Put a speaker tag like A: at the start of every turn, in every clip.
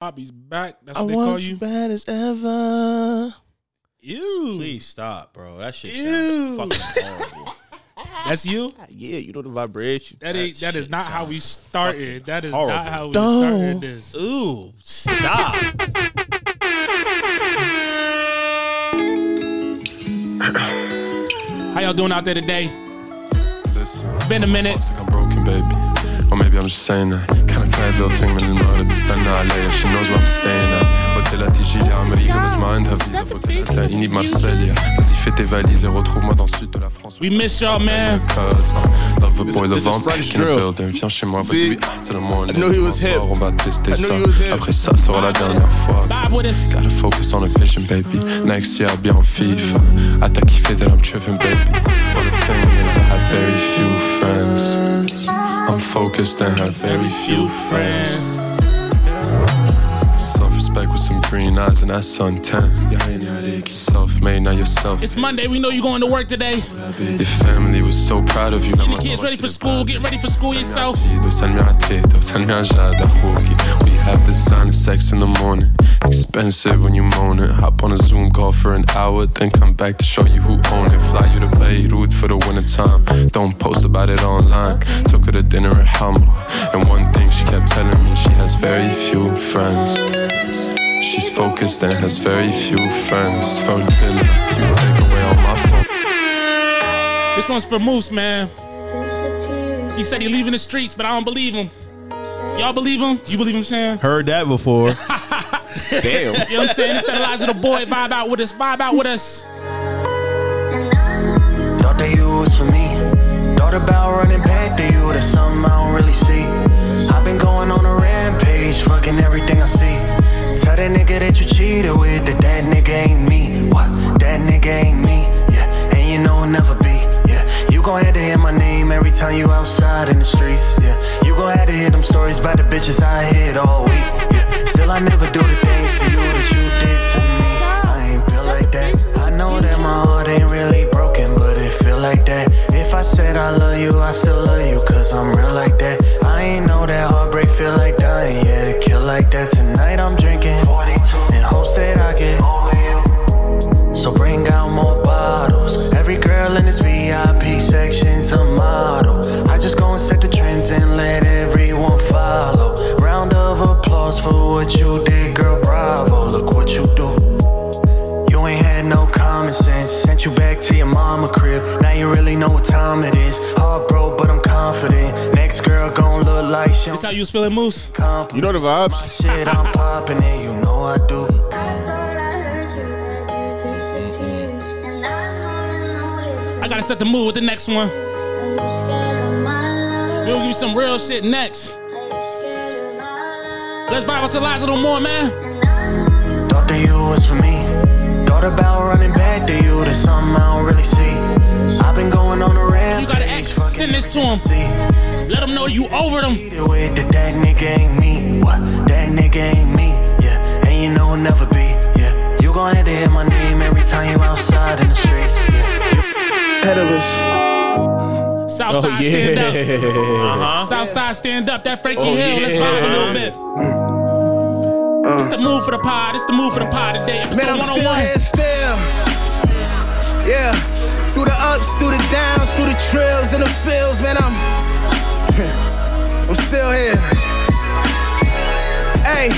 A: Bobby's back. That's
B: I
A: what they call
B: want you
A: you.
B: bad as ever.
A: Ew.
C: Please stop, bro. That shit
A: Ew.
C: sounds fucking horrible.
A: That's you.
B: Yeah, you know the vibration.
A: That
C: That
A: ain't. That is
C: shit
A: not how we started.
C: fucking
A: That is
C: horrible.
A: not how we
B: Dog.
A: started this.
C: Ooh, stop.
A: How y'all doing out there today?
D: Listen,
A: It's been a minute.
D: I'm broken, baby. Or maybe I'm just saying that. Kind of tired little thing, men in order to stand out later. She knows where I'm staying at. Hotel Attigili, Amerika, was mein Devise. Hotel Atlaini de Marseille. Vas-y, fais tes valises et retrouve-moi dans le sud de la France.
A: We miss y'all, man.
D: Cause uh, love a boy,
B: This- this
D: love
B: is
D: un
B: French
D: pick in the
B: drill.
D: building. Viens chez moi,
B: See?
D: vas-y, oui. C'est le morning.
B: I knew he was hip.
D: On va tester
B: I knew
D: ça.
B: he was hip.
D: Après ça, sera la dernière fois.
A: Vibe with us.
D: Gotta focus on the vision, baby. Next year I'll be on FIFA. I t'as kiffé that I'm tripping, baby. But the thing is, I have very few friends. I'm focused and have very few
A: You
D: friends.
A: friends.
D: Self respect with some green eyes and that's on 10. Self made, not yourself.
A: It's Monday. We know you going to work today.
D: Your family was so proud of you.
A: Getting the kids ready for school. Get ready for school yourself.
D: oh, We have the sign of sex in the morning. Expensive when you moan it. Hop on a Zoom call for an hour, then come back to show you who own it. Fly you to Beirut for the winter time. Don't post about it online. Took her to dinner at Hamra. And one thing she kept telling me, she has very few friends. She's focused and has very few friends. Phone killer, you take away all my phone.
A: This one's for Moose, man.
E: Disappear.
A: He said he leaving the streets, but I don't believe him. Y'all believe him? You believe him, Shan?
C: Heard that before.
B: Damn.
A: You know what I'm saying? It's the Elijah the Boy. Vibe out with us. Vibe out with us.
E: And I know you
F: Thought that you was for me. Thought about running back to you. That's something I don't really see. I've been going on a rampage, fucking everything I see. Tell that nigga that you cheated with that that nigga ain't me. What? That nigga ain't me. Yeah, and you know it'll never be. Yeah, you gon' have to hear my name every time you outside in the streets. Yeah, you gon' have to hear them stories about the bitches I hit all week. Yeah, still I never do the things to you that you did to me. I ain't built like that. I know that my heart ain't really broken, but it feel like that. If I said I love you, I still love you, cause I'm real like that. I ain't know that heartbreak feel like dying, yeah, it kill like that. Tonight I'm drinking, in hopes that I get so bring out more bottles. Every girl in this VIP section's a model. I just go and set the trends and let everyone follow. Round of applause for what you did, girl. Bravo, look what you do. You ain't had no common sense. Sent you back to your mama crib. Now you really know what time it is. Heart broke, but I'm confident. Next girl gon' look like she.
A: That's how you was feeling, Moose.
B: You know the
F: My
B: vibes.
F: shit, I'm popping it. You know I do.
E: I thought I heard you, but you disappeared. And I know you noticed
A: I gotta set the mood with the next one.
E: Are you scared of my
A: We'll
E: love?
A: give you some real shit next.
E: Are you scared of our love?
A: Let's vibe out to Elijah a little more, man.
E: And I know you
F: Thought that you was for me. Thought about running back to you. That's something I don't really see. I've been going on a rampage.
A: gotta ask-
F: fucking
A: send this to 'em.
F: everything I see.
A: Let them know you over them.
F: Cheated with that, that nigga ain't me. What? That nigga ain't me. Yeah, and you know it'll never be. Yeah, you gon' have to hear my name every time you outside in the streets. Yeah, you
B: Ahead of us.
C: Oh,
A: Southside stand up. Uh-huh. Southside stand up. That Frankie
C: Oh,
A: Hill. Let's vibe a little bit. It's the move for the pod. It's the move for the pod today. Episode
G: Man, I'm still
A: 101.
G: here still. Yeah. Through the ups, through the downs, through the trills and the fields, man, I'm I'm still here. Hey,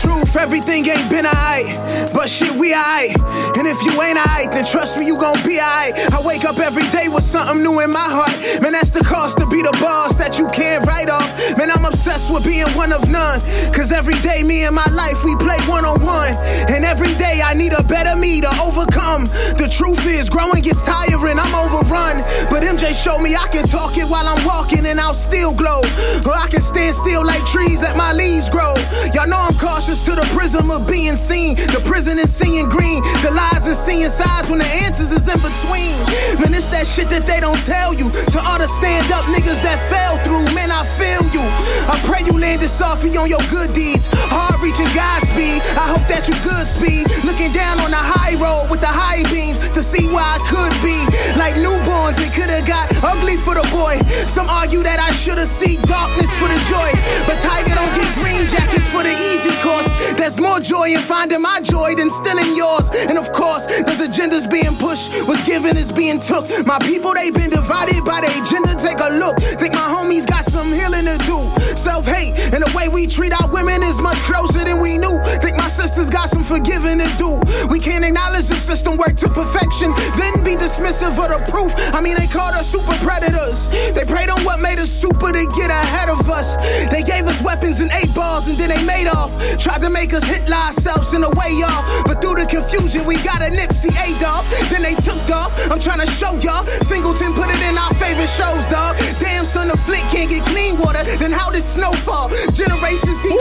G: truth, everything ain't been alright, but shit, we alright. And if you ain't alright, then trust me, you gon' be alright. I wake up every day with something new in my heart. Man, that's the cost to be the boss that you can't write off. Man, I'm obsessed with being one of none. Cause every day, me and my life, we play one on one. And every day, I need a better me to overcome. The truth is, growing gets tiring, I'm overrun. But MJ showed me I can talk it while I'm walking, and I'll still glow. Or I can stand still like trees, let my leaves grow. Y'all know I'm cautious to the prism of being seen. The prison is seeing green, the lies and seeing sides when the answers is in between. Man, it's that shit that they don't tell you. To all the stand up niggas that fell through, man, I feel you. I pray you land it softly on your good deeds. Hard reaching Godspeed. I hope that you good speed. Looking down on the high road with the high beams to see where I could be. Like newborns, it could have got ugly for the boy. Some argue that I should have seen darkness for the joy. But Tiger don't get green jackets for the easy course. There's more joy in finding my joy than stealing yours. And of course, there's agendas being pushed. What's given is being took. My people, they been divided by their agenda. Take a look. Think my homies got some healing to do. Self hate and the way we treat our women is much closer than we knew. Think my sisters got some forgiving to do. We can't acknowledge the system work to perfection, then be dismissive of the proof. I mean, they called us super predators. They preyed on what made us super to get ahead of us. They gave us weapons and eight balls and then they made off. Tried to make us Hitler ourselves in a way, y'all. But through the confusion, we got a Nipsey Adolf. Then they took off. I'm trying to show y'all. Singleton put it in our favorite shows, dog. Damn, son, the flick can't get clean water. Then how did snowfall? Generations deep.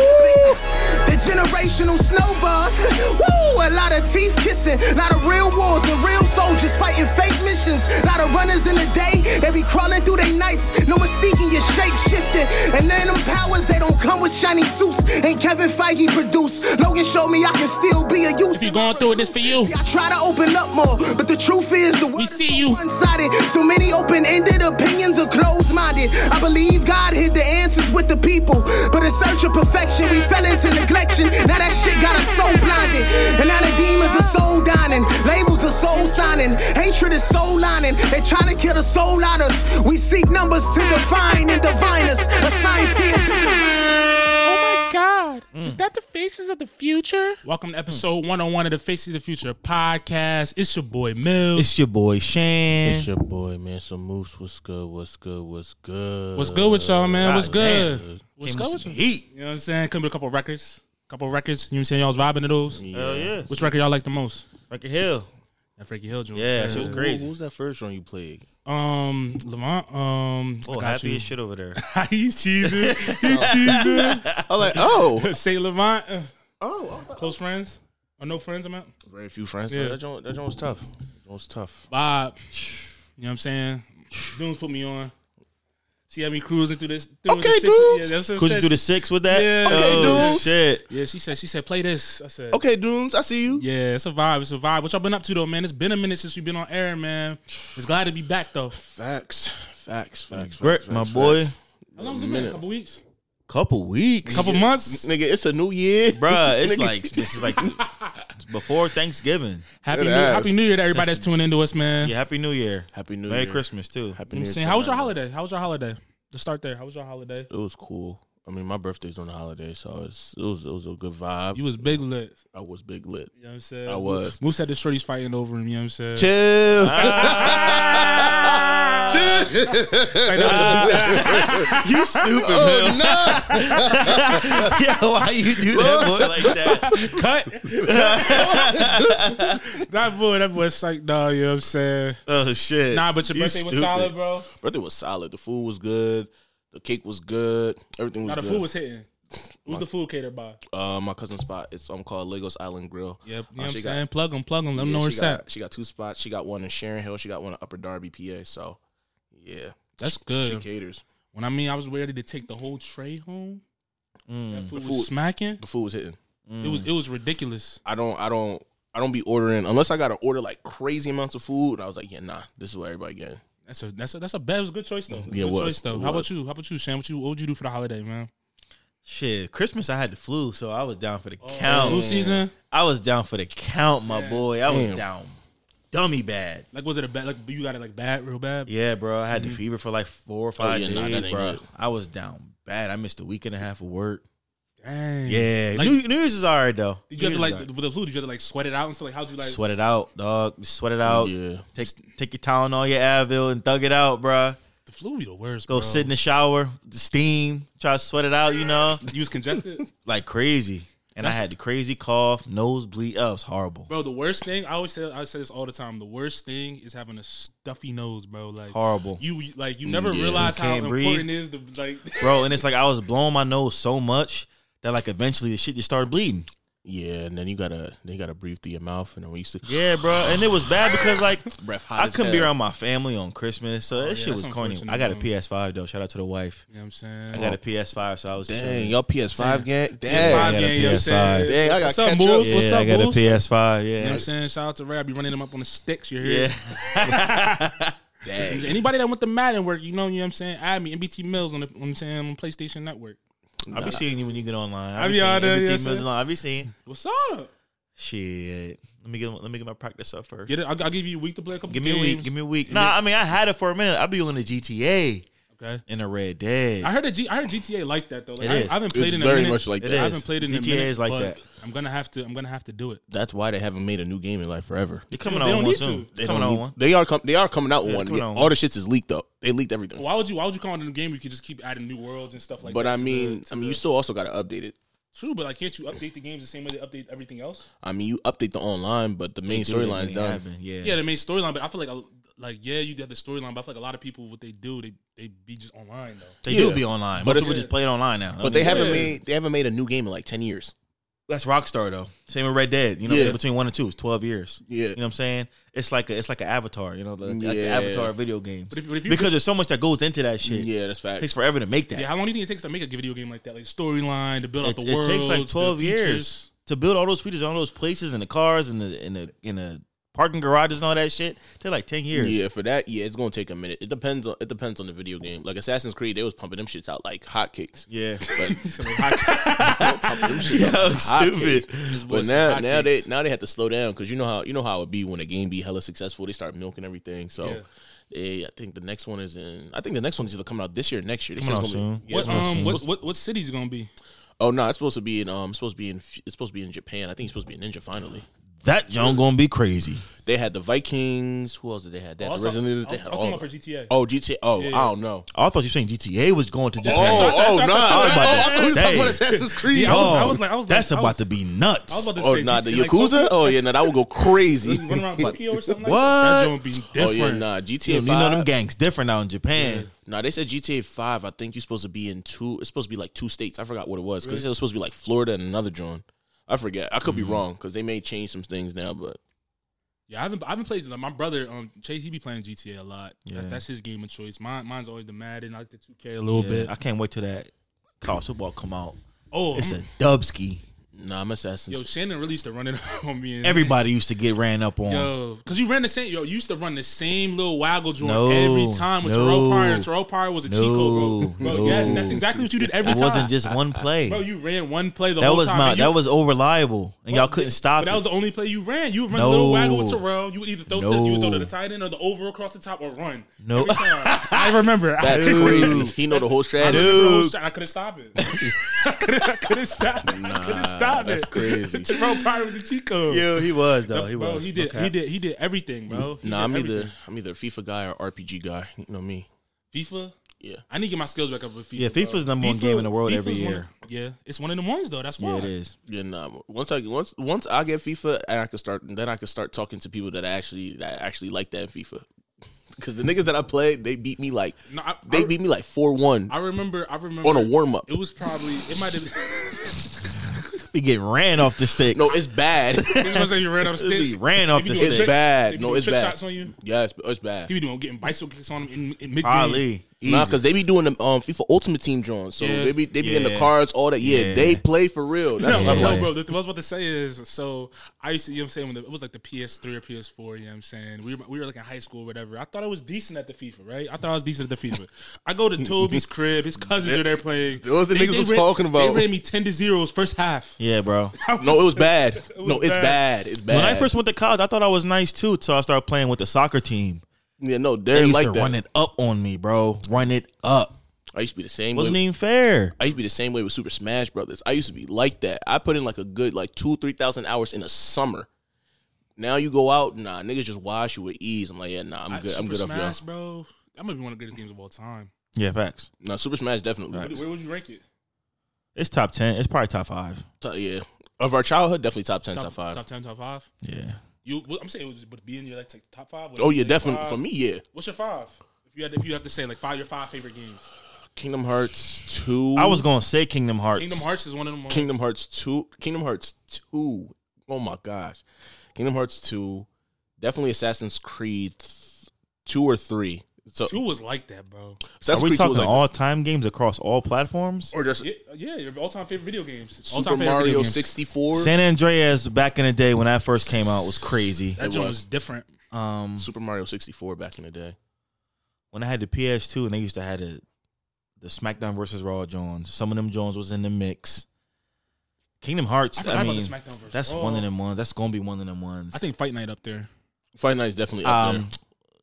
G: The generational snowballs. Woo! A lot of teeth kissing. A lot of real wars and real soldiers fighting fake missions. A lot of runners in the day. They be crawling through their nights. No mistake in your shape shifting. And then them powers, they don't come with shiny suits. Ain't Kevin Feige produced. Logan showed me I can still be a use.
A: If you going through it, this for you.
G: I try to open up more, but the truth is the world is
A: see
G: so
A: you.
G: one-sided. So many open-ended opinions are closed-minded. I believe God hid the answers with the people, but in search of perfection, we fell into neglection. Now that shit got us so blinded, and now the demons are soul dining, labels are soul signing, hatred is soul lining. They trying to kill the soul out of us. We seek numbers to define and divine us, assign fear to
H: Oh my God. Is that the faces of the future?
A: Welcome to episode 101 of the Faces of the Future podcast. It's your boy Mills.
C: It's your boy Shan.
I: It's your boy, man. Some moose. What's good? What's good? What's good?
A: What's good with y'all, man? What's
C: God
A: good?
C: damn.
A: What's
C: Came
A: good
C: with
A: with
C: some
A: you?
C: heat.
A: You know what I'm saying? Come with a couple records. Couple records. You know what I'm saying? Y'all was vibing to those.
C: Hell yeah.
A: Which record y'all like the most?
C: Record Hill.
A: That Frankie Hill joint.
C: Yeah, she was
I: What
C: crazy.
I: was that first one you played?
A: Um, Levant. Um, I
C: Oh,
A: got
C: happy
A: you.
C: as shit over there.
A: He's cheesing. He's cheesing.
B: I'm like, oh,
A: Say Levant. uh,
B: oh, I was like,
A: Close friends or no friends? I'm at
B: very few friends.
A: Yeah.
B: That joint, that joint was tough. That joint was tough.
A: Bob. You know what I'm saying? Dunes put me on. She had me cruising through this. Through
B: Okay,
A: the six-
B: Dunes.
A: Yeah, that's what I'm
C: Could you
A: saying.
C: do the six with that?
A: Yeah. Okay,
C: oh,
B: dudes.
C: shit.
A: Yeah, she said. She said, "Play this." I said,
B: Okay, Dunes, I see you.
A: Yeah, it's a vibe. It's a vibe. What y'all been up to though, man? It's been a minute since we've been on air, man. It's glad to be back though.
B: Facts, facts, facts.
C: Brick,
B: facts,
C: my
B: facts,
C: boy.
B: facts.
A: How long's it been? A couple weeks?
C: Couple weeks.
A: Couple months?
B: Nigga, it's a new year,
C: Bruh, it's like this is like before Thanksgiving.
A: Happy
B: Good
A: New,
B: ass.
A: Happy New Year to everybody that's tuning into us, man.
C: Yeah, happy New Year.
B: Happy New
C: Merry
B: Year.
C: Christmas
B: Happy
C: too.
A: You know
B: New
A: what I'm
B: Year
A: saying?
B: to
A: How was your
B: everybody.
A: holiday? How was your holiday? Let's start there. How was your holiday?
B: It was cool. I mean, my birthday's on the holiday, so it's, it was it was a good vibe.
A: You was big lit.
B: I was big lit.
A: You know what I'm saying?
B: I was.
A: Moose had the shorties fighting over him, you know what I'm saying?
B: Chill.
A: Like, that was the-
C: You stupid,
B: Oh,
C: yeah, why you do that boy like that?
A: Cut. that boy, that boy psyched dog, you know what I'm saying?
C: Oh shit.
A: Nah, but your
C: You
A: birthday was
C: stupid.
A: solid, bro.
B: Birthday was solid. The food was good. The cake was good. Everything was
A: Now the
B: good.
A: food was hitting. Who's the food catered by?
B: uh, my cousin's spot. It's um called Lagos Island Grill.
A: Yep, you know
B: Uh,
A: what I'm
B: she
A: saying? plug them, plug them, let them
B: yeah,
A: know where
B: she
A: it's
B: got-
A: at.
B: She got two spots. She got one in Sharon Hill. She got one in Upper Darby, PA. So, yeah,
A: That's
B: she
A: good.
B: caters.
A: When I mean I was ready to take the whole tray home, that food
B: Mm. The
A: was
B: food- Mm.
A: smacking.
B: The food was hitting.
A: It was it was ridiculous.
B: I don't. I don't. I don't be ordering unless I got to order like crazy amounts of food. And I was like, yeah, nah, this is what everybody getting.
A: That's a that's a that's a bad. It was a good choice though.
B: Yeah, it
A: good
B: was.
A: Choice, though.
B: It
A: How about
B: was.
A: you? How about you, Sam? What you what would you do for the holiday, man?
C: Shit, Christmas I had the flu, so I was down for the count.
A: Oh, Flu season.
C: I was down for the count, my boy. I was
B: Damn.
C: down dummy bad.
A: Like was it a bad? Like you got it like bad, real bad.
C: Yeah, bro. I had
A: Mm-hmm.
C: the fever for like four or five
B: Oh, yeah, nah, that
C: days,
B: ain't
C: bro.
B: good.
C: I was down bad. I missed a week and a half of work.
A: Dang.
C: Yeah,
A: Like-
C: New, New Year's is all right though.
A: Did you have to
C: New Year's
A: like
C: is all right.
A: with the flu? Did you have to like sweat it out and stuff? Like how'd you like?
C: sweat it out, dog. Sweat it
A: Oh.
C: out.
B: Yeah.
C: Take take your Tylenol, your Advil, and thug it out, bruh.
A: The flu be the worst.
C: Go
A: bro.
C: sit in the shower, steam, try to sweat it out, you know,
A: You was congested,
C: like crazy. And I had the crazy cough, nosebleed. Oh, it was horrible,
A: bro. The worst thing I always say, I say this all the time. The worst thing is having a stuffy nose, bro. Like
C: horrible, Mm,
A: you like you never
B: yeah.
A: realize how
C: Can't breathe.
A: important it is to like.
C: bro. And it's like I was blowing my nose so much that like eventually the shit just started bleeding.
B: Yeah, and then you gotta then you gotta breathe through your mouth, and then we used to
C: Yeah, bro. And it was bad because like
B: breath hot.
C: I
B: as
C: couldn't be
B: hell.
C: around my family on Christmas, so that
A: yeah,
C: shit was
A: that's
C: corny.
A: unfortunate,
C: I got a
A: man.
C: PS5 though. Shout out to the wife.
A: You know what I'm saying?
C: I got a PS5, so I was
B: Dang,
C: chilling.
B: y'all PS5 gang. Dang,
A: PS5
C: I got a
A: game, you know what I'm saying?
C: PS5.
B: Dang, I got
A: What's up,
B: catch up.
A: Moose?
C: Yeah,
A: What's up,
C: I got
A: Moose?
C: a PS5. Yeah,
A: You know what I'm saying? Shout out to Ray. I be running them up on the sticks. You hear?
C: yeah.
B: Dang.
A: Anybody that went to Madden work, you know, you know what I'm saying? Add me, MBT Mills on the, on, I'm saying, on PlayStation Network.
C: I be seeing you when you get online.
A: I
C: I be
A: be
C: seeing
A: out there,
C: every
A: you know
C: team
A: what I'm
C: is
A: saying?
C: online. I be seeing.
A: What's up?
C: Shit. Let me get let me get my practice up first.
A: Get it? I'll, I'll give you a week to play a couple
C: Give me a
A: games.
C: week. Give me a week. Nah, I mean I had it for a minute. I be on the GTA
A: Okay.
C: and the Red Dead.
A: I heard a G, I heard GTA like that though. Like,
C: It
A: I,
C: is.
A: I haven't played
B: It's
A: in a
B: very
A: minute.
B: much like
C: It
B: that.
A: I
C: is.
A: haven't played in a
C: GTA
A: minute.
C: is like
A: but
C: that.
A: I'm gonna have to. I'm gonna have to do it.
B: That's why they haven't made a new game in like forever.
C: They're coming
A: They
C: on
A: don't
C: one
A: need
C: soon.
A: to.
C: They're coming on one.
B: They are com- they are coming out with
C: Yeah,
B: one.
C: coming
B: Yeah,
C: out
B: all
C: one.
B: the shits is leaked though. They leaked everything.
A: Why would you? Why would you call it a new game? if You could just keep adding new worlds and stuff like
B: but
A: that.
B: I
A: to
B: mean,
A: the- to
B: I mean,
A: the-
B: you still also gotta update it.
A: true. But like, can't you update the games the same way they update everything else?
B: I mean, you update the online, but the main
C: They do, they
B: storyline's
C: really
B: done.
C: haven't, Yeah.
A: Yeah, the main storyline. But I feel like, a, like, yeah, you have the storyline. But I feel like a lot of people, what they do, they they be just online though.
C: They
B: Yeah.
C: do be online.
B: But
C: But
B: it's-
C: people just play it online now.
B: But they haven't
A: yeah.
B: made they haven't made a new game in like ten years.
C: That's Rockstar though. Same with Red Dead. You know, what I'm
B: Yeah.
C: saying? between one and two, it's twelve years.
B: Yeah.
C: You know what I'm saying? It's like a, it's like an avatar. You know, like, like the
B: Yeah.
C: avatar of video games.
A: But if- but if you-
C: because there's so much that goes into that shit.
B: Yeah, that's
C: It
B: fact.
C: takes forever to make that.
A: Yeah, how long do you think it takes to make a video game like that? Like storyline to build
C: it,
A: out the
C: it
A: world.
C: takes like twelve years to build all those features, all those places, and the cars, and the in the in the parking garages, and all that shit. Take like ten years.
B: Yeah, for that, yeah, it's gonna take a minute. It depends on it depends on the video game. Like Assassin's Creed, they was pumping them shits out like hotcakes.
C: Yeah.
B: But, Them shits out
C: Yo,
B: like
C: stupid.
B: hotcakes.
A: boy
B: But
A: said
B: now, now they
A: hotcakes.
B: now they have to slow down because you know how you know how it be when a game be hella successful. They start milking everything. So
A: Yeah.
B: they, I think the next one is in. I think the next one's either coming out this year or next year. They said
C: Coming
B: it's
C: out
B: gonna
C: soon.
B: Be, yeah,
A: What
B: it's gonna-
A: um what what what city's gonna be?
B: oh no, it's supposed to be in um it's supposed to be in it's supposed to be in Japan. I think it's supposed to be in Ninja finally.
C: That John gonna be crazy.
B: They had the Vikings. Who else did they had? They
A: Oh,
B: had the
A: I was
B: Resident Evil. They
A: talking
B: had all.
A: about
B: of
A: for
B: them.
A: GTA.
B: Oh GTA. Oh,
A: Yeah, yeah.
B: I don't know.
C: I thought you were saying GTA was going to Japan.
A: that's what-
B: Oh,
A: that's
B: oh,
A: what I
B: nah.
A: thought you were
B: I was
C: about to
B: talking about
C: say.
B: Assassin's Creed.
A: I was- I
C: Dog,
A: was like- I was like-
C: that's
A: I
C: about
A: was-
C: to be nuts.
A: I was about to
B: Oh,
A: say
B: nah,
A: GTA,
B: the
A: like,
B: Yakuza.
A: Tokyo-
B: oh yeah, nah, that would go crazy.
A: Run around Tokyo or something like
C: What?
A: that. That joint be
B: oh
A: different.
B: yeah, nah, GTA.
C: you know them
B: 5
C: gangs different out in Japan.
B: Nah, they said GTA Five. I think you're supposed to be in two. It's supposed to be like two states. I forgot what it was because it was supposed to be like Florida and another joint. I forget. I could
A: Mm-hmm.
B: be wrong because they may change some things now. But
A: Yeah, I haven't I haven't played it. my brother um Chase he be playing GTA a lot. That's
C: Yeah.
A: that's his game of choice. Mine mine's always the Madden, I like the 2K a little
C: Yeah,
A: bit.
C: I can't wait till that college football come out.
A: oh,
C: It's
A: I'm-
C: a dubski.
B: nah, I'm Assassin's.
A: yo, Shannon really used to run it on me. And,
C: Everybody used to get ran up on.
A: Yo, because you ran the same. Yo, you used to run the same little waggle joint
C: No,
A: every time with
C: no,
A: Terrell Pryor. And Terrell Pryor was a Chico,
C: no,
A: bro. bro
C: no.
A: Yes, that's exactly what you did every
C: it
A: time.
C: wasn't just one play.
A: bro. You ran one play the
C: that
A: whole
C: was
A: time.
C: my.
A: and you-
C: that was over reliable, and y'all couldn't
A: But
C: stop
A: that was the
C: it.
A: only play you ran. You would run a
C: No.
A: little waggle with Terrell. You would either throw to you would throw to
C: No.
A: the tight end or the over across the top or run.
C: No.
A: Every time. I remember.
B: That's
A: I,
B: crazy. He know the whole strategy.
A: Terrell, I couldn't stop it. I couldn't- I couldn't stop it. I couldn't stop
B: that's
A: it.
B: crazy.
A: Terrell Pryor was a Chico.
C: Yo, he was though. Oh, He
A: bro,
C: was.
A: he did.
C: Okay.
A: He did. He did everything, bro. He
B: Nah,
A: did
B: I'm
A: everything.
B: either I'm either a FIFA guy or RPG guy. You know me.
A: FIFA.
B: Yeah.
A: I need to get my skills back up with FIFA.
C: Yeah,
A: bro.
C: FIFA's number one game in the world every
A: FIFA's one
C: year.
A: of- yeah, it's one of them ones though. That's why.
C: Yeah, it is.
B: Yeah, nah. Once I once once I get FIFA, and I can start. Then I can start talking to people that actually that actually like that in FIFA. Because the niggas that I played, they beat me like
A: No, I-
B: they
A: I-
B: beat me like four one
A: I remember. I remember
B: on a warm up.
A: It was probably. It might have. been
C: He get ran off the sticks.
B: No, it's bad.
A: I was saying you ran off the
C: he
A: sticks.
C: ran off
A: If
C: the
A: you do tricks,
B: it's
C: sticks.
A: if you
B: bad. No,
A: do
B: it's
A: trick
B: bad.
A: shots on you?
B: Yes, but it's bad.
A: He be doing getting bicycle kicks on him in, in mid game.
C: Ali.
B: Nah,
C: easy.
B: because they be doing the um, FIFA Ultimate Team drawings, so
A: Yeah.
B: they be they be in the
C: Yeah.
B: cards all that. Yeah,
C: Yeah.
B: they play for real. That's
A: No,
B: what I'm
A: no,
B: like.
A: bro. What I was about to say is, so I used to, you know what I'm saying, when the, it was like the PS3 or PS4, you know what I'm saying? We were, we were like in high school or whatever. I thought I was decent at the FIFA, right? I thought I was decent at the FIFA. I go to Toby's crib, his cousins are there playing.
B: Those the niggas was
A: ran-
B: talking about.
A: They ran me 10 to 0s first half.
C: Yeah, bro.
B: No, it was bad. no,
A: was
B: it's
A: bad.
B: bad. It's bad.
C: When I first went to college, I thought I was nice too. Till I started playing with the soccer team.
B: yeah, no,
C: They
B: they're
C: used
B: like
C: to
B: that.
C: run it up on me, bro. Run it up.
B: I used to be the same.
C: Wasn't
B: way.
C: even fair.
B: I used to be the same way with Super Smash Brothers. I used to be like that. I put in like a good like two, three thousand hours in a summer. Now you go out, nah, niggas just wash you with ease. I'm like, yeah, nah, I'm good. I'm
A: Super
B: good up y'all.
A: Smash, bro. That might be one of the greatest games of all time.
C: Yeah, facts.
B: Nah, Super Smash definitely.
A: Where, where would you rank it?
C: It's top ten. It's probably top five.
B: Top- yeah, of our childhood, definitely top ten, top, five.
A: Top 10, top 5?
C: Yeah.
A: You, what- I'm saying it would be in your like top 5?
B: oh yeah, definitely for me, yeah.
A: What's your five? If you had, if you have to say like five, your five favorite games.
B: Kingdom Hearts two.
C: I was gonna say Kingdom Hearts.
A: Kingdom Hearts is one of them.
B: Kingdom Hearts two. Kingdom Hearts two. Oh my gosh, Kingdom Hearts two. Definitely Assassin's Creed th- two or three. So
A: two was like that, bro.
C: Are
B: Assassin's
C: we
B: Creed two was
C: talking
B: like
C: all time games across all platforms?
B: or just
A: Yeah, yeah, your all-time favorite video games.
B: Super
A: all-time favorite video
B: Mario
A: games.
B: sixty four,
C: San Andreas back in the day when I first came out was crazy.
A: That
B: It
A: joint
B: was.
A: was different.
C: Um,
B: Super Mario sixty four back in the day.
C: when I had the PS2 and they used to have the, the SmackDown versus Raw Jones. Some of them Jones was in the mix. Kingdom
A: I
C: Hearts.
A: forgot
C: I,
A: about the
C: mean,
A: SmackDown versus
C: that's
A: Raw.
C: one of them ones. That's gonna be one of them ones.
A: I think Fight Night up there.
B: Fight Night is definitely up
C: um,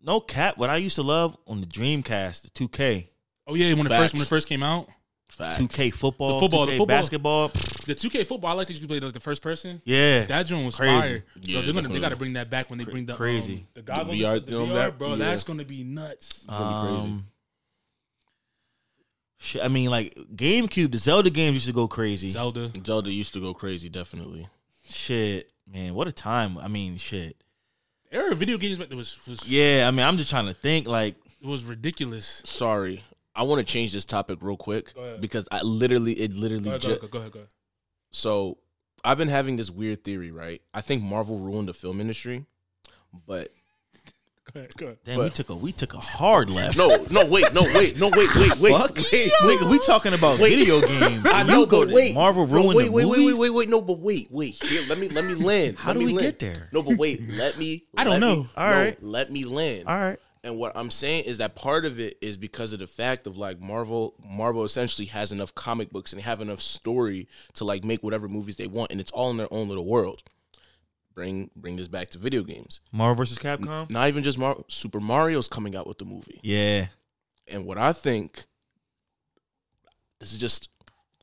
C: no cap. What I used to love on the Dreamcast, the 2K,
A: Oh yeah, when it
B: Facts.
A: first when it first came out,
B: there. Facts.
C: 2K football,
A: The football,
C: 2K
A: the football.
C: basketball.
A: the 2K football. I like that you played like the first person.
C: Yeah,
A: That joint was
C: Crazy.
A: fire. Bro,
B: Yeah,
A: they're gonna, they
B: definitely.
A: got to bring that back when they bring the
C: crazy.
A: um, the goggles,
B: VR
A: the VR, the
B: thing,
A: VR
B: that-
A: bro.
B: yeah.
A: That's gonna be nuts.
B: really crazy.
C: Um, shit, I mean, like GameCube, the Zelda games used to go crazy.
A: Zelda.
B: Zelda used to go crazy. Definitely.
C: Shit, man, what a time! I mean, shit.
A: There were video games, but it was was,
C: Yeah, I mean, I'm just trying to think. Like,
A: it was ridiculous.
B: Sorry, I want to change this topic real quick
A: Go ahead.
B: because I literally it literally
A: Go ahead,
B: ju-
A: go ahead, go ahead, go ahead.
B: So I've been having this weird theory, right? I think Marvel ruined the film industry, but
A: Go ahead, go ahead.
C: damn, we
B: What?
C: took a we took a hard left.
B: no, no, wait, no, wait, no, wait, wait, wait,
C: Fuck?
B: wait.
C: Nigga, we talking about
B: Wait.
C: video games.
B: I
C: and
B: know,
C: you go
B: but
C: to
B: wait,
C: Marvel
B: No,
C: ruined
B: wait,
C: the
B: wait,
C: movies.
B: wait, wait, wait, wait, no, but wait, wait. Here, let me, let me land.
C: How
B: Let
C: do
B: me
C: we
B: land.
C: get there?
B: No, but wait, let me.
C: I don't
B: let me-
C: know. All
B: no,
C: right.
B: let me land.
C: All right,
B: And what I'm saying is that part of it is because of the fact of like Marvel, Marvel essentially has enough comic books and they have enough story to like make whatever movies they want, and it's all in their own little world. Bring bring this back to video games.
C: Marvel versus Capcom.
B: Not even just Mar- Super Mario's coming out with the movie,
C: Yeah,
B: and what I think this is just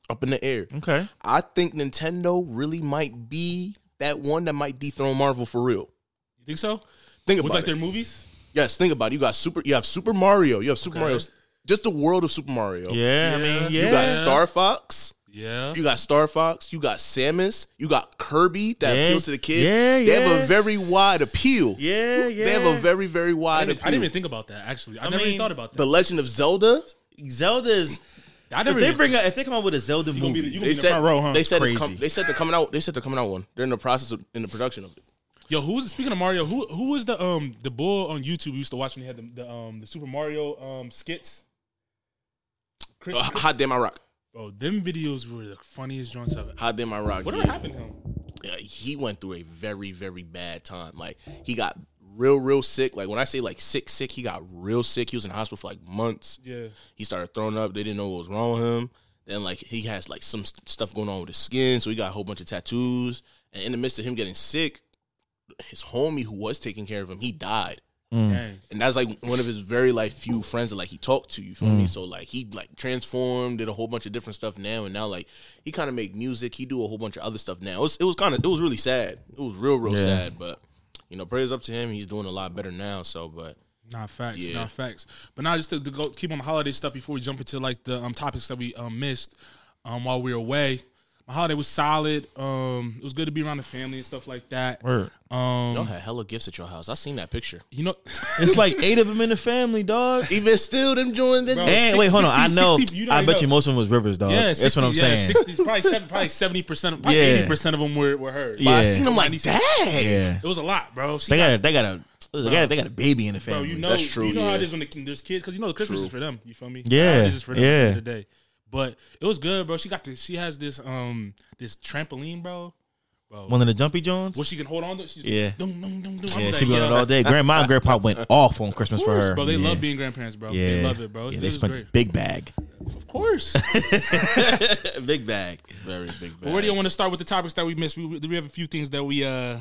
B: up in the air.
C: okay.
B: I think Nintendo really might be that one that might dethrone Marvel for real.
A: You think so?
B: Think
A: With
B: about
A: like
B: it.
A: their movies,
B: Yes, think about it. You got super. You have Super Mario. You have Super
A: Okay.
B: Mario. Just the world of Super Mario.
C: Yeah,
A: Yeah.
C: I mean, yeah.
A: You
B: You got Star Fox.
A: yeah.
B: You got Star Fox. You got Samus. You got Kirby that
C: Yeah.
B: appeals to the kids.
C: Yeah,
B: they have
C: yeah.
B: a very wide appeal.
C: yeah, yeah.
B: They have a very very
A: I
B: wide
A: didn't,
B: appeal.
A: I didn't even think about that actually. I, never
C: mean,
A: even thought about that.
B: the Legend of Zelda.
C: Zelda is.
A: I
C: If
A: never.
C: they
A: even-
C: bring out, if they come out with a Zelda
A: gonna be
C: movie,
A: the- you gonna
B: They
A: in the
B: said
A: front row, huh?
B: they said it's
C: Crazy.
B: com- they said they're coming out. They said they're coming out one. They're in the process of in the production of it.
A: yo, who's speaking of Mario? Who who was the um the boy on YouTube we used to watch when he had the, the um the Super Mario um skits? Chris,
B: Uh, hot damn, I rock.
A: bro, them videos were the funniest joints ever.
B: Hot damn, I rock.
A: What
B: yeah.
A: happened to him?
B: Yeah, he went through a very very bad time. Like he got real real sick. Like when I say like sick sick, he got real sick. He was in the hospital for like months.
A: Yeah,
B: He started throwing up. They didn't know what was wrong with him. Then like he has like some st- stuff going on with his skin, so he got a whole bunch of tattoos. And in the midst of him getting sick, his homie who was taking care of him, he died.
C: Hmm.
A: dang.
B: And that's like one of his very like few friends that like he talked to. You feel me? So like he like transformed, did a whole bunch of different stuff now, and now like he kind of make music. He do a whole bunch of other stuff now. It was, it was kind of it was really sad. It was real real
C: Yeah.
B: sad. But you know, prayers up to him. He's doing a lot better now. So but
A: Nah, facts.
B: Yeah.
A: Nah, facts. But now, just to, to go keep on the holiday stuff before we jump into like the um, topics that we um, missed um, while we were away. My holiday was solid. Um, it was good to be around the family and stuff like that.
C: Word.
B: y'all
A: Um,
B: had hella gifts at your house. I seen that picture.
A: you know,
C: It's like eight of them in the family, dog.
B: Even still, them joined the
A: Bro.
C: And wait, hold on. I
A: 60,
C: know.
A: 60, you
C: I
A: already
C: bet
A: know.
C: you most of them was Rivers, dog.
A: yeah,
C: That's what I'm
A: 60 yeah,
C: saying.
A: 60, probably seven, probably seventy percent, probably
C: Yeah.
A: eighty percent of them were were her.
C: Yeah.
B: I seen him like, dang.
C: yeah,
A: It was a lot, bro. She
C: they
A: got-
C: got a, they got a they got a, they got a baby in the
A: bro.
C: family.
A: You know,
B: That's true,
A: You know how it
B: yeah.
A: is when the, there's kids because you know the Christmas is for them. You feel me?
C: Yeah,
A: Holidays is for them at the
C: yeah.
A: end of the day. But it was good, bro. She got this. She has this um this trampoline, bro. Bro,
C: One of the jumpy Jones.
A: Well, she can hold on to. it. She's
C: Yeah.
A: Dum, dum, dum, dum. I'm
C: yeah,
A: like,
C: she went
A: yo,
C: on it all day. Grandma and grandpa went off on Christmas
A: Of
C: for
A: course,
C: her.
A: bro. They
C: yeah.
A: love being grandparents, bro.
C: Yeah,
A: They love it, bro.
C: Yeah,
A: it
C: they
A: was
C: spent
A: great.
C: big bag,
A: Of course.
C: big bag.
B: Very big.
A: but where do you want to start with the topics that we missed? We, we have a few things that we uh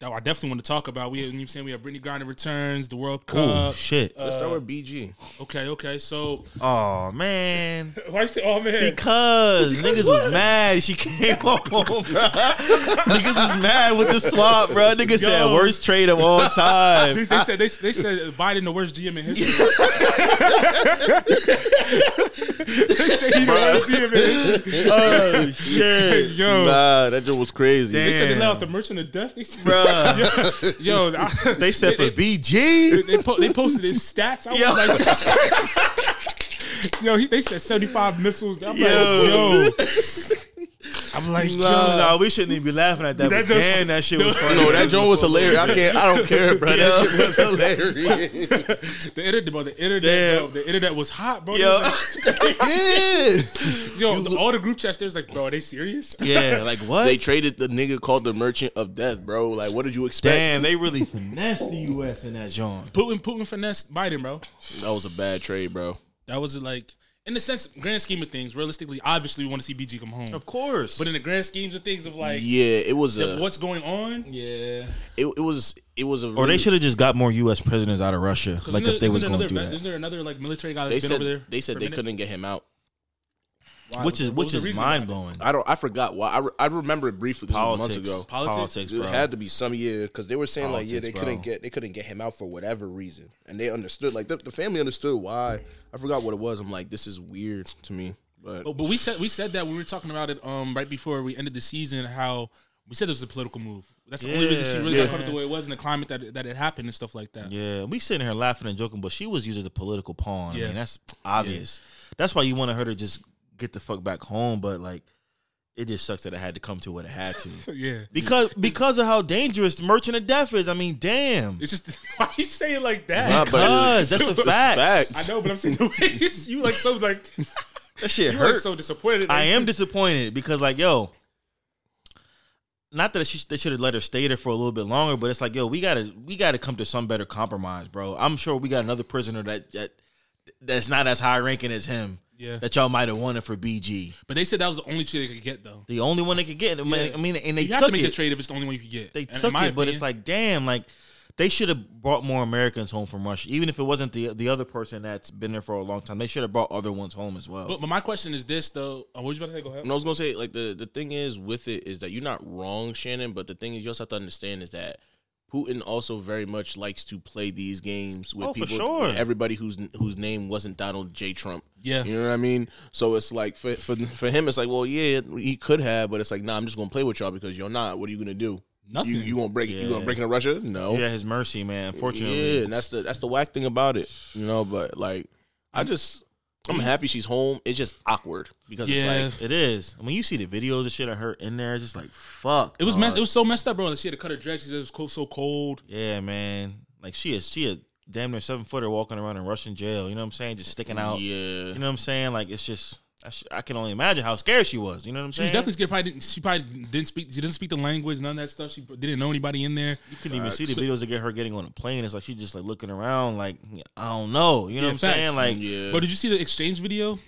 A: that I definitely want to talk about. We, you know what I'm saying, we have Brittany Grinder returns, the World
C: Oh
A: Cup.
C: shit.
B: Let's start with BG.
A: okay, okay. So
C: oh man.
A: why you say, oh man,
C: Because niggas was mad. She came home, bro. niggas was mad with the swap, bro. Niggas said
A: Yo.
C: worst trade of all time.
A: they said they, they said Biden the worst GM in history. they said he the worst GM in history.
C: oh shit,
A: Yo.
C: nah, that joke was crazy.
A: They said they let out the merchant of death. They said, yo, yo, I-
C: They said for BG.
A: they, po- they posted his stats. I was
C: Yo.
A: like, yo, he, they said 75 missiles. I'm
C: Yo.
A: like, yo. I'm like, yo.
C: Nah, nah, we shouldn't even be laughing at that.
A: That
C: but
A: just-
C: damn, that shit was funny.
B: No, Oh, that joke was hilarious. I can't. I don't care, bro. That shit was hilarious.
A: the internet, bro, the internet,
C: Damn.
A: bro, the internet was hot, bro.
C: Yo.
B: yeah.
A: Yo, all the group chats, there's like, bro, are they serious?
C: yeah, like what?
B: They traded the nigga called the Merchant of Death, bro. Like, what did you expect?
C: Damn, they really finessed the U.S. in that John.
A: Putin, Putin finessed Biden, bro.
B: That was a bad trade, bro.
A: That was like, in the sense, grand scheme of things, realistically, obviously, we want to see BG come home.
C: Of course.
A: But in the grand schemes of things, of like,
B: Yeah, it was
A: the-
B: a.
A: what's going on? Yeah.
B: It, it was. It was a.
C: or Oh, they
B: really-
C: should have just got more U.S. prisoners out of Russia, like if they was going to do
A: Isn't
C: that.
A: there another like military guy
B: They
A: that's been
B: said.
A: over there?
B: They
A: for
B: said
A: a
B: they
A: minute?
B: couldn't get him out.
A: Why?
C: Which is
A: What was
C: which
A: the
C: is
A: reason why?
C: mind blowing.
B: I don't. I forgot why. I, re- I remember it briefly. 'cause it was
C: Politics,
B: months ago.
A: Politics,
C: politics,
B: It
C: bro.
B: had to be some year because they were saying like yeah
C: Politics,
B: they
C: bro.
B: couldn't get they couldn't get him out for whatever reason and they understood like the, the family understood why I forgot what it was I'm like this is weird to me but
A: Oh, but we said we said that when we were talking about it um right before we ended the season how we said it was a political move. That's the only reason she really got
C: Yeah.
A: caught up the way it was in the climate that that it happened and stuff like that.
C: Yeah, we sitting here laughing and joking, but she was used as a political pawn.
A: Yeah.
C: I mean, that's obvious. That's why you wanted her to just get the fuck back home, but like, it just sucks that it had to come to what it had to.
A: Yeah.
C: Because because of how dangerous the Merchant of Death is. I mean, damn.
A: It's just why you saying it like that?
B: Nah, but-
C: Because that's
A: It's
C: a
A: a
C: fact.
A: I know, but I'm saying the way you, you like so like
C: That shit
A: you like
C: hurts.
A: so disappointed.
C: I am disappointed because like, yo, not that she, they should have let her stay there for a little bit longer, but it's like, yo, we gotta we gotta come to some better compromise, bro. I'm sure we got another prisoner that that that's not as high ranking as him.
A: Yeah.
C: That y'all might have wanted for BG.
A: But they said that was the only trade they could get though.
C: The only one they could get. I mean, I mean and they
A: You have to
C: took
A: make a
C: it.
A: trade if it's the only one you could get.
C: They
A: And in
C: took it,
A: my
C: but it's
A: opinion-
C: like, damn, like they should have brought more Americans home from Russia, even if it wasn't the the other person that's been there for a long time. They should have brought other ones home as well.
A: But, but my question is this though. Oh, what was you about to say? Go ahead.
B: and I was gonna say like the the thing is with it is that you're not wrong Shannon but the thing is you also have to understand is that Putin also very much likes to play these games with
C: Oh, for
B: people
C: sure.
B: everybody whose whose name wasn't Donald J Trump
A: Yeah.
B: You know what I mean? So it's like for for, for him, it's like, well, yeah, he could have, but it's like, nah, I'm just gonna play with y'all because you're not. What are you gonna do?
A: Nothing.
B: You, you gonna break? You gonna
C: Yeah.
B: break into Russia? No.
C: Oh. yeah, his mercy, man. Unfortunately,
B: Yeah, and that's the that's the whack thing about it, you know. But like, I just I'm happy she's home. It's just awkward because
A: Yeah.
B: it's like
C: It is. When you see the videos and shit of her in there, it's just like fuck. Oh,
A: It was
C: dog.
A: messed, it was so messed up, bro. That she had to cut her dress. She said it was cold, so cold.
C: Yeah, man. Like she is. She is damn near seven footer walking around in Russian jail. You know what I'm saying? Just sticking out.
B: yeah,
C: You know what I'm saying? Like it's just. I, sh- I can only imagine how scared she was. You know what I'm
A: She
C: saying?
A: was definitely scared. Probably didn't, she probably didn't speak. She didn't speak the language, none of that stuff. She didn't know anybody in there.
C: You couldn't even see the videos of get her getting on a plane. It's like she just like looking around, like I don't know. You
A: Yeah,
C: know what I'm
A: facts.
C: saying? Like
B: yeah.
A: Bro, did you see the exchange video?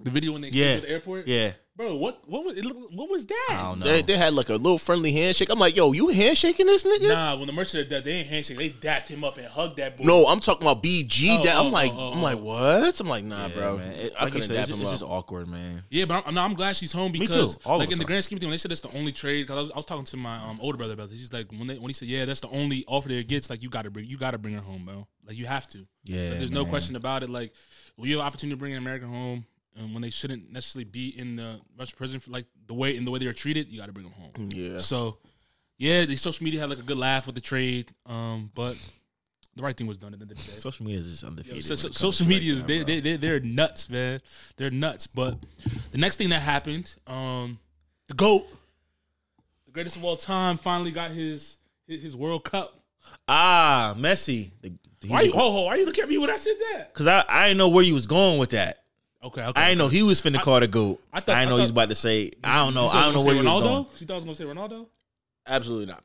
A: The video when they
C: Yeah.
A: yeah. at the airport.
C: yeah,
A: bro. What what was it looked- what was
C: I
A: that?
C: don't know.
B: they, they had like a little friendly handshake. I'm like, yo, you handshaking this nigga?
A: Nah, when the merchant of death, they ain't handshake. They dapped him up and hugged that boy.
B: No, I'm talking about BG.
A: Oh,
B: that I'm
A: oh,
B: like,
A: oh, oh,
B: I'm like, what? I'm like, nah,
C: Yeah,
B: bro.
C: man. It-
B: I
C: like you
B: couldn't
C: said,
B: dap
C: it's,
B: him
C: it's
B: up.
C: just awkward, man.
A: Yeah, but I'm, no, I'm glad she's home
C: Me
A: because,
C: too. All of
A: like,
C: us
A: in the
C: are.
A: grand scheme of things, when they said that's the only trade. Because I was, I was talking to my um, older brother about this. He's like, when they, when he said, yeah, that's the only offer they gets. Like, you gotta bring, you gotta bring her home, bro. Like, you have to.
C: Yeah,
A: Like, there's no
C: man.
A: question about it. Like, we have an opportunity to bring an American home, and when they shouldn't necessarily be in the Russian prison, for, like the way in the way they are treated, you gotta bring them
C: Mm,
A: home.
B: Yeah.
A: So, yeah, the social media had like a good laugh with the trade, um, but the right thing was done at the end of the day.
C: Social media is just undefeated.
A: So-
C: when
A: so-
C: it comes
A: social
C: to
A: media
C: like
A: is
C: that,
A: they,
C: bro.
A: they, they, they're nuts man they're nuts but the next thing that happened um the goat the greatest of all time finally got his his, his world cup
C: ah Messi. The- he's
A: why you
C: a-
A: ho ho why you looking at me when i said that
C: Cause I, I didn't know where you was going with that.
A: okay okay
C: I didn't know he was finna call the goat.
A: I
C: I,
A: thought-
C: thought, didn't
A: I
C: know he was
A: thought-
C: about to say. I don't know.
A: You thought
C: I don't know
A: was
C: where he
A: gonna
C: was
A: say
C: going.
A: Ronaldo? She thought I was gonna say Ronaldo.
B: Absolutely not.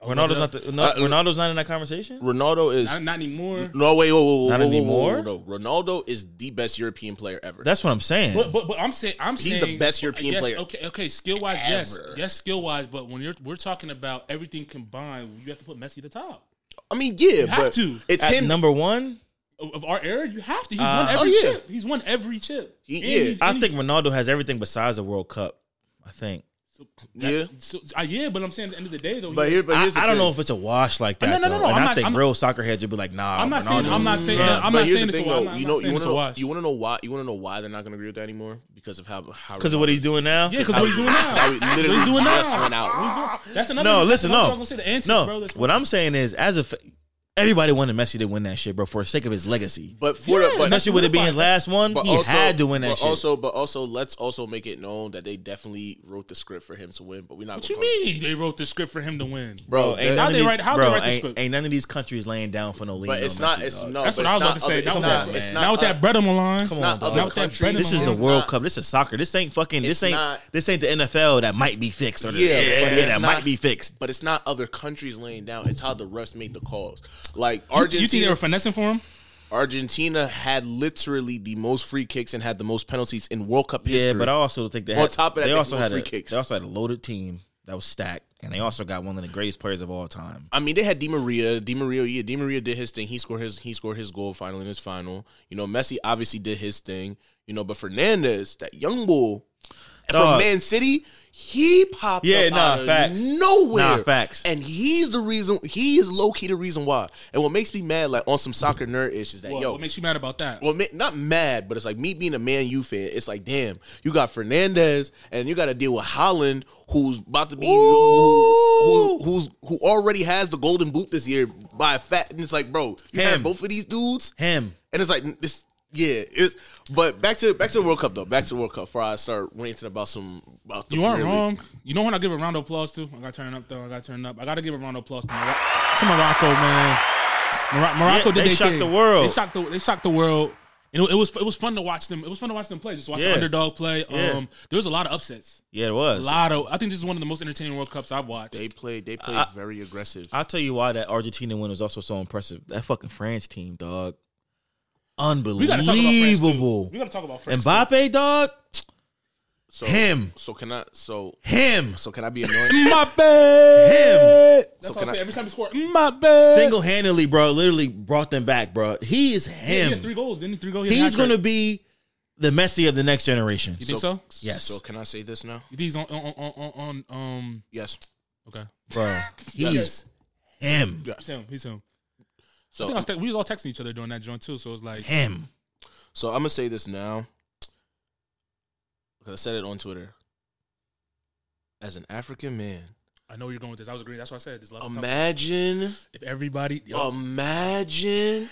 C: Oh, Ronaldo's not. The, no,
B: Uh,
C: Ronaldo's not in that conversation.
B: Ronaldo is
A: Not, not anymore.
B: no wait. Whoa, whoa, whoa,
C: Not
B: whoa, whoa,
C: anymore?
B: Whoa, whoa, whoa. Ronaldo is the best European player ever.
C: That's what I'm saying.
A: But but but I'm saying I'm
B: He's
A: saying
B: the best European
A: yes,
B: player
A: Okay okay skill wise yes
B: ever.
A: yes skill wise but when you're we're talking about everything combined you have to put Messi at the top
B: I mean, yeah,
A: have
B: but
A: to.
B: it's
C: At
B: him.
C: number one,
A: of, of our era you have to he's
C: Uh,
A: won
B: oh,
A: every
B: yeah.
A: chip he's won every chip
B: He-
A: And
B: yeah.
A: he's-
C: I
A: and
C: think Ronaldo has everything besides the World Cup. I think.
B: yeah,
A: So, uh, yeah, but I'm saying at the end of the day, though.
B: but
A: yeah.
B: here, but
C: I,
B: here's the
C: I don't
B: thing.
C: know if it's a wash like that.
A: No, no, no,
C: though.
A: no,
C: And
A: I'm
C: i
A: not-
C: think
A: I'm-
C: real soccer heads would be like, nah.
A: I'm not saying. I'm not
C: Ronaldo's-
A: saying.
C: Yeah.
A: that- I'm
B: but
A: not
B: here's
A: saying
B: the
A: it's a
B: thing,
A: wash.
B: though.
A: I'm
B: You
A: not
B: know, you
A: saying
B: want
A: it's
B: to
A: a
B: know,
A: wash.
B: you want to know why? You want to know why they're not going to agree with that anymore? Because of how how
C: because of what he's doing now.
A: Yeah, because what he's doing now.
B: How he
A: What
B: literally
A: he's doing
B: just
A: now.
B: went out.
A: What he's doing- That's another.
C: no,
A: that's
C: listen,
A: another
C: no,
A: thing I was gonna say the antics,
C: no.
A: bro. That's-
C: what I'm saying is, as a fa- Everybody wanted Messi to win that shit, bro, for the sake of his legacy.
B: But for the, but
C: Messi would have been his last one.
B: But
C: he
B: also,
C: had to win that
B: but
C: shit.
B: also, but also, let's also make it known that they definitely wrote the script for him to win. But we're not.
A: What
B: gonna
A: you
B: talk-
A: mean? They wrote the script for him to win.
B: bro?
C: ain't
B: that-
A: How
C: none of
A: they
C: these-
A: write- how they
C: bro,
A: write the
C: ain't,
A: script?
C: ain't none of these countries laying down for no league.
B: but it's
C: no
B: not.
C: Messi,
B: It's
C: dog.
B: no.
A: That's
B: but
A: what I was about
B: it's not
A: to say. Now
B: other- It's
A: with
B: not.
A: that-
B: It's not
A: now with that
B: other-
A: bread on the line,
B: It's not
A: now
B: other
A: with that bread
B: countries.
A: on
C: This is
A: line.
C: the
B: It's
C: World
B: not-
C: Cup. This is soccer. This ain't fucking. This
B: It's
C: ain't.
B: not-
C: this ain't the NFL that might be fixed or the,
B: Yeah,
C: yeah,
B: but it's
C: that
B: not-
C: might be fixed.
B: But it's not other countries laying down. It's how the refs made the calls.
A: You
B: Like
A: think they
B: Argentina,
A: were finessing for him?
B: Argentina had literally the most free kicks and had the most penalties in World Cup history.
C: Yeah, but I also think they
B: On
C: had,
B: top of that,
C: they
B: they
C: also
B: threw
C: had
B: free
C: a,
B: kicks.
C: They also had a loaded team that was stacked, and they also got one of the greatest players of all time.
B: I mean, they had Di Maria. Di Maria, yeah, Di Maria did his thing. He scored his he scored his goal finally in his final. You know, Messi obviously did his thing. You know, but Fernandez, that young bull
C: Dog.
B: from Man City, he popped
C: Yeah,
B: up
C: nah,
B: out of
C: facts.
B: nowhere.
C: Nah, facts.
B: And he's the reason. He is low key the reason why. And what makes me mad, like on some soccer nerd ish, is that
A: Well,
B: yo,
A: what makes you mad about that?
B: well, ma- not mad, but it's like me being a Man U fan. It's like, damn, you got Fernandez, and you got to deal with Holland, who's about to be who, who, who's who already has the Golden Boot this year by a fat. And it's like, bro, you
C: Him.
B: had both of these dudes,
C: Him.
B: and it's like n- this. Yeah, it's but back to back to the World Cup though. Back to the World Cup before I start ranting about some about the
A: You aren't
B: Premier League.
A: wrong. You know when I give a round of applause to? I got to turn up though. I got to turn up. I got to give a round of applause to, Mor- to Morocco, man. Mor- Morocco did
C: Yeah, they
A: their
C: shocked
A: thing.
C: the world.
A: They shocked the they shocked the world. And it, it was it was fun to watch them. It was fun to watch them play. Just watch
C: Yeah.
A: the underdog play.
C: Yeah.
A: Um, there was a lot of upsets.
C: Yeah, it
A: A
C: was.
A: lot of. I think this is one of the most entertaining World Cups I've watched.
B: They played. They played very aggressive.
C: I'll tell you why that Argentina win was also so impressive. That fucking France team, dog,
A: we got to talk about France
C: unbelievable.
A: too. We got to talk about France. too.
C: Mbappe, dog,
B: so
C: him.
B: So can I? So
C: him,
B: so can I be annoying?
C: him,
A: That's
B: so
A: what
B: can
A: I say
B: I?
A: every time he scored. Mbappe.
C: single handedly, bro, literally brought them back, bro. He is
A: Yeah, he
C: him.
A: had three goals. Didn't he? Three goals. He had a
C: He's
A: hat
C: gonna
A: trick.
C: be the Messi of the next generation.
A: You think so?
C: Yes.
B: So can I say this now?
A: You think he's on on on on, on um?
B: Yes.
A: Okay.
C: bro. He's him,
A: He's him. He's him. I
B: So
A: think I was te- we was all texting each other during that joint too. So it was like.
C: him.
B: So I'm gonna say this now because I said it on Twitter. As an African man,
A: I know where you're going with this. I was agreeing. That's why I said this. Love
B: imagine,
A: if everybody, oh, yo,
B: imagine,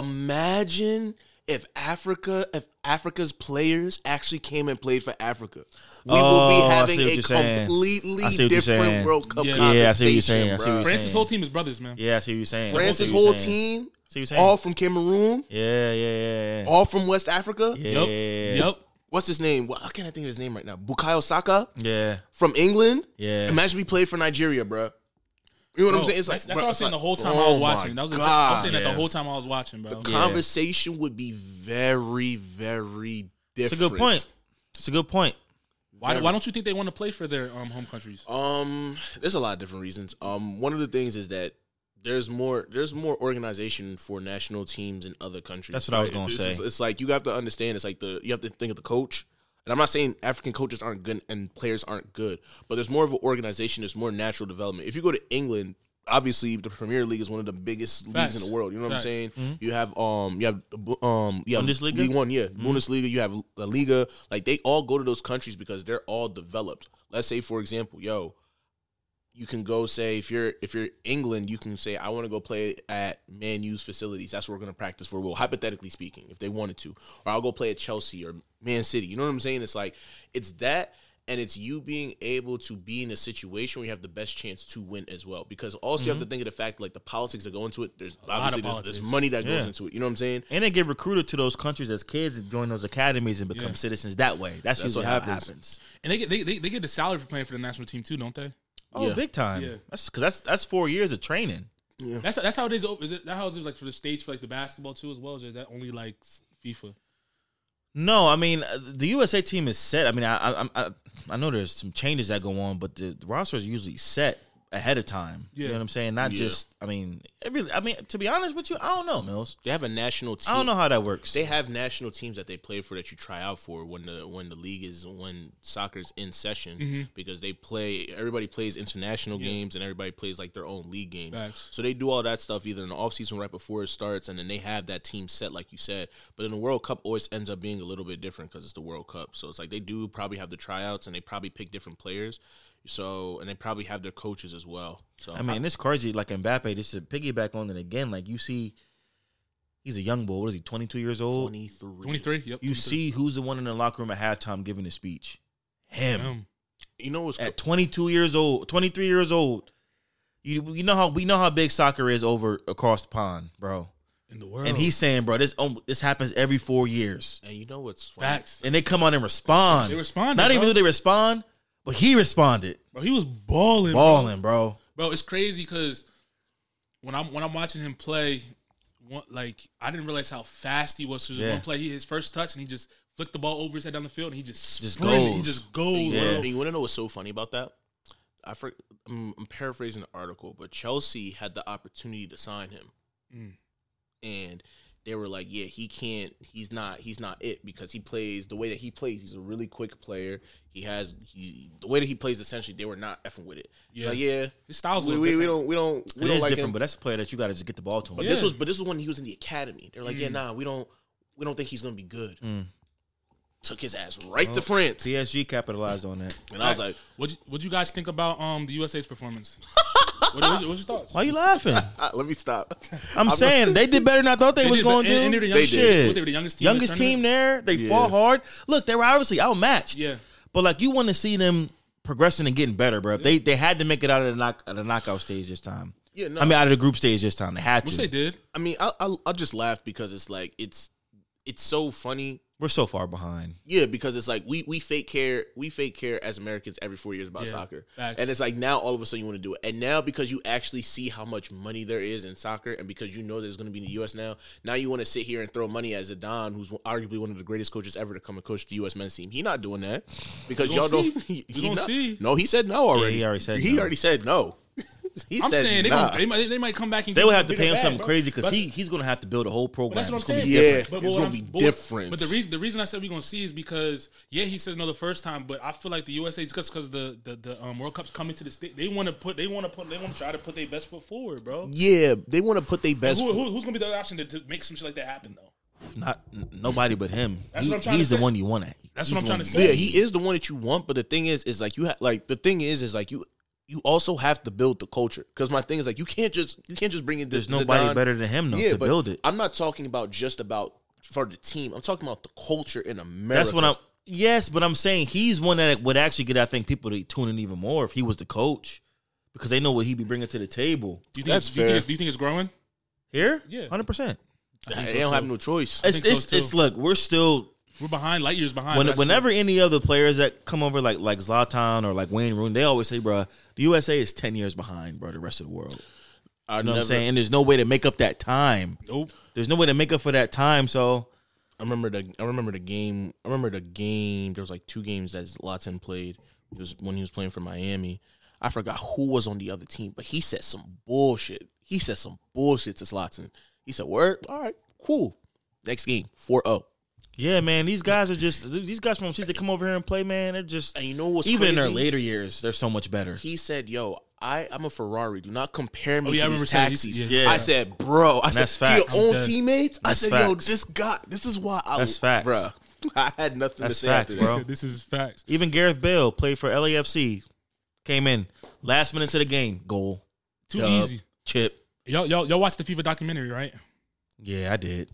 B: imagine if Africa, if Africa's players actually came and played for Africa, we will
C: Oh,
B: be
C: I
B: having
C: see what
B: a
C: you're saying. I see
B: completely
C: what you're
B: different
C: saying.
B: World Cup
A: Yeah.
B: conversation.
C: Yeah, I see what you're saying. I see what
B: bruh.
C: you're saying.
A: France's whole team is brothers, man.
C: Yeah, I see what you're saying.
B: France's
C: I see what you're
B: whole
C: saying.
B: team,
C: See what you're saying.
B: all from Cameroon,
C: Yeah, yeah, yeah, yeah.
B: all from West Africa.
A: Yep.
C: Yeah.
A: Yep.
B: What's his name? Why can't I think of his name right now? Bukayo Saka.
C: Yeah.
B: from England.
C: Yeah.
B: Imagine we played for Nigeria, bro. You know what
A: Bro,
B: I'm saying? It's like
A: that's, that's what I was
B: bruh,
A: saying the
B: it's
A: whole
B: like,
A: time I was
B: oh my
A: watching. That was I was
B: God.
A: saying that
C: Yeah.
A: the whole time I was watching, bro.
C: Yeah.
B: Conversation would be very, very
C: It's a
B: different.
C: good point. It's a good point.
A: Why, why don't you think they want to play for their um, home countries?
B: Um, there's a lot of different reasons. Um, one of the things is that there's more there's more organization for national teams in other countries.
C: That's what I was gonna
B: It's
C: say.
B: just- it's like you have to understand. It's like the you have to think of the coach. And I'm not saying African coaches aren't good and players aren't good, but there's more of an organization. There's more natural development. If you go to England, obviously the Premier League is one of the biggest
A: Facts.
B: leagues in the world. You know what
A: Facts.
B: I'm saying? You have um, you have the Bu- um, you have
C: Bundesliga?
B: League One, yeah, Bundesliga. You have La Liga. Like they all go to those countries because they're all developed. Let's say, for example, yo, you can go say if you're if you're England, you can say I want to go play at Man U's facilities. That's where we're gonna practice for. Well, hypothetically speaking, if they wanted to, or I'll go play at Chelsea or Man City. You know what I'm saying? It's like it's that, and it's you being able to be in a situation where you have the best chance to win as well. Because also you have to
C: Mm-hmm.
B: think of the fact like the politics that go into it. There's
A: lot of
B: obviously there's, there's
A: politics.
B: money that goes
C: Yeah.
B: into it. You know what I'm saying?
C: And they get recruited to those countries as kids and join those academies and become
A: Yeah.
C: citizens that way. That's,
B: That's
C: usually
B: what
C: how
B: happens.
C: it happens.
A: And they get they, they, they get a salary for playing for the national team too, don't they?
C: Oh,
B: Yeah.
C: big time.
A: Yeah.
C: That's because that's that's four years of training.
A: That's that's how it is. oh, Is it that how it is like for the states for like the basketball too as well? Is that only like FIFA?
C: No, I mean uh, the USA team is set. I mean, I I I- I, I know there's some changes that go on, but the roster is usually set ahead of time. You know
A: Yeah.
C: what I'm saying? Not
B: Yeah.
C: just. I mean, every. I mean, to be honest with you, I don't know, Mills.
B: They have a national team.
C: I don't know how that works.
B: They have national teams that they play for that you try out for when the when the league is when soccer's in session
C: Mm-hmm.
B: because they play everybody plays international games and everybody plays like their own league games.
A: Facts.
B: So they do all that stuff either in the offseason right before it starts and then they have that team set like you said. But in the World Cup always ends up being a little bit different because it's the World Cup. So it's like they do probably have the tryouts and they probably pick different players. So and they probably have their coaches as well. So
C: I mean, this crazy. Like Mbappe, this is piggyback on it again. Like you see, he's a young boy. What is he? Twenty two years old.
B: twenty three.
A: Twenty three. Yep.
C: You see who's the one in the locker room at halftime giving the speech? Him.
A: him.
B: You know what's
C: At twenty two years old, twenty three years old. You, you know how we know how big soccer is over across the pond, bro.
A: in the world.
C: And he's saying, bro, this um, this happens every four years,
B: and you know what's funny?
A: facts.
C: and they come out and respond.
A: They responded,
C: Not even
A: bro.
C: do they respond, but he responded,
A: Bro, he was balling.
C: balling, bro.
A: bro. It's crazy because when I'm when I'm watching him play, one, like I didn't realize how fast he was. So
C: Yeah.
A: one play, he his first touch, and he just flicked the ball over his head down the field, and he just
C: Just
A: sprinted. He
C: goes.
A: just goes,
B: Yeah.
A: bro.
B: And you want to know what's so funny about that? I for, I'm, I'm paraphrasing the article, but Chelsea had the opportunity to sign him,
A: Mm.
B: and they were like, "Yeah, he can't. He's not. He's not it because he plays the way that he plays. He's a really quick player. He has he the way that he plays. Essentially, they were not effing with it.
A: Yeah.
B: Yeah, like, yeah.
A: His style's a
B: we,
A: little
B: we, we
A: different.
B: don't we don't we
C: It
B: don't
C: is
B: like
C: different,
B: him.
C: but that's a player that you got to just get the ball to him.
B: But
A: Yeah.
B: this was but this was when he was in the academy. They're like, yeah, nah, we don't we don't think he's gonna be good. Took his ass right to France,
C: PSG capitalized on that.
B: and I was like,
A: What What you guys think about um the USA's performance? what, what, what's your thoughts?
C: Why you laughing?
B: ah, let me stop.
C: I'm, saying they did better than I thought they,
A: They
C: was
A: did, but-
C: going to do.
A: and- and they're the youngest-
B: They did.
A: what, they were the youngest team in the
C: Youngest team
A: tournament?
C: there. They
B: Yeah.
C: fought hard. Look, they were obviously outmatched.
A: Yeah.
C: But like you want to see them progressing and getting better, bro. If They they had to make it out of the knock out of the knockout stage this time.
B: Yeah, no.
C: I mean out of the group stage this time. They had
A: Which
C: to.
A: they did.
B: I mean, I I I just laugh because it's like it's it's so funny.
C: We're so far behind.
B: Yeah, because it's like we we fake care we fake care as Americans every four years about
A: Yeah,
B: soccer,
A: facts.
B: and it's like now all of a sudden you want to do it, and now because you actually see how much money there is in soccer, and because you know there's going to be in the U.S. now, now you want to sit here and throw money at Zidane, who's arguably one of the greatest coaches ever to come and coach the U.S. men's team. He not doing that because
A: We
B: y'all
A: gonna
B: don't.
A: see.
B: He,
A: We gonna
B: not-
A: see.
B: No, he said no already.
C: he already said
B: He
C: no.
B: already said no. he
A: I'm
B: said
A: saying they,
B: nah.
A: gonna, they, might, they might come back and
C: They
A: give
C: would have to
A: a
C: pay him
A: bigger
C: something
A: bag, bro.
C: crazy because
A: But-
C: he he's gonna have to build a whole program.
A: But that's what I'm
C: It's gonna
A: saying.
C: be
B: Yeah.
C: different.
B: It's
A: what
B: gonna
A: I'm-
B: be
A: what-
B: different.
A: But the reason the reason I said we're gonna see is because yeah, he said no the first time, but I feel like the USA just because the the, the um, World Cup's coming to the state, they want to put they want to put they want to try to put their best foot forward, bro.
B: yeah, they want to put their best.
A: Who,
B: foot-
A: who, who's gonna be the other option to, to make some shit like that happen though?
C: Not n- nobody but him.
A: That's
C: He-
A: what I'm trying
C: he's
A: to
C: the
A: say.
C: one you want to.
A: That's what I'm trying to say.
B: Yeah, he is the one that you want, but the thing is, is like you have like the thing is, is like you you also have to build the culture. Because my thing is like you can't just you can't just bring in this.
C: There's nobody
B: Zidane.
C: better than him though to
B: but
C: build it.
B: I'm not talking about just about for the team. I'm talking about the culture in America.
C: That's what I'm. Yes, but I'm saying he's one that would actually get I think people to tune in even more if he was the coach because they know what he'd be bringing to the table.
A: Do you think it's-
B: That's
A: do you think
B: fair.
A: it's- do you think it's growing?
C: Here,
A: Yeah.
C: hundred percent.
B: They don't have no choice.
C: It's
A: think so,
C: it's,
A: too.
C: it's look, we're still
A: We're behind, light years behind.
C: when,
A: but I still-
C: whenever any other players that come over like like Zlatan or like Wayne Rooney, they always say, "Bruh, the USA is ten years behind, bro, the rest of the world."
B: I
C: You know what I'm saying? And there's no way to make up that time.
A: nope.
C: There's no way to make up for that time. So
B: I remember the I remember the game. I remember the game. There was like two games that Zlatan played. It was when he was playing for Miami. I forgot who was on the other team, but he said some bullshit. He said some bullshit to Zlatan. He said, "Word, all right, cool." Next game, oh. 4-0.
C: yeah, man, these guys are just these guys from overseas that come over here and play, man. They're just
B: And you know what's
C: even in their
B: crazy?
C: later years, they're so much better.
B: He said, "Yo, I I'm a Ferrari. Do not compare me
A: Oh, yeah, I
B: to
A: remember
B: these
A: saying he's-
B: taxis."
A: yeah.
B: I said, "Bro, I said
C: that's
B: to your
C: facts.
B: own
A: Dead.
B: teammates." I
C: That's
B: said,
C: facts.
B: "Yo, this guy. This is why I
C: That's facts.
B: Bruh, I had nothing
C: That's
B: to say
C: facts,
B: after this.
C: bro.
A: This is facts.
C: Even Gareth Bale played for LAFC, came in last minutes of the game, goal,
A: Too
C: dub,
A: easy.
C: chip.
A: Y'all, y'all, y'all watched the FIFA documentary, right?
C: Yeah, I did.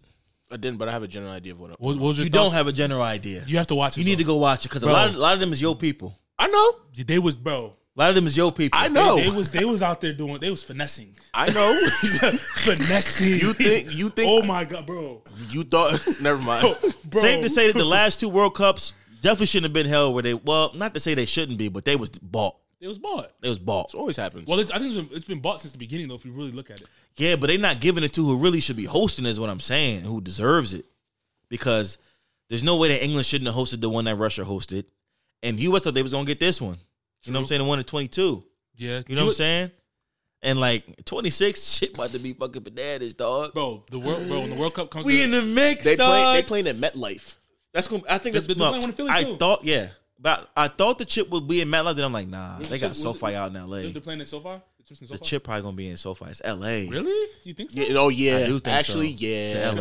B: I didn't, but I have a general idea of what.
A: What, what was your
C: You don't
A: thoughts?
C: have a general idea.
A: You have to watch it.
C: You need to
A: bro.
C: go watch it because a
A: Bro.
C: lot, of, a lot of them is your people.
B: I know.
A: They was bro.
C: A lot of them is your people.
B: I know.
A: They was they was out there doing. They was finessing,
B: I know.
A: finessing.
B: You think you think
A: Oh my god, bro.
B: you thought never mind.
C: Oh.
A: bro.
C: Safe to say that the last two World Cups definitely shouldn't have been held where they. Well, not to say they shouldn't be, but they was bought.
A: it was bought.
C: They was bought.
B: always happens.
A: Well, it's, I think it's been, it's been bought since the beginning, though. If you really look at it,
C: Yeah, but they're not giving it to who really should be hosting. Is what I'm saying. Who deserves it? Because there's no way that England shouldn't have hosted the one that Russia hosted, and U.S. thought they was gonna get this one. You know what I'm saying? The one at 22.
A: yeah,
C: You know what I'm saying? And like 26, shit about to be fucking bananas, dog.
A: bro. The world, bro. When the World Cup comes,
C: We
A: to,
C: in the mix,
B: they play,
C: dog.
B: they playing at MetLife.
C: That's gonna. I think
A: They-
C: that's.
A: they
C: no,
A: playing one in Philly,
C: I
A: too.
C: thought, yeah, but I thought the chip would be in MetLife. Then I'm like, nah, they
A: the
C: got
A: chip- was
C: SoFi
A: it-
C: out in L.A.
A: they're playing it so far. chips and
C: The
A: sofa?
C: chip probably gonna be in SoFi. It's L.A.
A: Really? You think so?
B: Yeah, oh yeah,
C: do think
B: actually
C: so.
B: yeah.
C: It's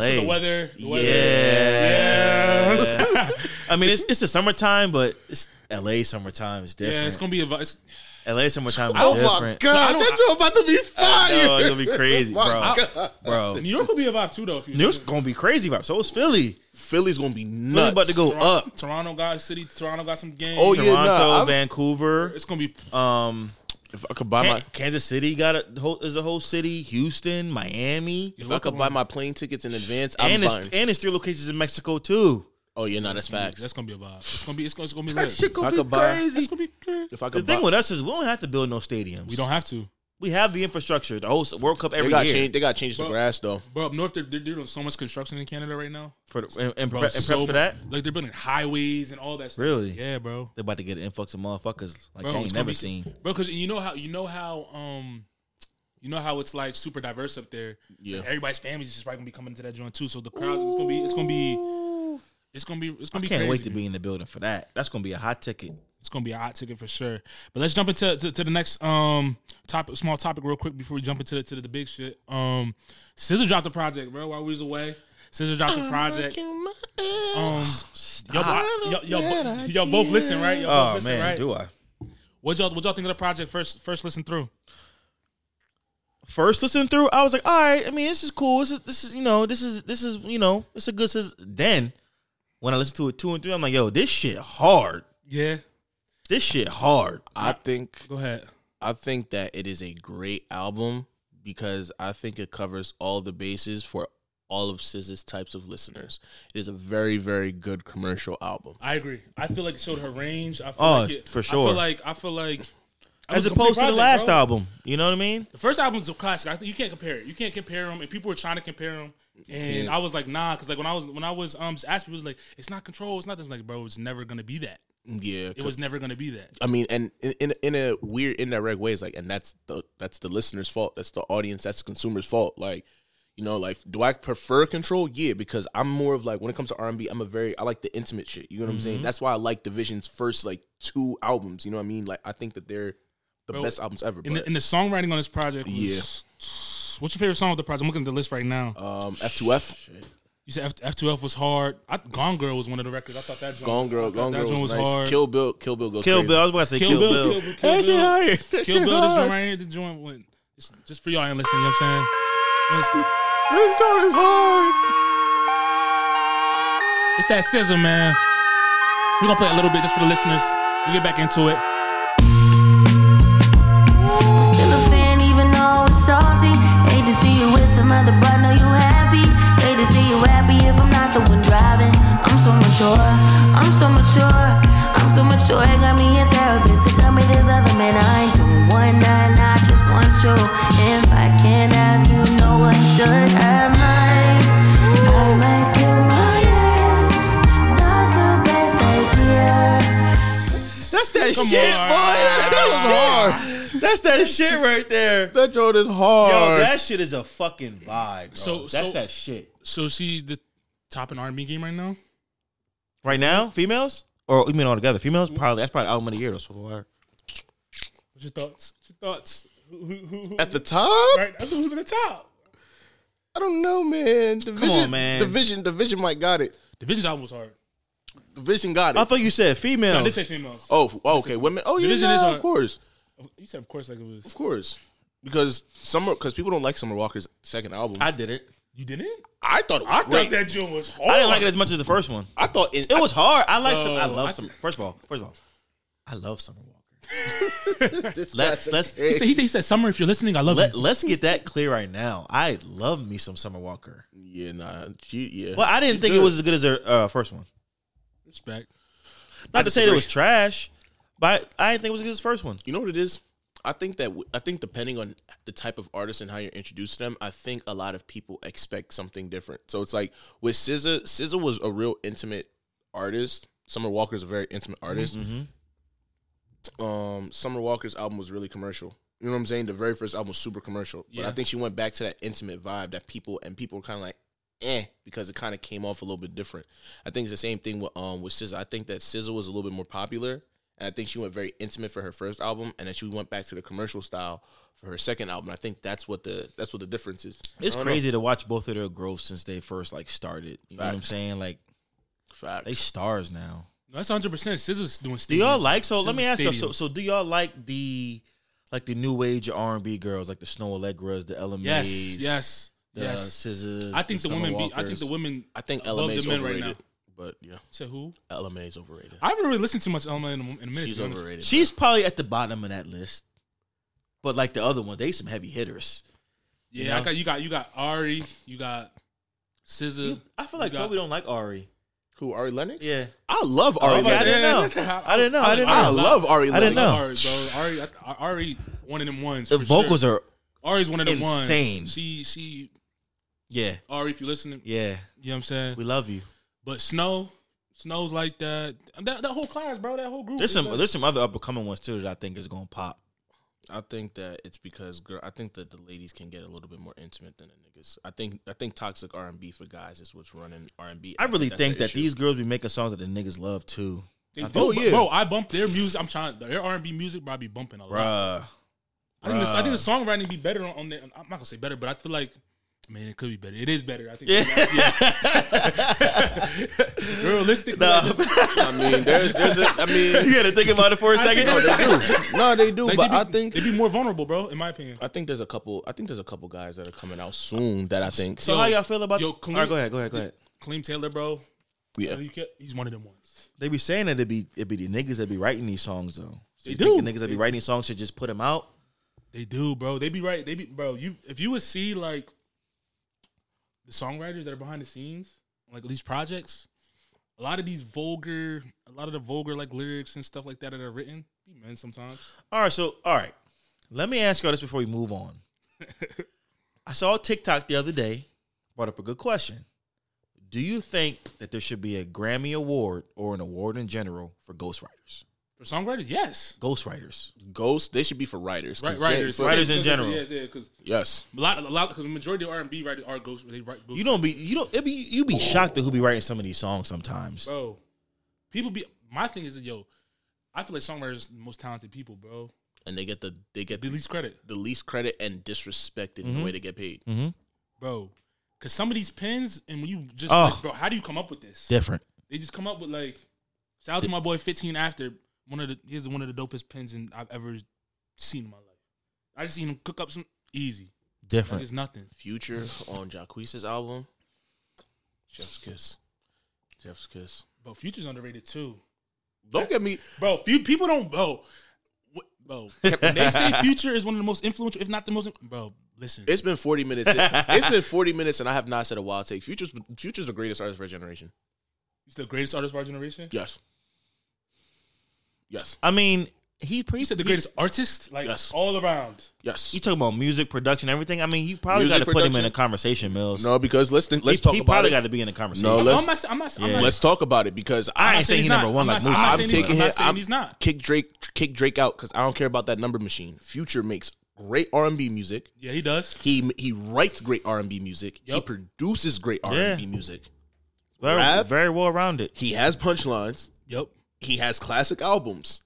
A: The
C: L.A.
A: weather. The weather.
C: Yeah.
A: Yeah.
C: I mean, it's it's the summertime, but it's L.A. summertime is different.
A: yeah, it's gonna be a. vi- It's,
C: L.A. summertime is
B: Oh my
C: different.
B: god,
A: I
B: that joint about to be
C: I
B: fire.
C: know, it's gonna be crazy, bro. Bro,
A: New York will be a vibe too, though. If you
C: New York's gonna be crazy, bro. So is Philly.
B: Philly's gonna be nuts.
C: Philly about to go
A: Toronto,
C: up.
A: Toronto got city. Toronto got some games.
B: Oh, yeah.
C: Toronto,
B: nah, I'm-
C: Vancouver,
A: It's gonna be.
C: um,
B: If I could buy my
C: Kan- Kansas City got a whole is a whole city, Houston, Miami,
B: if I could buy my plane tickets in advance, I'm
C: and it's,
B: buying.
C: and it's three locations in Mexico too.
B: Oh yeah, no, that's facts.
A: That's gonna be a vibe. It's gonna be. It's gonna, it's gonna be lit.
B: If I could buy-
A: It's gonna be. good.
B: If I
C: The
B: could
C: thing
B: buy,
C: with us is we don't have to build no stadiums.
A: We don't have to.
C: We have the infrastructure. The whole World Cup
B: they
C: every
B: got
C: year
B: change. They got change the
A: Bro.
B: grass though.
A: Bro, up north, they're, they're doing so much construction in Canada right now.
C: for the, and, and,
A: Bro,
C: prep, and
A: so
C: prep for that.
A: much. Like they're building highways and all that. stuff.
C: Really?
A: Yeah, bro.
C: They're about to get an influx of motherfuckers like
A: Bro,
C: they
A: it's
C: ain't
A: gonna
C: never
A: be-
C: seen.
A: Bro, because you know how you know how um, you know how it's like super diverse up there.
B: Yeah.
A: Everybody's families just probably gonna be coming to that joint too. So the crowd, it's gonna be, it's gonna be, it's gonna be, it's
C: I
A: gonna be.
C: can't
A: crazy,
C: wait to
A: man.
C: be in the building for that. That's gonna be a hot ticket.
A: It's gonna be a hot ticket for sure. But let's jump into to, to the next um topic, small topic, real quick before we jump into the, to the, the big shit. Um, Scissor dropped the project, bro. While we was away, Scissor dropped the project. Um, y'all, bo- y'all, y'all, bo- y'all both listen, right? Y'all both
C: Oh
A: listen,
C: man,
A: right?
C: do I?
A: What y'all what y'all think of the project first? First listen through.
C: First listen through, I was like, all right. I mean, this is cool. This is this is you know this is this is you know it's a good. Sis. Then when I listen to it two and three, I'm like, yo, this shit hard.
A: Yeah,
C: This shit hard.
B: I think
A: go ahead.
B: I think that it is a great album because I think it covers all the bases for all of SZA's types of listeners. It is a very, very good commercial album.
A: I agree. I feel like it showed her range. I feel
C: Oh,
A: like it,
C: for
A: I
C: sure.
A: feel like I feel like I
C: As
A: was a complete
C: opposed to the
A: project,
C: last
A: bro.
C: album, you know what I mean?
A: The first album's a classic. I think you can't compare it. You can't compare them, and people were trying to compare them. And I was like, nah, because like when I was when I was um just asked people like, it's not control, it's not this. I'm like, bro, it's never gonna be that.
B: Yeah,
A: It was never gonna be that.
B: I mean, and in, in in a weird, indirect way, it's like, and that's the that's the listener's fault. That's the audience. That's the consumer's fault. Like, you know, like, do I prefer control? Yeah, because I'm more of like when it comes to R and I'm a very I like the intimate shit. You know what I'm
A: Mm-hmm.
B: saying? That's why I like Division's first like two albums. You know what I mean? Like, I think that they're the
A: Bro,
B: best albums ever. But,
A: And the, and the songwriting on this project, was,
B: Yeah.
A: What's your favorite song of the project? I'm looking at the list right now.
B: um, F2F,
A: You said F- F2F was hard. I, Gone Girl was one of the records. I thought that. joint-
B: Gone
A: I
B: Girl,
A: thought
B: Gone
A: that
B: Girl
A: joint
B: was, nice. Kill Bill, Kill Bill goes
C: Kill
B: crazy.
C: Bill. I was about to say Kill,
A: Kill Bill.
C: Bill.
A: Kill Bill. Kill Bill.
B: Kill
A: Kill Bill, this joint right here, this joint went. It's just for y'all ain't listening, you know what I'm saying? It's, the-
B: This joint is hard.
A: it's that scissor, man. We're gonna play a little bit just for the listeners. We get back into it.
E: Still a fan, even though it's salty. Hate to see you with some other, but know you happy. Hate to see you happy if I'm not the one driving. I'm so mature, I'm so mature, I'm so mature. It got me a therapist to tell me there's other men. I ain't doing one night, I just want you. If I can't have you, no one should. I might, I might kill my ex. Not the best idea.
C: That's that
A: Come
C: shit,
A: on.
C: boy. That's that, shit. That's that shit right there.
B: That joint is
C: Yo,
B: hard.
C: that shit is a fucking vibe. Bro.
A: So-
C: that's
A: so-
C: that shit.
A: So she the top in R&B game right now.
C: Right now, females or you mean all together? Females probably. That's probably album of the year though, so far.
A: What's your thoughts? What's your thoughts? Who, who, who, who-
B: At the top,
A: right? I think who's at the top?
B: I don't know, man. Division,
C: on, man.
B: Division, Division might got it.
A: Division's album was hard.
B: Division got it.
C: I thought you said
A: I
C: females.
A: did say females.
B: Oh, f- oh, okay, women. Oh, yeah,
A: Division
B: nah,
A: is hard.
B: of course,
A: You said of course like it was.
B: of course, because summer because people don't like Summer Walker's second album. I,
C: I did it.
A: You didn't?
B: thought it was
A: I
B: great.
A: thought that joint was hard.
C: I didn't like it as much as the first one.
B: I thought it,
C: It was hard. I like. Some, I
A: Bro,
C: love
A: I
C: some. First of all, first of all, I love Summer Walker.
B: This
C: Let's let's
A: He said, he said, he said, "Summer, if you're listening, I love
C: let,
A: you."
C: let's get that clear right now. I love me some Summer Walker.
B: yeah, nah, she, yeah.
C: Well, I didn't think it was as good as her uh, first one.
A: Respect.
C: Not to say that it
B: disagree.
C: was trash, but I didn't think it was as good as the first one.
B: You know what it is? I think that w- I think depending on the type of artist and how you're introduced to them, I think a lot of people expect something different. So it's like with SZA, SZA was a real intimate artist. Summer Walker's a very intimate artist.
C: Mm-hmm.
B: Um, Summer Walker's album was really commercial. You know what I'm saying? The very first album was super commercial, but
A: Yeah.
B: I think she went back to that intimate vibe that people and people were kind of like, eh, because it kind of came off a little bit different. I think it's the same thing with um with SZA. I think that SZA was a little bit more popular, And I think she went very intimate for her first album, and then she went back to the commercial style for her second album. I think that's what the that's what the difference is.
C: It's
B: I don't
C: crazy to watch both of their growth since they first like started. You know what I'm
B: Facts.
C: saying? Like
B: know. Facts.
C: they stars now.
A: No, that's hundred percent. Scissor's doing.
C: Do
A: Stadiums.
C: y'all like so? Let me ask you.
A: you.
C: So, so do y'all like the like the new age R and B girls, like the Snow Allegras, the LMAs,
A: yes, yes,
C: the
A: yes.
C: Scissors?
A: I think the,
C: Summer
A: women. Be, I think
C: Walkers?
A: the women.
B: I think
A: above
B: LMA's
A: the men right
B: overrated.
A: now.
B: But yeah,
A: So who?
B: LMA is overrated.
A: I haven't really listened to much Elma in a, in a minute.
B: She's
A: to be honest.
B: overrated.
C: She's probably at the bottom of that list. But like the other ones, they some heavy hitters.
A: Yeah,
C: You know?
A: I got you. Got you. Got Ari. You got Scissor.
C: I feel like
A: You got-
C: Toby don't like Ari.
B: Who Ari Lennox?
C: Yeah,
B: I love Ari.
C: I
A: about to
B: Lennox.
A: say,
C: didn't know. I didn't know. I didn't
B: I
C: know.
B: love Ari.
C: I didn't
B: Lennox.
C: know.
A: Ari, bro. Ari. I- Ari. One of them ones.
C: the
A: for
C: vocals
A: sure.
C: are
A: Ari's one of them ones.
C: insane.
A: She. She.
C: yeah,
A: Ari, if you listening,
C: yeah.
A: you know what I'm saying.
C: We love you.
A: But Snow. Snow's like that. That, that whole class, bro. That whole group.
C: There's
A: is
C: some
A: like-
C: there's some other up and coming ones too that I think is gonna pop.
B: I think that it's because girl. I think that the ladies can get a little bit more intimate than the niggas. I think I think toxic R and B for guys is what's running R and B.
C: I really think that these girls be making songs that the niggas love too.
A: They
C: I
A: do,
C: think-
A: but- bro. I bump their music. I'm trying their R and B music, but I be bumping a lot.
C: Bruh.
A: I think, the, I think
C: bruh.
A: the songwriting be better on, on the. I'm not gonna say better, but I feel like, man, it could be better. It is better. I think. Yeah. Realistic.
C: Nah.
B: I mean, there's there's. A, I mean,
C: you gotta think about it for a second.
B: no, they do. No, they do.
A: Like,
B: but
A: they be,
B: I think
A: they'd be more vulnerable, bro. In my opinion.
B: I think there's a couple. I think there's a couple guys that are coming out soon that I think.
C: so
A: Yo,
C: how y'all feel about?
A: yo,
C: all
A: can
C: right,
A: we-
C: go ahead, go ahead, go ahead.
A: Clean Taylor, bro.
B: yeah,
A: You can't- He's one of them ones.
C: They be saying that it'd be it'd be the niggas that be writing these songs though. So
A: They
C: you think
A: do.
C: The niggas that be writing these songs should just put them out.
A: They do, bro. They be right. They be, bro. You if you would see like the songwriters that are behind the scenes, like these projects, a lot of these vulgar, a lot of the vulgar like lyrics and stuff like that that are written, be men sometimes.
C: All right, so all right, let me ask y'all this before we move on. I saw a TikTok the other day brought up a good question. Do you think that there should be a Grammy award or an award in general for ghostwriters?
A: For songwriters, yes.
C: Ghostwriters.
B: Ghosts. They should be for writers. 'cause
A: Right, writers,
B: Jen-
C: writers in general.
A: Yes, yeah, because
B: Yes.
A: a lot, a lot, because the majority of R and B writers are ghosts. They write ghosts.
C: You don't be you don't it be you be shocked at who be writing some of these songs sometimes.
A: bro. People be my thing is that yo, I feel like songwriters the most talented people, bro.
B: and they get the they get
A: The
B: the,
A: least credit,
B: the least credit and disrespected in the way they get paid.
A: bro. Cause some of these pens, and when you just,
C: Oh.
A: like, bro, how do you come up with this?
C: Different.
A: They just come up with like, shout out to my boy 15 after one of the he's one of the dopest pens in I've ever seen in my life. I just seen him cook up some easy, like
C: Different.
A: it's nothing.
B: Future on Jacquees's album, Jeff's Kiss, Jeff's Kiss.
A: But Future's underrated too.
B: Don't get me.
A: bro. Few people don't, bro. What, bro, they say Future is one of the most influential, if not the most. Bro, listen,
B: It's been forty minutes. It, has been forty minutes, and I have not said a wild take. Future's Future's the greatest artist of our generation.
A: he's the greatest artist of our generation.
B: Yes. Yes.
C: I mean, he
A: He
C: pre-
A: said the greatest artist, like
B: Yes.
A: all around.
B: Yes.
C: you talking about music production, everything. I mean, you probably got
B: Music
C: to put him in
B: production?
C: a conversation, Mills.
B: no, because let's think, let's
C: he,
B: talk
C: he
B: about
C: probably
B: it.
C: got to be in a conversation.
B: No,
A: I'm
B: let's-
A: not, sa- I'm not, I'm
C: Yeah.
A: not,
B: let's talk about it because I,
C: I ain't saying he number one
A: I'm
C: like
A: not-
C: Moose.
A: I'm not
B: I'm
A: saying he's, I'm
B: taking him.
A: not saying
B: I'm
A: he's not.
B: kick Drake kick Drake out because I don't care about that number machine. Future makes great R and B music.
A: Yeah, he does.
B: He he writes great R and B music. He
A: Yep.
B: produces great R and B music.
C: very,
B: Rap.
C: very well rounded.
B: He has punchlines.
A: Yep.
B: He has classic albums.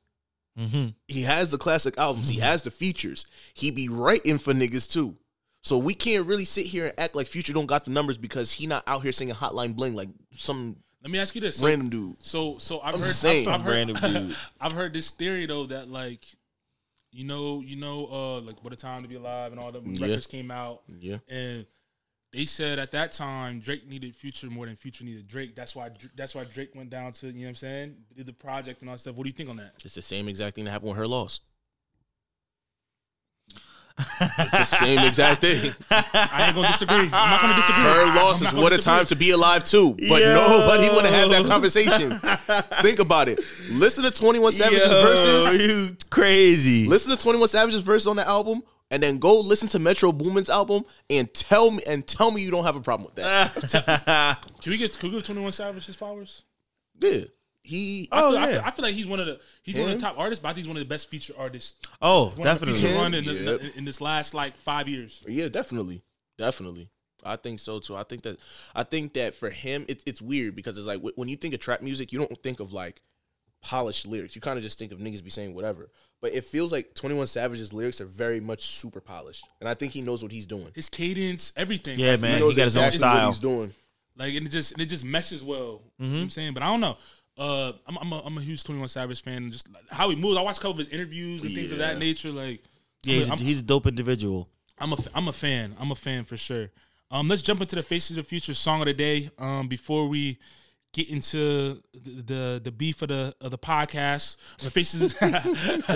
B: He has the classic albums. He has the features. He be writing for niggas too. So we can't really sit here and act like Future don't got the numbers because he not out here singing Hotline Bling like some
A: Let me ask you this. So,
B: random dude.
A: so, so I've
B: I'm
A: heard,
B: just saying.
A: I've, I've heard,
C: Random dude.
A: I've heard this theory though that like, you know, you know, uh, like what a time to be alive and all the
B: Yeah.
A: records came out.
B: Yeah.
A: and they said at that time Drake needed Future more than Future needed Drake. That's why that's why Drake went down to you know what I'm saying did the project and all that stuff. What do you think on that?
B: It's the same exact thing that happened with her loss. it's the same exact thing.
A: I ain't gonna disagree. I'm not gonna disagree.
B: Her
A: I'm
B: loss
A: not
B: is
A: gonna
B: what a
A: disagree.
B: time to be alive too. But
C: Yo.
B: nobody want to have that conversation. Think about it. Listen to 21 Savage's verses.
C: you crazy.
B: Listen to 21 Savage's verses on the album. And then go listen to Metro Boomin's album and tell me and tell me you don't have a problem with
C: Uh,
B: that.
A: Can we get can we give 21 Savage his flowers?
B: yeah, he.
A: I
C: Oh,
A: feel, I,
C: yeah.
A: feel, I feel like he's one of the he's one of
B: Him?
A: the top artists, but I think he's one of the best feature artists. One
C: oh,
A: of the
C: definitely.
A: feature
B: Him?
A: run in, the- in the-
B: Yep.
A: in this last like five years.
B: Yeah, definitely, definitely. I think so too. I think that I think that for him, it, it's weird because it's like wh- when you think of trap music, you don't think of like polished lyrics. You kind of just think of niggas be saying whatever. But it feels like 21 Savage's lyrics are very much super polished. And I think he knows what he's doing.
A: His cadence, everything.
C: Yeah,
A: like,
C: man, he
B: knows
C: got his own
B: exactly what
C: style.
B: he's doing.
A: Like and it just and it just meshes well. You know what I'm saying, but I don't know. Uh, I'm I'm a, I'm a huge 21 Savage fan. and Just like, how he moves, I watch a couple of his interviews and things of that nature. Like,
C: Yeah, he's,
A: I'm,
C: he's a dope individual.
A: I'm a f- I'm a fan. I'm a fan for sure. Um, let's jump into the Faces of the Future song of the day. Um, before we get into the the, the beef of the of the podcast, the Faces.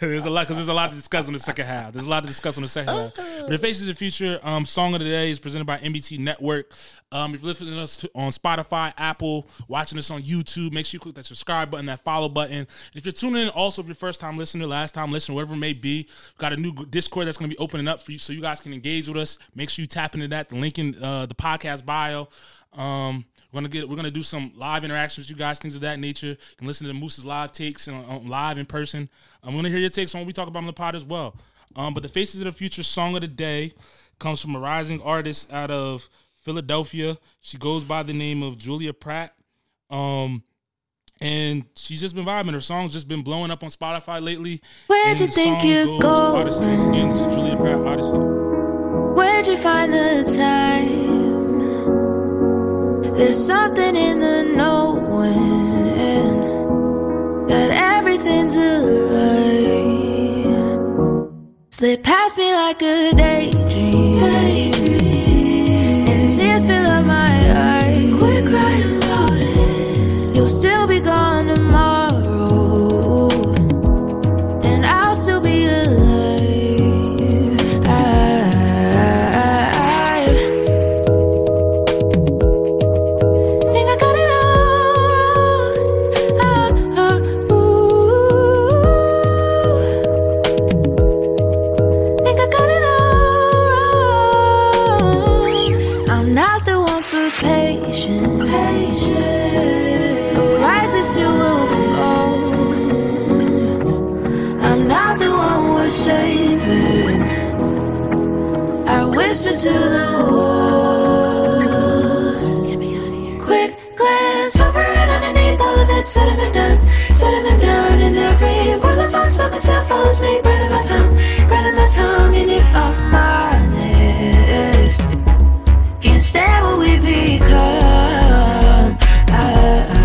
A: there's a lot because there's a lot to discuss on the second half. There's a lot to discuss on the second half. But the Faces of the Future um, song of the day is presented by MBT Network. Um, if you're listening to us to, on Spotify, Apple, watching us on YouTube, make sure you click that subscribe button, that follow button. And if you're tuning in, also if you're first time listener, last time listener, whatever it may be, we've got a new Discord that's going to be opening up for you, so you guys can engage with us. Make sure you tap into that. The link in uh, the podcast bio. Um, we're gonna get we're gonna do some live interactions with you guys, things of that nature. You can listen to Moose's live takes and on live in person. I'm gonna hear your takes on what we talk about on the pod as well. Um, but the Faces of the Future song of the day comes from a rising artist out of Philadelphia. She goes by the name of Julia Pratt. Um, and she's just been vibing. Her song's just been blowing up on Spotify lately.
E: Where'd you
A: the
E: think
A: song
E: you'd
A: goes,
E: go?
A: Odyssey, This again, this is Julia Pratt Odyssey.
E: Where'd you find the time? There's something in the knowing that everything's a lie. Slip past me like a daydream, and tears fill up my eyes. Quit crying about it. You'll still be gone tomorrow, and I'll still be alive. I think I got it all. Ah, ah, ooh. Think I got it all wrong. I'm not the one for patience. But rise is to a fall. I'm not the one we're saving. I whisper to the walls. Quick glance, operate underneath all of it. Sediment down, sediment down in every word that finds spoken. Sound follows me, bread of my tongue, bread of my tongue. And if I'm honest, can't stand what we become. I- I- I-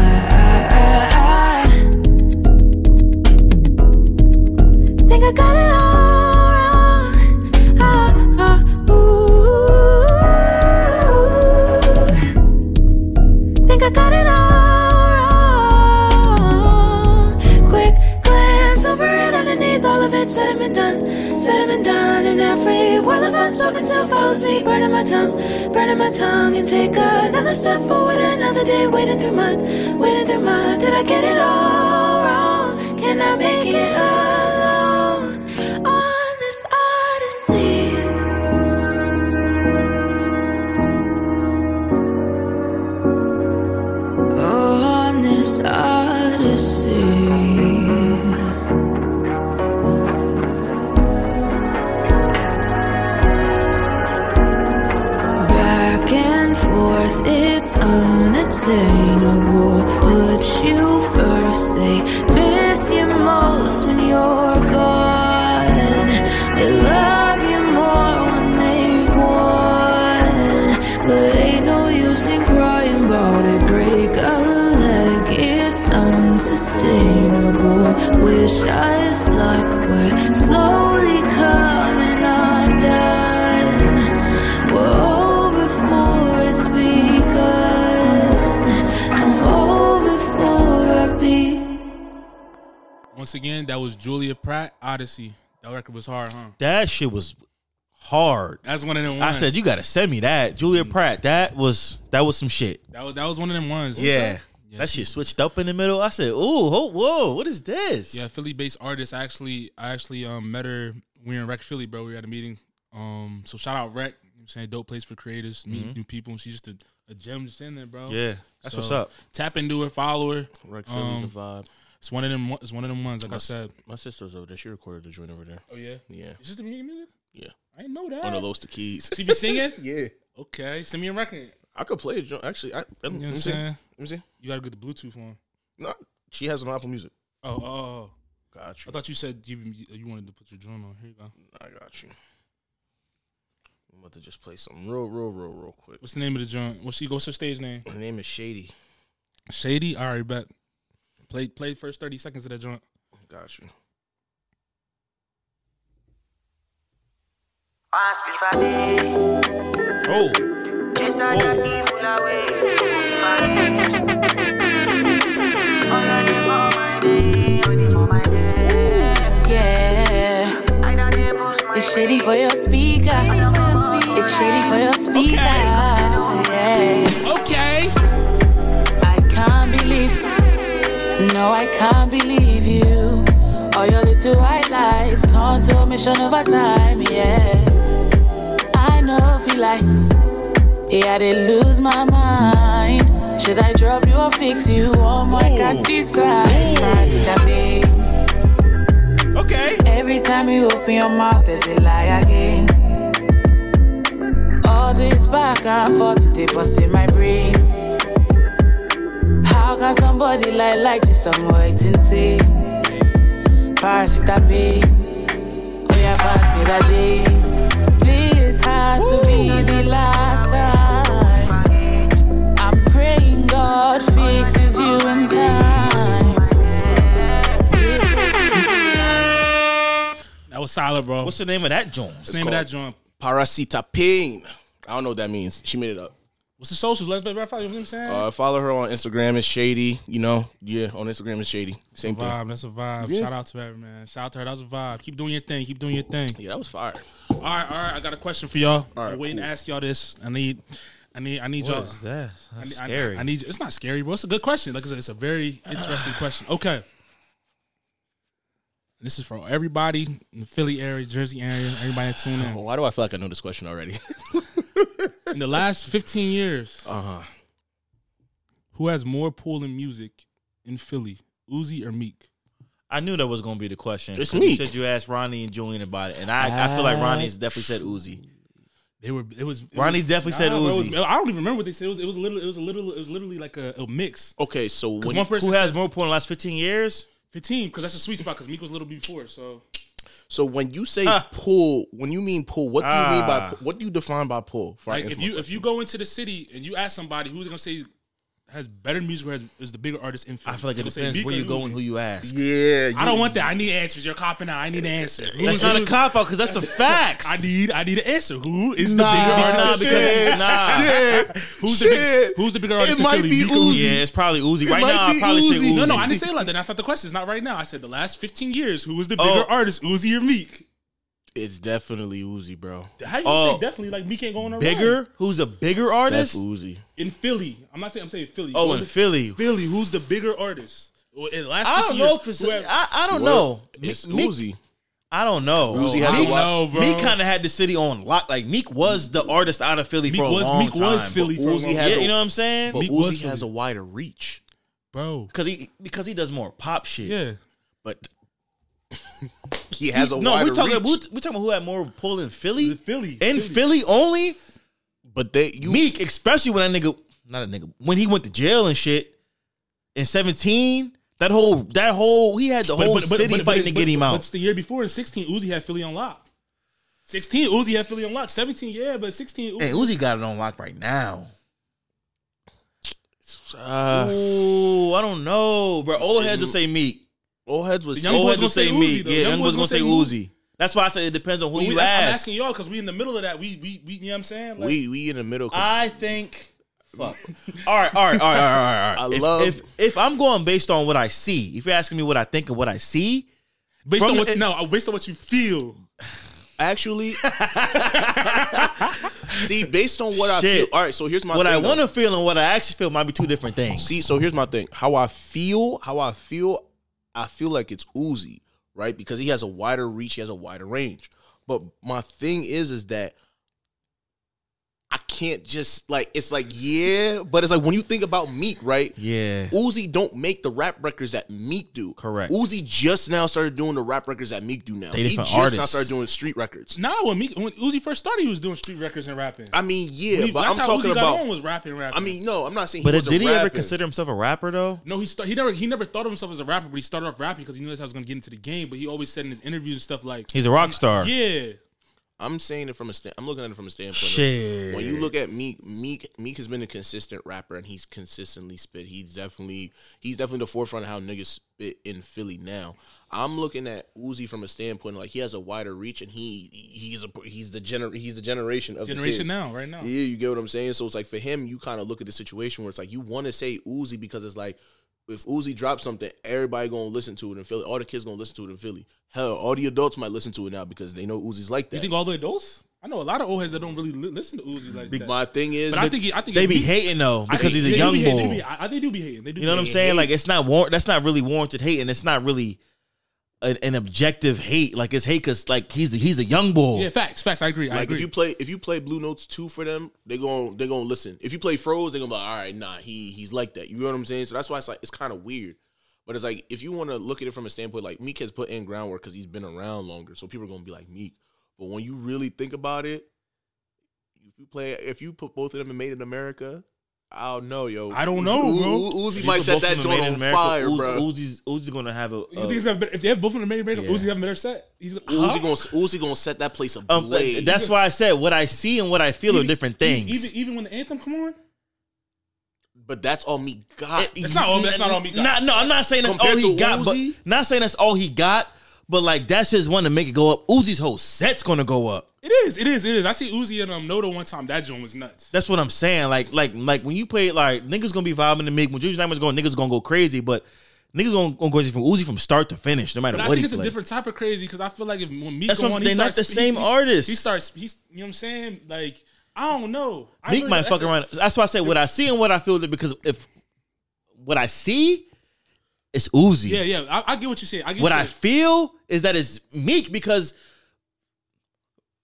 E: I- Think I got it all wrong. Ah, ah, oh, ooh. Think I got it all wrong. Quick glance over it underneath all of it. Sediment done, sediment done. And every word of unspoken still follows me. Burning my tongue, burning my tongue. And take another step forward, another day. Waiting through mud, waiting through mud. Did I get it all wrong? Can I make it alone on this odyssey? Oh, on this odyssey. Back and forth, it's unattainable. But you first, they miss you most when you're gone. They love you more when they've won. But ain't no use in crying about it. Break a leg, it's unsustainable. Wish us luck, we're slowly coming undone. We're over for it's begun. I'm over for a beat.
A: Once again, that was Julia Pratt Odyssey. That record was hard, huh?
C: That shit was hard.
A: That's one of them.
C: I
A: Ones.
C: said you gotta send me that Julia
A: Mm.
C: Pratt. That was that was some shit.
A: that was that was one of them ones.
C: Yeah. that shit switched up in the middle. I said, "Ooh, oh, whoa, what is this?"
A: Yeah, Philly-based artist. I actually, I actually um, met her. We were in Rec Philly, bro. We were at a meeting. Um, so shout out Rec. You know what I'm saying dope place for creators, meet new people. And she's just a, a gem just in there, bro.
C: Mm-hmm. Yeah, that's
A: So,
C: what's up. Um,
A: Tap into her, follow her.
B: Rec Philly's
A: Philly's a
B: a vibe.
A: It's one of them. It's one of them ones. Like I
B: Must-
A: said.
B: My sister's over there. She recorded the joint over there.
A: Oh yeah.
B: Yeah.
A: Is this the music? music?
B: Yeah.
A: I didn't know that.
B: One of those the keys.
A: She be singing.
B: yeah.
A: Okay, send me a record.
B: I could play a joint. Actually, I,
A: You know
B: let,
A: what
B: me
A: I'm
B: see. Let
A: saying?
B: me see.
A: You gotta get the Bluetooth on.
B: No, She has it on Apple Music.
A: Oh, oh, oh.
B: Got
A: I
B: you.
A: thought you said you, you wanted to put your joint on. Here you go.
B: I got you. I'm about to just play something real, real, real, real quick.
A: What's the name of the joint? What's she? What's her stage name?
B: Her name is Shady.
A: Shady. All right, bet. Play play first thirty seconds of that joint.
B: Got you.
C: Oh,
J: Yeah. It's shitty for your speaker. It's shitty for your speaker. Yeah.
A: Okay.
J: I can't believe. No, I can't believe you. All your little white lies turn to a mission over time. Yeah. I know, feel like. Yeah, they lose my mind. Should I drop you or fix you? Oh my god, decide. Ooh.
C: okay.
J: Every time you open your mouth, there's a lie again. All this back and forth, they bust in my brain. How can somebody lie like this? I'm waiting to pass it up. eh? Oh, yeah, pass me that J. This has to be the last time. I'm praying God fixes you in time.
A: That was solid, bro.
C: What's
A: What's
C: the name of that joint?
A: the name of that joint?
B: Parasita Pain. I don't know what that means. She made it up.
A: What's the socials? Let's let, follow you know what I'm saying.
B: Uh, follow her on Instagram. It's Shady. You know, yeah, on Instagram it's Shady. Same thing.
A: vibe. That's a vibe. Shout out to her, man. Shout out to her. That was a vibe. Keep doing your thing. Keep doing your thing.
B: Yeah, that was fire.
A: All right, all right. I got a question for y'all.
B: All right,
A: I'm waiting
B: cool.
A: to ask y'all this. I need, I need, I need
C: What
A: y'all.
C: is that? That's
A: I-
C: scary.
A: I, need. It's not scary, bro. It's a good question. Like I said, it's a very interesting question. Okay. This is for everybody in the Philly area, Jersey area, everybody that tune in.
B: Why do I feel like I know this question already?
A: In the last 15 years,
B: uh huh.
A: who has more pull in music in Philly, Uzi or Meek?
C: I knew that was going to be the question.
B: It's
C: You
B: Meek.
C: said you asked Ronnie and Julian about it, and I, I feel like Ronnie's definitely said Uzi.
A: They were. It was. It
C: Ronnie
A: was-
C: definitely said
A: bro, it
C: Uzi.
A: was- I don't even remember what they said. It was. It was a little. It was a little. It was literally like a, a mix.
B: Okay, so when
A: one person
C: Who has more points in the last 15 years?
A: 15 because that's a sweet spot because Meek was a little before. So
B: so when you say
C: Ah.
B: pull, when you mean pull, what do you mean by
C: Ah.
B: pull? what do you define by pull? For our
A: like if
B: info-
A: you if you go into the city and you ask somebody who's gonna say has better music or has, is the bigger artist in Philly,
C: I feel like it
A: they'll say
C: depends
A: Meek
C: where
A: or
C: you go
A: Uzi.
C: and who you ask.
B: yeah,
A: I don't want that. I need answers. You're copping out. I need answers.
C: That's
A: Who's-
C: not a
A: who's-
C: cop out because that's the facts.
A: I need I need an answer. Who is the
B: Nah,
A: bigger artist?
C: nah,
A: in
C: because-
A: Philly?
B: Shit,
C: nah.
A: Who's the big,
B: shit.
A: who's the bigger artist?
B: It
A: in
B: might
A: Philly?
B: be
A: Meek or
B: Uzi.
C: Yeah, it's probably Uzi. right
B: might
C: now, I
B: be
C: probably say
B: Uzi.
C: Uzi.
A: No, no, I didn't say it like that. That's not the question. It's not right now. I said the last 15 years. Who is the bigger
C: Oh.
A: artist, Uzi or Meek?
B: It's definitely Uzi, bro.
A: How you
C: Oh.
A: gonna say definitely like Meek ain't going around
C: Bigger? Who's a bigger
B: That's
C: artist?
B: Uzi.
A: in Philly? I'm not saying I'm saying Philly.
C: Oh,
A: Go
C: in
A: to-
C: Philly.
A: Philly, who's the bigger artist? Well, in the last
C: I
A: 15
C: don't know.
A: years,
C: For some,
A: whoever-
C: I, I don't
B: Well,
C: know.
B: It's
C: Meek- Meek-
B: Uzi.
C: I don't know.
B: Uzi has
A: I
B: a
A: don't
B: lot-
A: know, bro.
C: Meek kind of had the city on lock. Like Meek was the artist out of Philly
A: Meek
C: for a
A: was
C: long
A: Meek
C: time.
A: was Philly for a
B: Uzi
A: long
B: has
C: Yeah,
B: a-
C: you know what I'm saying?
B: But
A: Meek was
B: Uzi
A: Philly.
B: has a wider reach.
A: bro.
C: Because he because he does more pop shit.
A: Yeah,
B: But he has a
C: no,
B: wider
C: we talking
B: reach.
C: we, we talking about who had more pull in Philly.
A: The Philly.
C: in Philly, only
B: but they you
C: Meek, especially when that nigga not a nigga when he went to jail and shit in 17. That whole that whole he had the whole city fighting to
A: but-
C: get him
A: but-
C: out.
A: But it's the year before in 16, Uzi had Philly on lock. 16, Uzi had Philly on lock. 17, yeah, but 16, Uzi.
C: Hey, Uzi got it on lock right now.
B: uh,
C: Ooh, I don't know, bro. Old heads will say Meek.
B: old heads was
A: Young
C: Old
A: boys
C: heads
A: gonna
C: will say
A: say Uzi,
C: Meek.
A: though.
C: yeah,
A: Young
C: young
A: boys
C: boys gonna say
A: gonna
C: Uzi. That's why I said it depends on who
A: We-
C: you
A: I'm
C: ask.
A: asking y'all because we in the middle of that. We we we. You know what I'm saying? Like,
B: we we in the middle.
C: I think. Fuck. all right, all right, all right, all right, all right.
B: I
C: if,
B: love-
C: If if I'm going based on what I see, if you're asking me what I think and what I see,
A: based
C: from
A: on what
C: the-
A: you know, based on what you feel.
B: actually see based on what I feel.
C: Shit.
B: All right, so here's my
C: what
B: thing,
C: I
B: though.
C: want to feel and what I actually feel might be two different things.
B: see. So here's my thing. How I feel, how I feel, I feel like it's Uzi, right? Because he has a wider reach, he has a wider range. But my thing is, is that I can't just like it's like yeah, but it's like when you think about Meek, right?
C: Yeah.
B: Uzi don't make the rap records that Meek do.
C: Correct.
B: Uzi just now started doing the rap records that Meek do now.
C: They
B: he
C: different
B: just now
C: artists.
B: started doing street records.
A: Nah, when, Meek, when Uzi first started, he was doing street records and rapping.
B: I mean, yeah,
A: We-
B: but
A: that's
B: I'm
A: how
B: talking
A: Uzi got
B: about.
A: on was rapping, rapping.
B: I mean, no, I'm not saying.
C: But
B: he
C: it-
B: wasn't
C: did he ever
B: rapping.
C: consider himself a rapper though?
A: No, he start, he never he never thought of himself as a rapper, but he started off rapping because he knew that's how he was gonna get into the game. But he always said in his interviews and stuff like,
C: He's a rock star.
A: "Yeah,
B: I'm saying it from a stand. I'm looking at it from a standpoint. of-
C: Shit.
B: When you look at Meek, Meek, Meek has been a consistent rapper, and he's consistently spit. He's definitely, he's definitely the forefront of how niggas spit in Philly now. I'm looking at Uzi from a standpoint like he has a wider reach, and he he's a he's the gener he's the generation of the
A: generation
B: kids.
A: now, right now."
B: Yeah, you get what I'm saying. So it's like for him, you kind of look at the situation where it's like you want to say Uzi because it's like if Uzi drops something, everybody gonna listen to it in Philly. All the kids gonna listen to it in Philly. Hell, all the adults might listen to it now because they know Uzi's like
A: You
B: that.
A: think all the adults? I know a lot of old heads that don't really li- listen to Uzi like
B: Big-
A: that.
B: My thing is,
A: but I think he, I think
C: They
A: if
C: be
A: Meek-
C: hating though
A: I
C: because
A: think
C: he's
A: they
C: a
A: do
C: young
A: be hating, they
C: boy.
A: be- I I think they do be hating. They do.
C: You know what I'm saying? Like it's not war- that's not really warranted hate, and it's not really an, an objective hate. Like it's hate because like he's he's a young boy.
A: Yeah, facts, facts. I agree. I
B: like
A: agree.
B: if you play if you play Blue Notes two for them, they going they gonna listen. If you play Froze, they gonna be like, all right, nah, he he's like that. You know what I'm saying? So that's why it's like it's kind of weird. But it's like if you want to look at it from a standpoint, like Meek has put in groundwork because he's been around longer, so people are gonna be like Meek. But when you really think about it, if you play if you put both of them in Made in America, I don't know, yo.
A: I don't know,
B: Uzi-
A: bro.
B: Uzi
C: If you
B: might
C: put
B: set
C: both of
B: that
C: them
B: joint
C: made in
B: on
C: America,
B: fire,
C: Uzi-
B: bro. Uzi,
C: Uzi's, Uzi's gonna have a.
A: You think it's gonna be- if they have both of them made, made
C: Yeah.
A: Uzi have a better set. He's gonna, huh?
B: gonna Uzi gonna set that place
C: um,
B: ablaze.
C: that's why I said what I see and what I feel are
A: Even-
C: different
A: even-
C: things.
A: Even even when the anthem come on,
B: but that's all Meek got.
A: It's not all- that's not all Meek got.
C: Not- Eh, no, I'm not saying that's all
B: Compared
C: he
B: to
C: got,
B: Uzi?
C: but not saying that's all he got, but like that's his one to make it go up. Uzi's whole set's gonna go up.
A: it is, it is, it is. I see Uzi and um Noda one time. That joint was nuts.
C: That's what I'm saying. Like, like, like when you play, like niggas gonna be vibing to Meek. When Juju Nightmare's going, niggas gonna go crazy. But niggas gonna, gonna go crazy from Uzi from start to finish, no matter
A: But I
C: what
A: think
C: he
A: it's a
C: play.
A: different type of crazy because I feel like if when Meek
C: That's
A: go
C: what I'm-
A: on,
C: they're
A: he
C: not
A: starts,
C: the same
A: he,
C: artist.
A: He starts, he's, you know what I'm saying? Like I don't know. I
C: Meek
A: really-
C: might
A: that's
C: fuck
A: a-
C: around. That's why I say what I see and what I feel. Because if what I see, it's Uzi.
A: Yeah, yeah. I, I get what you're saying. I get
C: what
A: you
C: I feel is that it's Meek because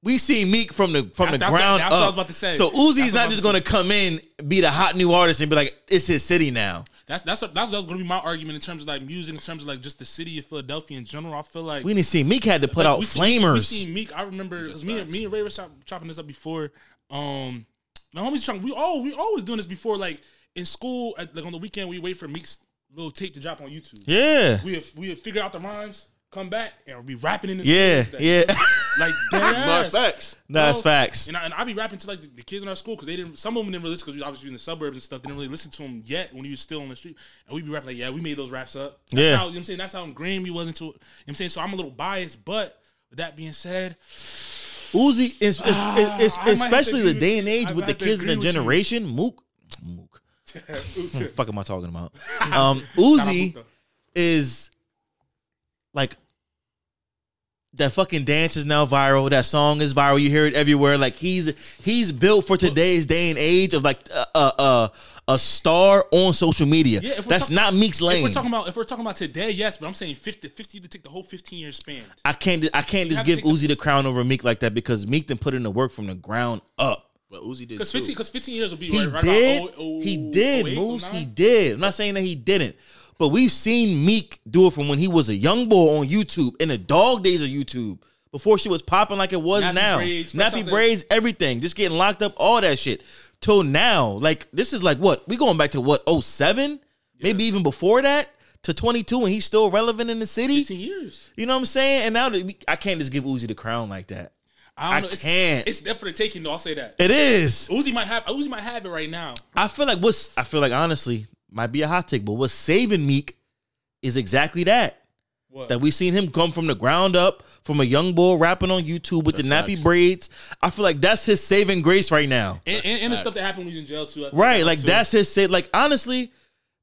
C: we see Meek from the from the
A: That's- that's what-
C: ground
A: that's
C: up.
A: what I was about to say.
C: So
A: That's
C: Uzi's
A: what I
C: not
A: was
C: just
A: about
C: gonna
A: to
C: come in, be the hot new artist, and be like, "It's his city now."
A: That's that's what, that's what's going to be my argument in terms of like music, in terms of like just the city of Philadelphia in general. I feel like
C: We need to see Meek had to put
A: like,
C: out
A: we see- we see-
C: flamers.
A: we see Meek, I remember 'cause me and me and Ray were chop, chopping this up before. Um, the homies trying. We all we always doing this before. Like in school, at, like on the weekend, we wait for Meek's little tape to drop on YouTube.
C: yeah,
A: We have, we have figure out the rhymes, come back, and we be rapping in this.
C: yeah,
A: thing.
C: yeah.
A: Like dead
B: Mars
A: ass.
B: facts.
C: no, that's
A: Bro,
C: facts.
A: And I, and I be rapping to like the, the kids in our school because they didn't. Some of them didn't really because we obviously in the suburbs and stuff. They didn't really listen to him yet when he was still on the street. And we be rapping like, yeah, we made those raps up. That's
C: Yeah.
A: how, you know what I'm saying that's how green we was into. it. You know what I'm saying so I'm a little biased, but with that being said,
C: Uzi, is, is, is,
A: Ah, I might have
C: is,
A: to
C: especially the
A: agree
C: day
A: with
C: and
A: you.
C: age
A: I
C: with the
A: might have to
C: kids and the
A: agree with you.
C: generation, Mook, Mook. What the fuck am I talking about? Um, Uzi
A: Mook,
C: is like that fucking dance is now viral. That song is viral. You hear it everywhere. Like he's he's built for today's day and age of like a uh, uh, a star on social media.
A: Yeah, if we're
C: That's
A: talk-
C: not Meek's
A: if
C: lane.
A: we're talking about if we're talking about today, yes, but I'm saying 50, 50 to take the whole 15 year span.
C: I can't I can't
A: have
C: just
A: to
C: give
A: think of-
C: Uzi the crown over Meek like that because Meek then put in the work from the ground up.
B: But Uzi did
A: Because
B: too.
A: 15, 'cause 15 years will be
C: He
A: right, right
C: did.
A: about oh- oh-
C: he did.
A: 08,
C: Moose, he
A: 09.
C: did. I'm not saying that he didn't. But we've seen Meek do it from when he was a young boy on YouTube in the dog days of YouTube. Before she was popping like it was
A: Nappy
C: now.
A: braids, press
C: Nappy
A: out the-
C: braids, everything. Just getting locked up, all that shit. Till now. Like this is like what? We going back to what, 07? Maybe even before that? To 22 and he's still relevant in the city?
A: 15 years.
C: You know what I'm saying? And now that we, I can't just give Uzi the crown like that.
A: I,
C: I
A: don't know. It's-
C: can't.
A: It's there for the taking. Though I'll say that.
C: It is.
A: Uzi might have Uzi might have it right now.
C: I feel like what's I feel like honestly might be a hot take, but what's saving Meek is exactly that.
A: What?
C: That we've seen him come from the ground up, from a young boy rapping on YouTube with the nappy
B: facts.
C: braids. I feel like that's his saving grace right now.
A: and, and, and the stuff that happened when he was in jail too. I think
C: Right,
A: that
C: like
A: too.
C: that's his say. Like honestly,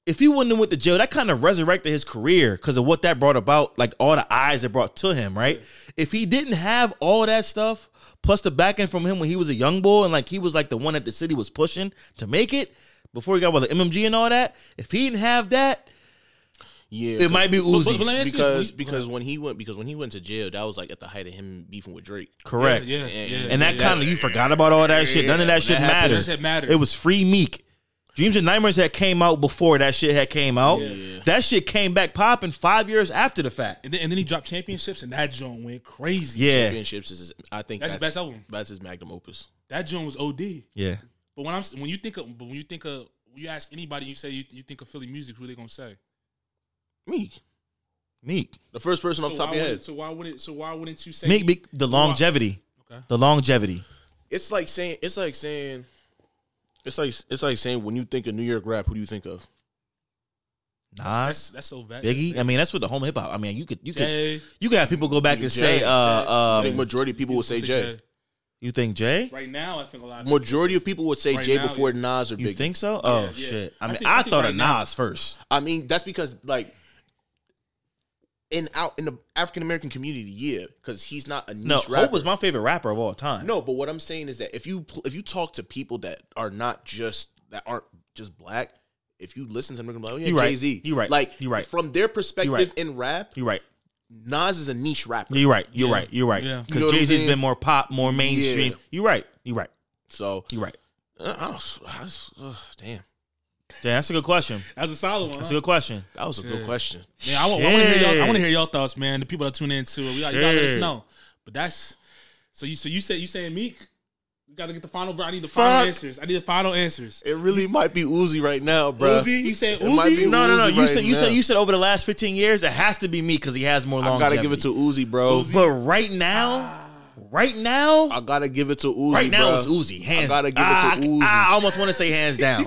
C: if he wouldn't have went to jail, that kind of resurrected his career because of what that brought about. Like all the eyes it brought to him. Right, if he didn't have all that stuff plus the backing from him when he was a young boy and like he was like the one that the city was pushing to make it before he got with the MMG and all that. If he didn't have that,
B: Yeah,
C: It might be
A: But- but-
C: Uzi's.
A: but let me ask you this,
B: because
A: we-
B: because when he went because when he went to jail, that was like at the height of him beefing with Drake.
C: Correct.
A: Yeah, yeah, yeah,
C: and that
A: yeah.
C: kind of you forgot about all that shit. None of that shit
B: happened,
A: none of
C: matters.
A: that mattered.
C: It was free meek. Dreams and nightmares that came out before that shit had came out. That shit came back popping five years after the fact.
A: And then, and then he dropped championships, and that joint went crazy.
C: Yeah,
B: Championships is I think
A: that's
B: that's
A: his best album.
B: that's his magnum opus.
A: That joint was OD.
C: yeah.
A: But when I'm when you think of but when you think of you ask anybody, you say you, you think of Philly music, who they gonna say?
B: Meek,
C: Meek.
B: the first person off the
A: so,
B: top
A: why
B: of your
A: wouldn't-
B: head.
A: so why wouldn't so why wouldn't you say
C: Meek. Meek. The longevity.
A: Okay.
C: The longevity.
B: It's like saying it's like saying it's like it's like saying when you think of New York rap, who do you think of?
A: That's
C: Nas.
A: that's so bad.
C: Biggie. I mean, that's what the home hip hop. I mean, you could you could
A: Jay,
C: you could have people go back and say,
B: Jay.
C: uh,
B: I think
C: uh,
B: majority of people would say
A: Say
B: Jay.
C: you think Jay?
A: Right now, I think a lot. Of
B: Majority of people would say
A: Right
B: Jay
A: now,
B: before
A: yeah.
B: Nas or
C: You
B: Biggie.
C: think so? Oh
A: yeah.
C: shit! I
A: I
C: mean, I,
A: think- I think
C: thought
A: right
C: of
A: now-
C: Nas first.
B: I mean, that's because like in out in the African American community, yeah, because he's not a niche
C: No,
B: rapper.
C: Hope was my favorite rapper of all time.
B: no, but what I'm saying is that if you pl- if you talk to people that are not just that aren't just black, if you listen to them, they're gonna be like, oh
C: You
B: yeah,
C: right.
B: Jay Z,
C: You right.
B: like
C: You right.
B: from their perspective
C: right.
B: in rap,
C: you're right.
B: Nas is a niche rapper.
C: You're right. You're
A: Yeah.
C: right. You're right.
A: Yeah.
C: Because
B: You know what I'm
C: Jay Z's
B: saying?
C: been more pop, more mainstream.
B: Yeah.
C: You're right. You're right.
B: So
C: You're right.
B: uh, I don't, I uh, just, ugh, damn,
C: Damn, that's a good question.
A: That's a solid one.
C: That's
A: huh?
C: a good question.
B: that was a good question.
A: Man, I want, I want to hear y'all. I
C: Shit.
A: want to hear y'all thoughts, man. The people that tune in to it, we gotta, you gotta let us
C: Shit.
A: know. But that's so you. So you said you saying Meek. We gotta get the final. Bro, I need the final
B: Fuck.
A: answers. I need the final answers.
B: It really might be Uzi right now, bro.
A: Uzi, you saying
B: It might be
A: Uzi?
C: No, no, no.
B: Uzi
C: You
B: right
C: said you
B: now.
C: said you said over the last 15 years it has to be me because he has more
B: I
C: longevity.
B: gotta give it to Uzi, bro.
C: But right now, right now,
B: I gotta give it to Uzi.
C: right now
B: bro.
C: it's Uzi. Hands.
B: I gotta give
C: Ah,
B: it to Uzi.
C: I, I almost want to say hands down.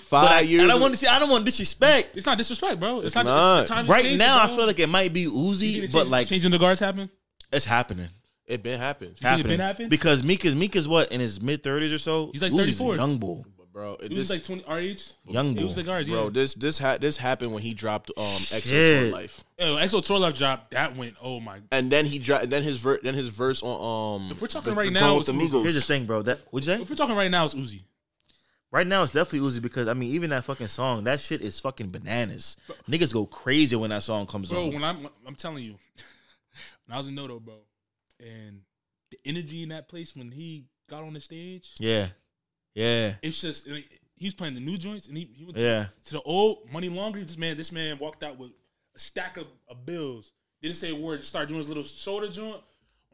B: Five
C: but I,
B: years.
C: I don't want to say I don't want to disrespect.
A: It's not disrespect, bro. It's, not.
B: not.
A: The times
C: Right
A: changing,
C: now,
A: bro.
C: I feel like it might be
A: You
C: Uzi,
A: think
C: but
A: change-
C: like
A: changing the guards happened.
C: it's happening.
B: It been
A: think
B: happened,
A: it been
C: Happening.
A: happening?
C: Because Meek is Meek is what in his mid 30s or so.
A: He's like
C: Uzi's a
A: 34.
C: young bull.
B: bro. It,
A: It was
B: this,
A: like twenty our age.
C: Young
A: It
C: bull.
A: was the guards,
B: bro.
A: yeah.
B: This this ha- this happened when he dropped um Exo Tour
C: Shit.
B: Life,
A: Yo, EXO tour love drop that went. Oh my!
B: and then he dropped. Then his ver- then his verse on um.
A: If we're talking
B: the-
A: right
B: the
A: now,
B: Gone with the
A: it's
B: Migos.
C: Here's the thing, bro. That what'd you
A: If
C: say?
A: we're talking right now, it's Uzi.
C: Right now, it's definitely Uzi because I mean, even that fucking song, that shit is fucking bananas. Niggas go crazy when that song comes
A: Bro,
C: on.
A: when I'm I'm telling you, when I was in Noto, bro, and the energy in that place when he got on the stage,
C: yeah, yeah,
A: it's just like, he was playing the new joints and he, he went
C: yeah.
A: to the old money laundry. This man, this man walked out with a stack of, of bills. Didn't say a word. Just started doing his little shoulder joint.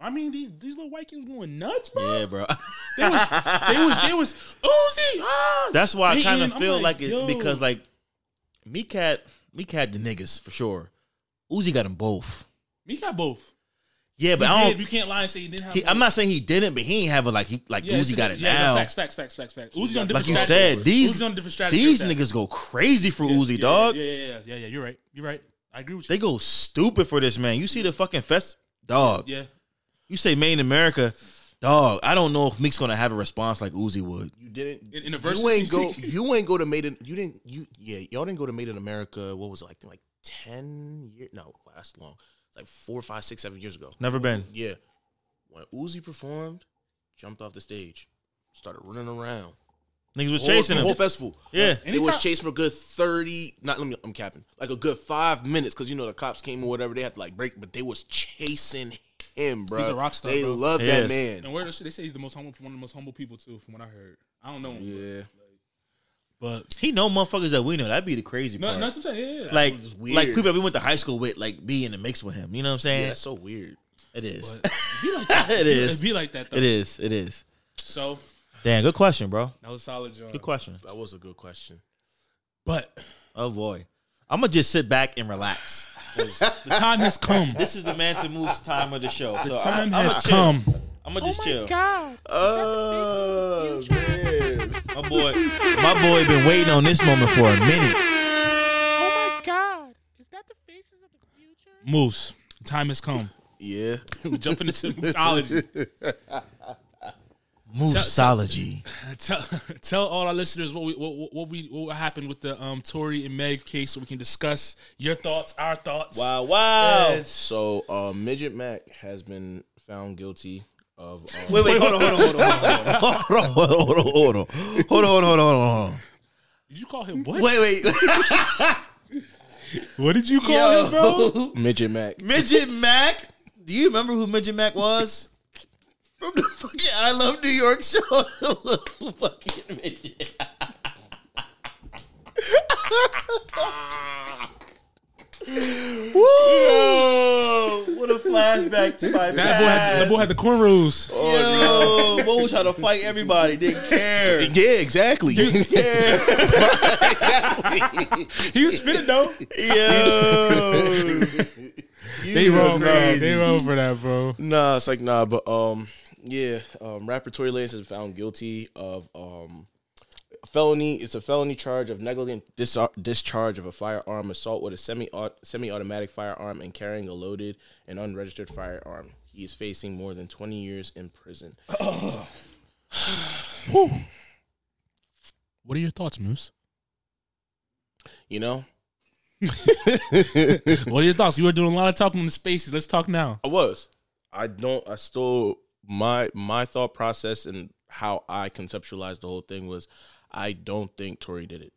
A: I mean, these these little white kids going nuts, bro.
C: Yeah, bro.
A: They was they was they was Uzi. Ah,
C: That's why I kind
A: spitting.
C: of
A: I'm
C: feel like, it
A: yo.
C: because like Meek had Meek had the niggas for sure. Uzi got them both.
A: Meek got both.
C: Yeah, but
A: He
C: I
A: did. You
C: don't.
A: can't lie and say he didn't have.
C: He,
A: both.
C: I'm not saying he didn't, but he ain't have a like he like
A: Yeah, it's
C: Uzi
A: a-
C: got it
A: yeah,
C: now.
A: No, facts, facts, facts, facts, facts. Uzi on different
C: like you
A: strategy.
C: said, these
A: Uzi's on different strategy.
C: these
A: with that.
C: niggas go crazy for
A: Yeah,
C: Uzi,
A: yeah,
C: dog.
A: Yeah, yeah, yeah, yeah, yeah. You're right. You're right. I agree with you.
C: They go stupid for this man. You see the fucking fest, dog.
A: yeah,
C: You say Made in America, dog. I don't know if Meek's gonna have a response like Uzi would.
B: You didn't.
A: In- in the
B: you
A: verses.
B: ain't go. You ain't go to Made in. You didn't. You yeah. Y'all didn't go to Made in America. What was it like? Like ten years? No, wow, that's long. It's like four, five, six, seven years ago.
C: Never been.
B: Yeah. When Uzi performed, jumped off the stage, started running around.
C: Niggas was
B: Whole-
C: chasing
B: the
C: him.
B: whole festival.
C: Yeah.
B: They was
A: Anytime-
B: chasing for a good thirty. Not let me. I'm capping. Like a good five minutes because you know the cops came or whatever. They had to like break, but they was chasing him, bro.
A: He's a rock star,
B: They
A: bro.
B: love
C: He
B: that
C: is.
B: man.
A: and where they say he's the most humble, one of the most humble people too, from what I heard. I don't know him,
B: Yeah.
A: but
C: He know motherfuckers that we know. That'd be the crazy
A: no,
C: part.
A: no, that's what I'm saying. Yeah, yeah.
C: like,
B: was weird.
C: like people that we went to high school with, like be in the mix with him. You know what I'm
B: Yeah,
C: saying?
B: that's so weird.
C: it is.
A: But it'd be like that.
C: It
A: It'd
C: is.
A: be like that. Though.
C: It is. It is.
A: So
C: Damn, good question, bro.
A: that was solid, John.
C: Good question.
B: That was a good question.
A: But
C: Oh boy, I'm gonna just sit back and relax.
A: the time has come.
C: This is the Manson Moose time of the show. So
A: time
C: I'm,
A: has come.
C: I'm gonna just
H: oh my
C: chill.
H: God.
B: Oh man.
C: My boy, my boy, been waiting on this moment for a minute.
H: Oh my God. Is that the faces of the future?
A: Moose, the time has come.
B: Yeah.
A: Jumping into mixology.
C: Mooseology.
A: tell tell all our listeners what we what, what we what happened with the um Tory and Meg case, so we can discuss your thoughts, our thoughts.
C: Wow, Uh, wow.
A: And-
B: So uh, Midget Mac has been found guilty of uh,
C: Wait, wait, hold on, hold on, hold on, hold on, hold on, hold on, hold on, hold on, hold on, hold on.
A: Did you call him what?
C: Wait, wait.
A: What did you call him, bro?
B: Midget Mac.
C: Midget Mac. Do you remember who Midget Mac was? From the fucking I Love New York show. Little fucking midget. Yo, what a flashback to my
A: That boy, had, that boy had the cornrows.
C: Yo, Bo was trying to fight everybody. Didn't care.
B: Yeah, exactly.
A: He was spinning though.
C: Yo.
A: they
C: You
A: roll, bro.
C: crazy.
A: They roll for that, bro.
B: nah, it's like nah, but um, yeah, um, rapper Tory Lanez has been found guilty of um, felony. It's a felony charge of negligent dis- discharge of a firearm, assault with a semi semi-automatic firearm, and carrying a loaded and unregistered firearm. He is facing more than twenty years in prison.
A: What are your thoughts, Moose?
B: You know,
A: What are your thoughts? You were doing a lot of talking in the spaces. Let's talk now.
B: I was. I don't. I still my my thought process and how I conceptualized the whole thing was, I don't think Tory did it.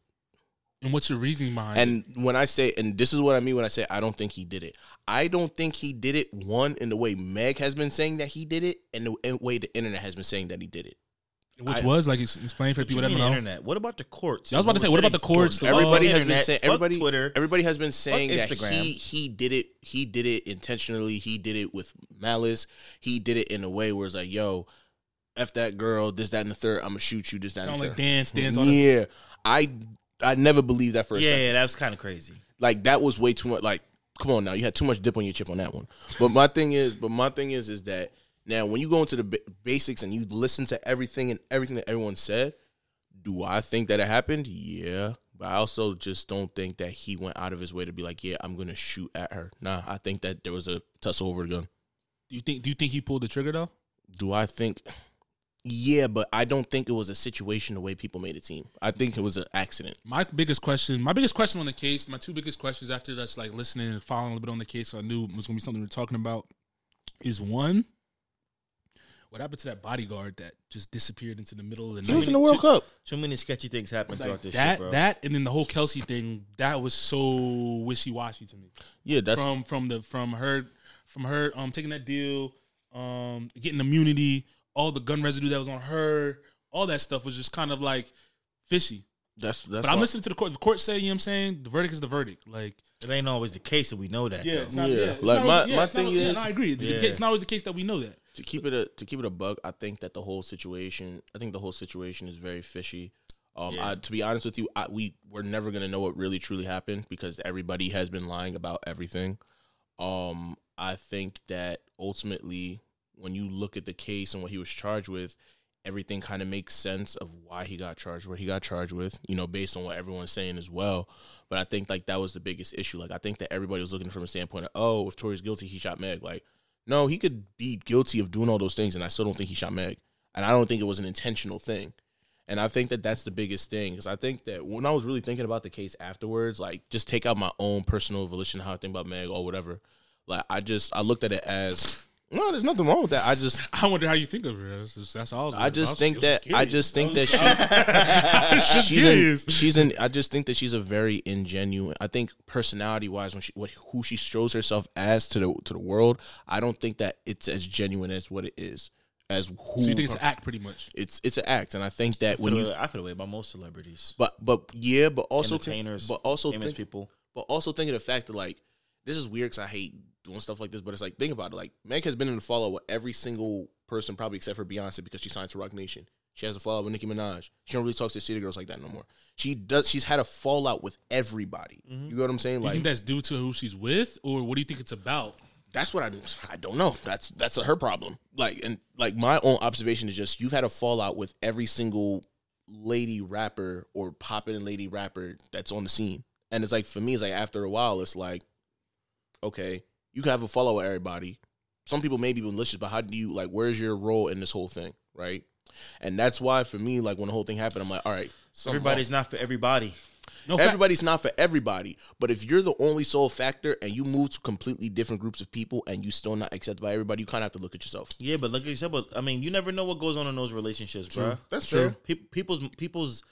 A: And what's your reasoning behind it?
B: And when I say, and this is what I mean when I say I don't think he did it. I don't think he did it. One in the way Meg has been saying that he did it, and the in- way the internet has been saying that he did it.
A: Which
B: I-
A: was like ex- explain for the people that don't know.
C: internet. What about the courts?
A: I was about to say, what about the courts, the
B: Everybody
A: Oh,
B: has been saying. Everybody,
C: Twitter.
B: Everybody has been saying that
C: Instagram.
B: he he did it. He did it intentionally. He did it with malice. He did it in a way where it's like, yo, f that girl. This, that, and the third. I'm gonna shoot you. This, that,
A: Sound
B: and the
A: like
B: third.
A: dance, dance. All
B: yeah, I I never believed that for a
C: yeah,
B: second.
C: yeah, that was kind of crazy.
B: like that was way too much like come on now you had too much dip on your chip on that one but my thing is but my thing is is that now when you go into the ba- basics and you listen to everything and everything that everyone said do i think that it happened yeah but i also just don't think that he went out of his way to be like yeah i'm gonna shoot at her nah i think that there was a tussle over the gun
A: Do you think? Do you think he pulled the trigger though?
B: do i think yeah but i don't think it was a situation the way people made it seem i think it was an accident
A: My biggest question, my biggest question on the case, my two biggest questions after that's like listening and following a little bit on the case, I knew was gonna be something we are talking about. Is one, what happened to that bodyguard that just disappeared into the middle of the night?
B: world cup
C: Too many sketchy things happened throughout this
A: that
C: shit, bro.
A: that and then the whole Kelsey thing that was so wishy washy to me.
B: yeah that's
A: from from the from her from her um taking that deal, um getting immunity, all the gun residue that was on her, all that stuff was just kind of like fishy.
B: that's that's
A: But I'm
B: why-
A: listening to the court. The court say, you know what I'm saying? The verdict is the verdict. Like,
C: it ain't always the case, and we know that.
A: yeah,
C: though.
A: it's not,
B: Yeah.
A: yeah. it's
B: Like,
A: not
B: my-
A: always- yeah,
B: my
A: it's not
B: thing
A: always- yeah,
B: is-
A: no, I agree. The-
C: Yeah.
A: It's not always the case that we know that.
B: to keep it a to keep it a bug, I think that the whole situation, I think the whole situation is very fishy. Um, I, to be honest with you, I, we we're never gonna know what really truly happened because everybody has been lying about everything. Um, I think that ultimately, when you look at the case and what he was charged with, everything kind of makes sense of why he got charged, what he got charged with, you know, based on what everyone's saying as well. But I think like that was the biggest issue. Like I think that everybody was looking from a standpoint of, oh, if Tory's guilty, he shot Meg. Like, no, he could be guilty of doing all those things, and I still don't think he shot Meg. And I don't think it was an intentional thing. And I think that that's the biggest thing because I think that when I was really thinking about the case afterwards, like just take out my own personal volition, how I think about Meg or whatever. Like I just I looked at it as no, there's nothing wrong with that. I just
A: I wonder how you think of her. That's, just- that's all.
B: I just
A: was-
B: think
A: was
B: that I
A: curious.
B: just think that she's
A: was just
B: she's an,
A: curious.
B: she's an I just think that she's a very ingenuine. I think personality wise, when she what who she shows herself as to the to the world, I don't think that it's as genuine as what it is as who
A: So you think it's an act, pretty much?
B: it's it's an act, and I think that when
C: I feel
B: you
C: the way- I feel the way about most celebrities,
B: but but yeah, but also think-
C: entertainers,
B: but also
C: famous
B: think,
C: people.
B: but also think of the fact that like this is weird because I hate doing stuff like this, but it's like think about it. Like Meg has been in the fallout with every single person, probably except for Beyonce, because she signed to Rock Nation. She has a fallout with Nicki Minaj. She don't really talk to city girls like that no more. She does. She's had a fallout with everybody. You know what I'm saying?
A: You
B: Like
A: think that's due to who she's with, or what do you think it's about?
B: that's what I I don't know. That's that's her problem. Like and like my own observation is just you've had a fallout with every single lady rapper or poppin' lady rapper that's on the scene. And it's like for me, it's like after a while, it's like, okay, you can have a fallout with everybody. Some people may be malicious, but how do you like where's your role in this whole thing? Right? And that's why for me, like when the whole thing happened, I'm like, all right, something
C: Everybody's not for everybody.
A: No, fact-
B: Everybody's not for everybody, but if you're the only sole factor and you move to completely different groups of people and you still not accepted by everybody, you kind of have to look at yourself.
C: Yeah, but like you said, but I mean, you never know what goes on in those relationships, bro.
B: That's True. fair.
C: People, people's people's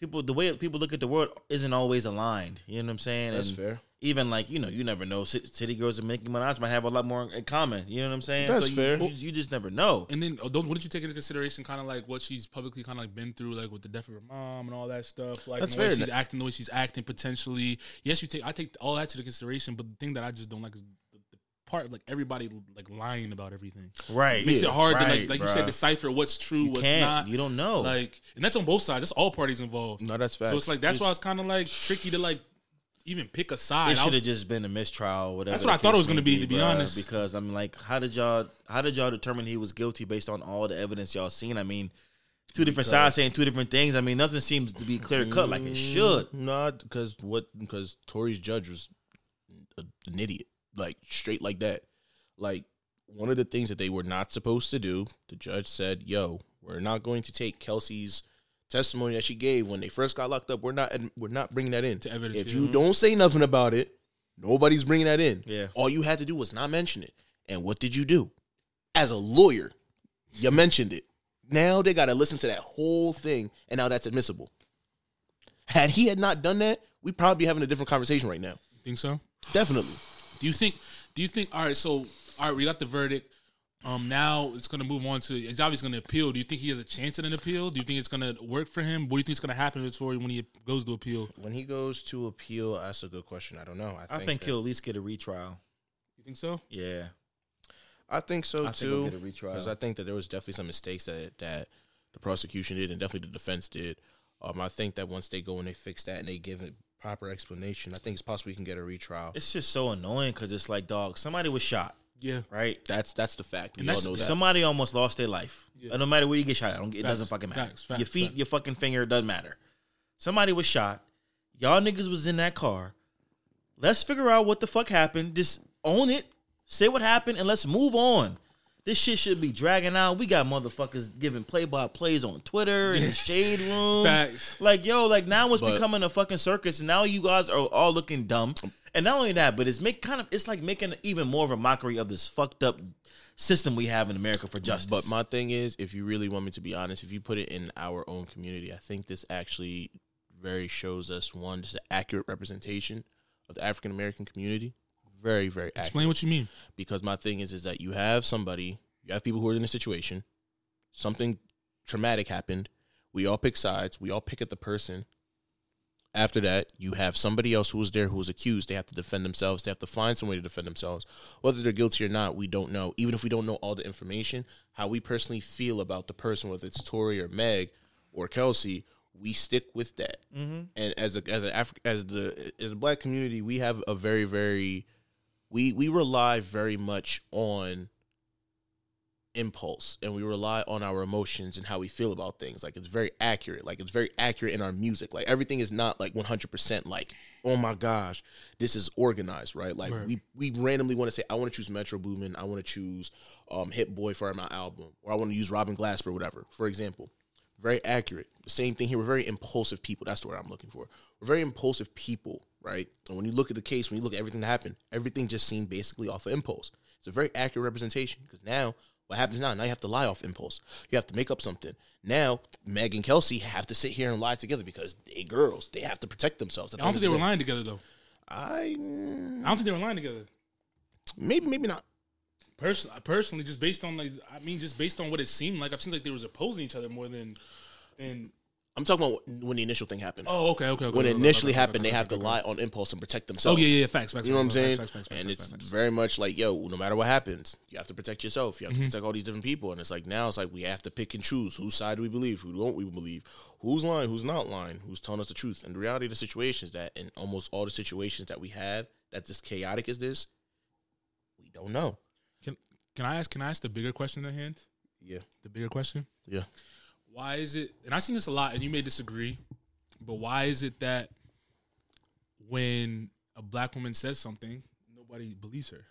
C: people the way people look at the world isn't always aligned. You know what I'm saying?
B: That's
C: And
B: fair.
C: even like you know, you never know. Ci- City girls and Nicki Minaj might have a lot more in common. You know what I'm saying?
B: That's
C: you,
B: fair.
C: You, you just never know.
A: And then, oh, don't, wouldn't you take into consideration kind of like what she's publicly kind of like been through, like with the death of her mom and all that stuff? Like,
B: That's
A: the way
B: fair.
A: she's acting the way she's acting potentially. Yes, you take, I take all that into consideration, but the thing that I just don't like is the, the part, like everybody like lying about everything.
C: Right.
A: It makes it hard to,
C: Right,
A: like, like you said,
C: bruh.
A: decipher what's true,
C: You
A: what's
C: can't.
A: not.
C: You don't know.
A: Like, and that's on both sides. That's all parties involved.
B: No, that's
A: So it's
B: facts.
A: like, that's why it's kind of like tricky to like even pick a side.
C: It
A: I
C: should
A: was-
C: have just been a mistrial. or Whatever.
A: That's what
C: the
A: I thought it
C: case
A: was gonna
C: may
A: be, to be
C: bruh,
A: honest.
C: Because I'm like, how did y'all? How did y'all determine he was guilty based on all the evidence y'all seen? I mean, two different sides saying two different things. I mean, nothing seems to be clear cut like it should.
B: Not because Mm, what because Tory's judge was a, an idiot, like straight like that. Like one of the things that they were not supposed to do, the judge said, "Yo, we're not going to take Kelsey's testimony that she gave when they first got locked up. We're not we're not bringing that in.
A: To evidence,
B: if
A: yeah.
B: you don't say nothing about it, nobody's bringing that in.
C: Yeah.
B: all you had to do was not mention it. And what did you do? As a lawyer, you mentioned it. Now they got to listen to that whole thing, and now that's admissible. Had he had not done that, we'd probably be having a different conversation right now.
A: think so?
B: Definitely.
A: Do you think? Do you think? All right. So all right, we got the verdict. Um, now it's going to move on to. It's obviously going to appeal. Do you think he has a chance at an appeal? Do you think it's going to work for him? What do you think is going to happen to Tory when he goes to appeal?
B: When he goes to appeal, that's a good question. I don't know.
C: I think,
B: that-
C: he'll at least get a retrial.
A: You think so?
C: Yeah.
B: I think so
C: I think
B: too.
C: he'll get a retrial.
B: Because I think that there was definitely some mistakes that that the prosecution did, and definitely the defense did. Um, I think that once they go and they fix that and they give it proper explanation, I think it's possible we can get a retrial.
C: It's just so annoying because it's like, dog, somebody was shot,
A: Yeah.
C: right?
B: that's that's the fact. We
A: And
B: all
A: that's-
B: know that.
C: Somebody almost lost their life. And no matter where you get shot, at, I don't, it
A: Facts,
C: doesn't fucking matter.
A: facts, facts,
C: your feet,
A: facts.
C: your fucking finger, it doesn't matter. Somebody was shot. Y'all niggas was in that car. Let's figure out what the fuck happened. Just own it. Say what happened and let's move on. This shit should be dragging out. We got motherfuckers giving play by plays on Twitter and the shade room.
A: Facts.
C: Like, yo, like now it's
B: But-
C: becoming a fucking circus, and now you guys are all looking dumb. And not only that, but it's make kind of it's like making even more of a mockery of this fucked up system we have in America for justice.
B: But my thing is, if you really want me to be honest, if you put it in our own community, I think this actually very shows us one, just an accurate representation of the African American community. Very, very accurate.
A: Explain what you mean.
B: because my thing is, is that you have somebody, you have people who are in a situation, something traumatic happened. We all pick sides. We all pick at the person. After that, you have somebody else who was there who was accused. They have to defend themselves. They have to find some way to defend themselves. Whether they're guilty or not, we don't know. Even if we don't know all the information, how we personally feel about the person, whether it's Tori or Meg or Kelsey, we stick with that. And as a as a Afri- as the as a black community, we have a very very we we rely very much on impulse and we rely on our emotions and how we feel about things like it's very accurate like it's very accurate in our music like everything is not like 100% like oh my gosh this is organized right like
A: Right.
B: we we randomly want to say i want to choose metro boomin i want to choose um hit boy for my album or i want to use robin glasper whatever for example very accurate the same thing here we're very impulsive people that's the word i'm looking for we're very impulsive people right and when you look at the case when you look at everything that happened everything just seemed basically off of impulse it's a very accurate representation because now what happens now? Now you have to lie off impulse. You have to make up something. Now Meg and Kelsey have to sit here and lie together because they girls. They have to protect themselves.
A: I don't think they were lying together though.
B: I
A: I
B: mm,
A: don't think they were lying together.
B: maybe maybe not.
A: Person, personally, just based on like, I mean, just based on what it seemed like, I've seen like they was opposing each other more than, than.
B: I'm talking about when the initial thing happened.
A: Oh, okay, okay. okay
B: when it
A: okay,
B: initially
A: okay, okay,
B: happened,
A: okay,
B: they have to
A: okay.
B: lie on impulse and protect
A: Oh
B: themselves.
A: yeah, yeah, yeah, facts, facts.
B: You know what I'm
A: facts,
B: saying?
A: Facts, facts, facts,
B: and
A: facts,
B: it's
A: facts.
B: very much like, yo, no matter what happens, you have to protect yourself. You have to protect all these different people. And it's like now it's like we have to pick and choose whose side do we believe, who don't we believe, who's lying, who's not lying, who's telling us the truth. And the reality of the situation is that in almost all the situations that we have that's as chaotic as this, we don't know.
A: Can can I ask? Can I ask the bigger question at hand?
B: Yeah.
A: The bigger question.
B: Yeah.
A: Why is it? And I've seen this a lot, and you may disagree, but why is it that when a black woman says something, nobody believes her,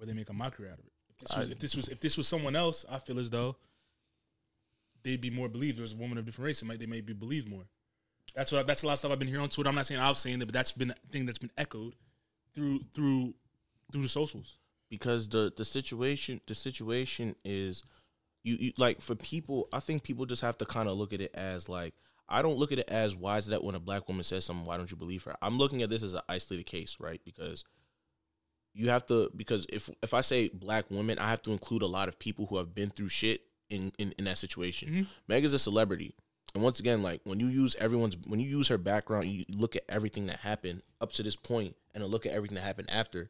A: or they make a mockery out of it? If this was, if this was, if this was someone else, I feel as though they'd be more believed. There's a woman of different race, it might they may be believed more. That's what. I- That's a lot of stuff I've been hearing on Twitter. I'm not saying I've seen it, but that's been a thing that's been echoed through through through the socials.
B: because the the situation the situation is you, you like for people i think people just have to kind of look at it as like I don't look at it as why is that when a black woman says something, why don't you believe her? I'm looking at this as an isolated case, right? Because you have to because if if I say black women, I have to include a lot of people who have been through shit in in, in that situation. Meg is a celebrity. And once again, like when you use everyone's when you use her background, you look at everything that happened up to this point and then look at everything that happened after.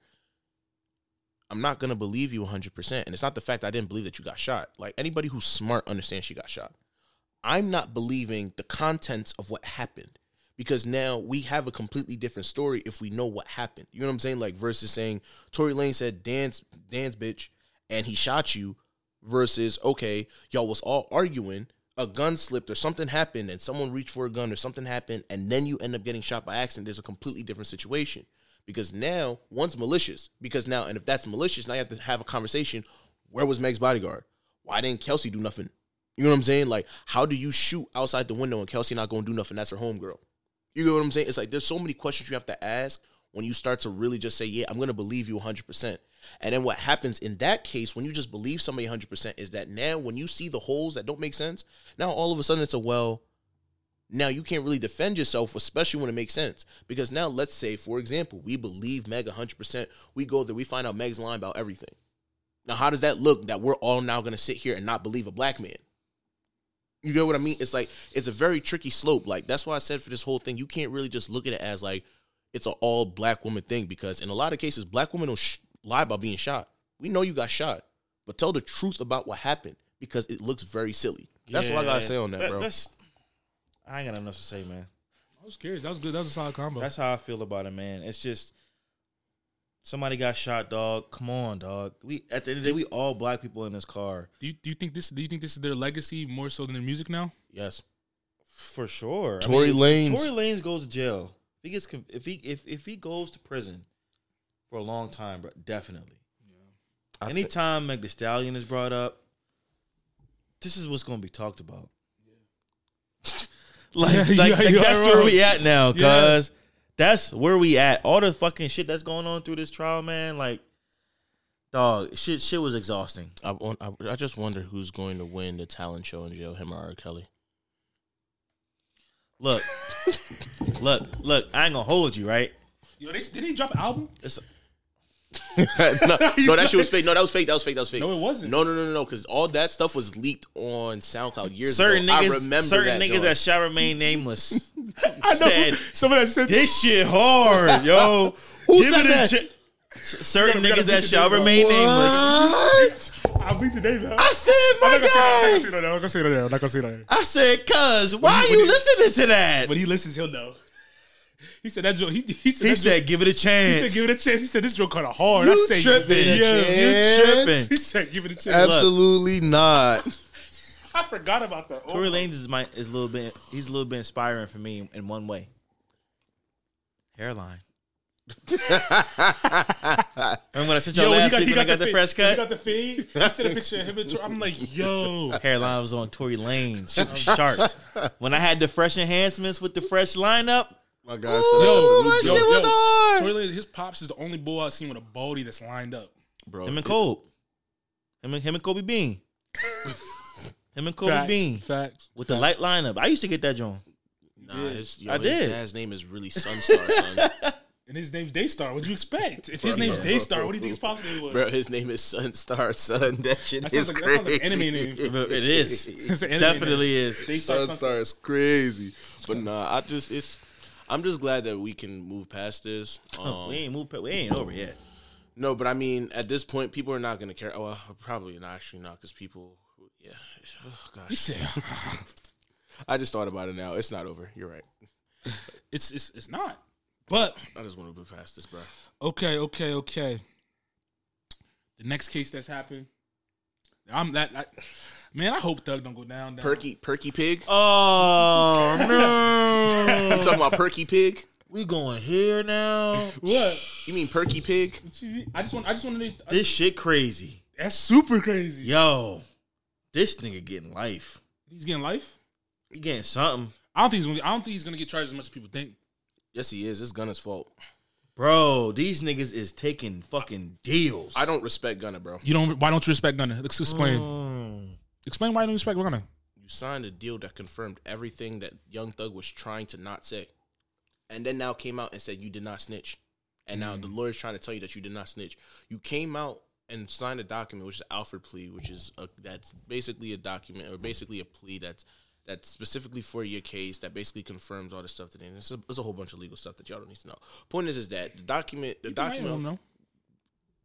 B: I'm not gonna believe you 100%. And it's not the fact that I didn't believe that you got shot. Like anybody who's smart understands she got shot. I'm not believing the contents of what happened because now we have a completely different story if we know what happened. You know what I'm saying? Like versus saying Tory Lane said dance, dance, bitch, and he shot you. Versus okay, y'all was all arguing, a gun slipped or something happened, and someone reached for a gun or something happened, and then you end up getting shot by accident. There's a completely different situation because now one's malicious because now and if that's malicious, now you have to have a conversation. Where was Meg's bodyguard? Why didn't Kelsey do nothing? You know what I'm saying? Like, how do you shoot outside the window and Kelsey not gonna do nothing? That's her homegirl. You know what I'm saying? It's like there's so many questions you have to ask when you start to really just say, yeah, I'm going to believe you 100%. And then what happens in that case when you just believe somebody 100% is that now when you see the holes that don't make sense, now all of a sudden it's a well, now you can't really defend yourself, especially when it makes sense. Because now let's say, for example, we believe Meg 100%. We go there, we find out Meg's lying about everything. Now, how does that look that we're all now going to sit here and not believe a black man? You get what I mean? It's like it's a very tricky slope. Like that's why I said for this whole thing, you can't really just look at it as like it's an all black woman thing because in a lot of cases, black women don't sh- lie about being shot. We know you got shot, but tell the truth about what happened because it looks very silly. That's all I gotta say on that, bro.
C: That's, I ain't got enough to say, man.
A: I was curious. That was good. That was a solid combo.
C: That's how I feel about it, man. It's just somebody got shot, dog. Come on, dog. We at the end of the day, we all black people in this car
A: do you do you think this do you think this is their legacy more so than their music now?
B: yes,
C: for sure. I
B: Tory
C: mean,
B: Lanez.
C: Tory Lanez goes to jail. If he gets con- if he if if he goes to prison for a long time, bro, definitely. Anytime Meg Thee Stallion is brought up, this is what's going to be talked about. like,
A: Yeah,
C: like, like
A: you- you
C: that's
A: are
C: where
A: wrong.
C: we at now, cuz.
A: Yeah.
C: That's where we at. All the fucking shit that's going on through this trial, man. Like, dog, shit, shit was exhausting.
B: I, want- I, I just wonder who's going to win the talent show in jail, him or R. Kelly.
C: Look, look, look. I ain't gonna hold you, right?
A: Yo, they, did he drop an album?
C: It's
B: no, no, that shit was fake. No, that was fake. That was fake. That was fake.
A: No, it wasn't.
B: No, no, no, no, no. Because all that stuff was leaked on SoundCloud years
C: certain
B: ago. I
C: niggas,
B: remember
C: certain
B: that,
C: niggas
B: dog.
C: that shall remain nameless.
A: I know.
C: Said-
A: Someone that said
C: this shit hard, yo. Who
B: said that?
C: Certain
A: We gotta- we
C: niggas
A: gotta
C: that shall
A: beat the
C: remain nameless.
A: I bleep the name out.
C: I said, my
A: I'm not gonna
C: guy.
A: say it on there. I'm not gonna say it on there. I'm not gonna say it on there.
C: I said, cuz, why are
A: when
C: you
A: you-
C: listening to that?
A: When he listens, he'll know. He said that joke. He, he said that
C: He
A: joke-
C: said, give it a
A: he said
C: chance.
A: give it a chance. He said this joke kind of hard.
C: You
A: I say
C: tripping.
A: give it a
C: Yeah,
A: chance.
C: you tripping.
A: He said give it a chance.
B: Absolutely not.
A: I forgot about that.
C: Tory Lanez is my is a little bit he's a little bit inspiring for me in one way. Hairline. Remember when I
A: Oh.
C: sent y'all last week when I got the,
A: fade-
C: fresh
A: He
C: cut?
A: got the fade. He sent a picture of him. And Tor- I'm like, yo,
C: hairline was on Tory Lane's. She was sharp. when I had the fresh enhancements with the fresh lineup,
B: My God,
A: yo, yo. Tory Lanez, his pops is the only boy I've seen with a baldy that's lined up.
B: bro.
C: him and Kobe, him and him and Kobe Bean, him and Kobe Bean
A: Facts.
C: with the light lineup. I used to get that John.
B: Nah, his, yo,
C: I
B: his
C: did.
B: dad's name is really Sunstar, son.
A: And his name's Daystar. What'd you expect? If his
B: Bro,
A: name's
B: bro,
A: Daystar,
B: bro,
A: what do you think his
B: bro.
A: pops name was?
B: bro, his name is Sunstar, son. That shit
A: That
B: is
A: sounds like- that sounds like an
B: crazy.
A: enemy name.
C: It is
A: It's an anime
C: definitely
A: name.
C: is.
A: Daystar. something.
B: Sunstar is crazy. But nah, I just it's. I'm just glad that we can move past this. Um,
C: We ain't moved. pa- We ain't over yet.
B: No, but I mean, at this point, people are not going to care. Oh, well, probably not. Actually, not because people. Yeah. Oh,
A: He
B: gosh.
A: said,
B: I just thought about it now. It's not over. You're right.
A: it's, it's, it's not. But
B: I just want to move past this, bro.
A: Okay, okay, okay. The next case that's happened, I'm that. that man, I hope Thug don't go down. down.
B: Perky, Perky Pig.
C: Oh no,
B: You talking about Perky Pig?
C: we going here now.
A: What?
B: You mean Perky Pig?
A: I just want. I just want to.
C: This shit crazy,
A: That's super crazy.
C: yo. This nigga getting life.
A: He's getting life.
C: He getting something,
A: I don't think he's. Gonna, I don't think he's gonna get charged as much as people think.
B: Yes, he is. It's Gunna's fault.
C: bro. These niggas is taking fucking deals.
B: I don't respect Gunna, bro.
C: Uh, Mm.
A: You don't. Why don't you respect Gunna? Let's explain. Explain why you don't respect Gunna.
B: You signed a deal that confirmed everything that Young Thug was trying to not say, and then now came out and said you did not snitch, and now the lawyer's trying to tell you that you did not snitch. You came out and signed a document, which is Alfred plea, which is a, that's basically a document or basically a plea that's that's specifically for your case that basically confirms all the stuff that and it's a, it's a whole bunch of legal stuff that y'all don't need to know. Point is, is that the document the document
A: don't know.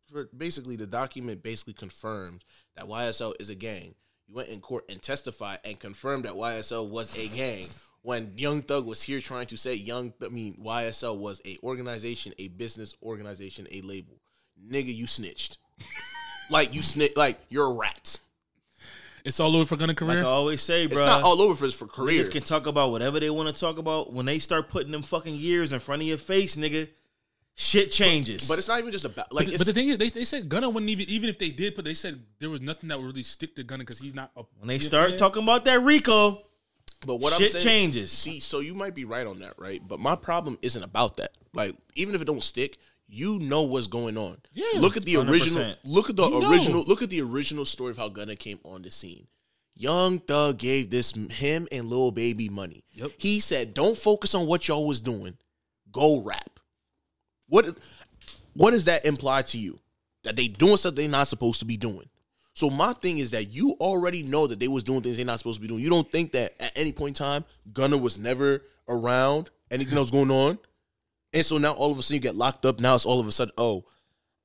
B: for basically the document basically confirmed that YSL is a gang. You went in court and testified and confirmed that YSL was a gang. When Young Thug was here trying to say Young, I mean YSL was a organization, a business organization, a label. Nigga, you snitched. like you snitch. Like you're a rat.
A: It's all over for Gunna
C: Like uh, I
A: career.
C: always say, bro.
B: It's not all over for his for career.
C: Niggas can talk about whatever they want to talk about. When they start putting them fucking years in front of your face, nigga, shit changes.
B: But it's not even just about like.
A: but
B: it's,
A: the thing is, they, they said Gunna wouldn't even even if they did, but they said there was nothing that would really stick to Gunna because he's not. A,
C: when they start talking about that Rico,
B: But what
C: Shit
B: I'm saying,
C: changes.
B: See, so you might be right on that, right? But my problem isn't about that. Like, even if it don't stick, you know what's going on.
A: Yeah.
B: Look at the original.
C: 100%.
B: Look at the
A: You know.
B: original. Look at the original story of how Gunna came on the scene. Young Thug gave this him and Lil Baby money.
C: Yep.
B: He said, "Don't focus on what y'all was doing. Go rap." What? What does that imply to you? That they doing stuff they not supposed to be doing. So my thing is that you already know that they was doing things they're not supposed to be doing. You don't think that at any point in time Gunna was never around, anything else going on, and so now all of a sudden you get locked up. Now it's all of a sudden, oh,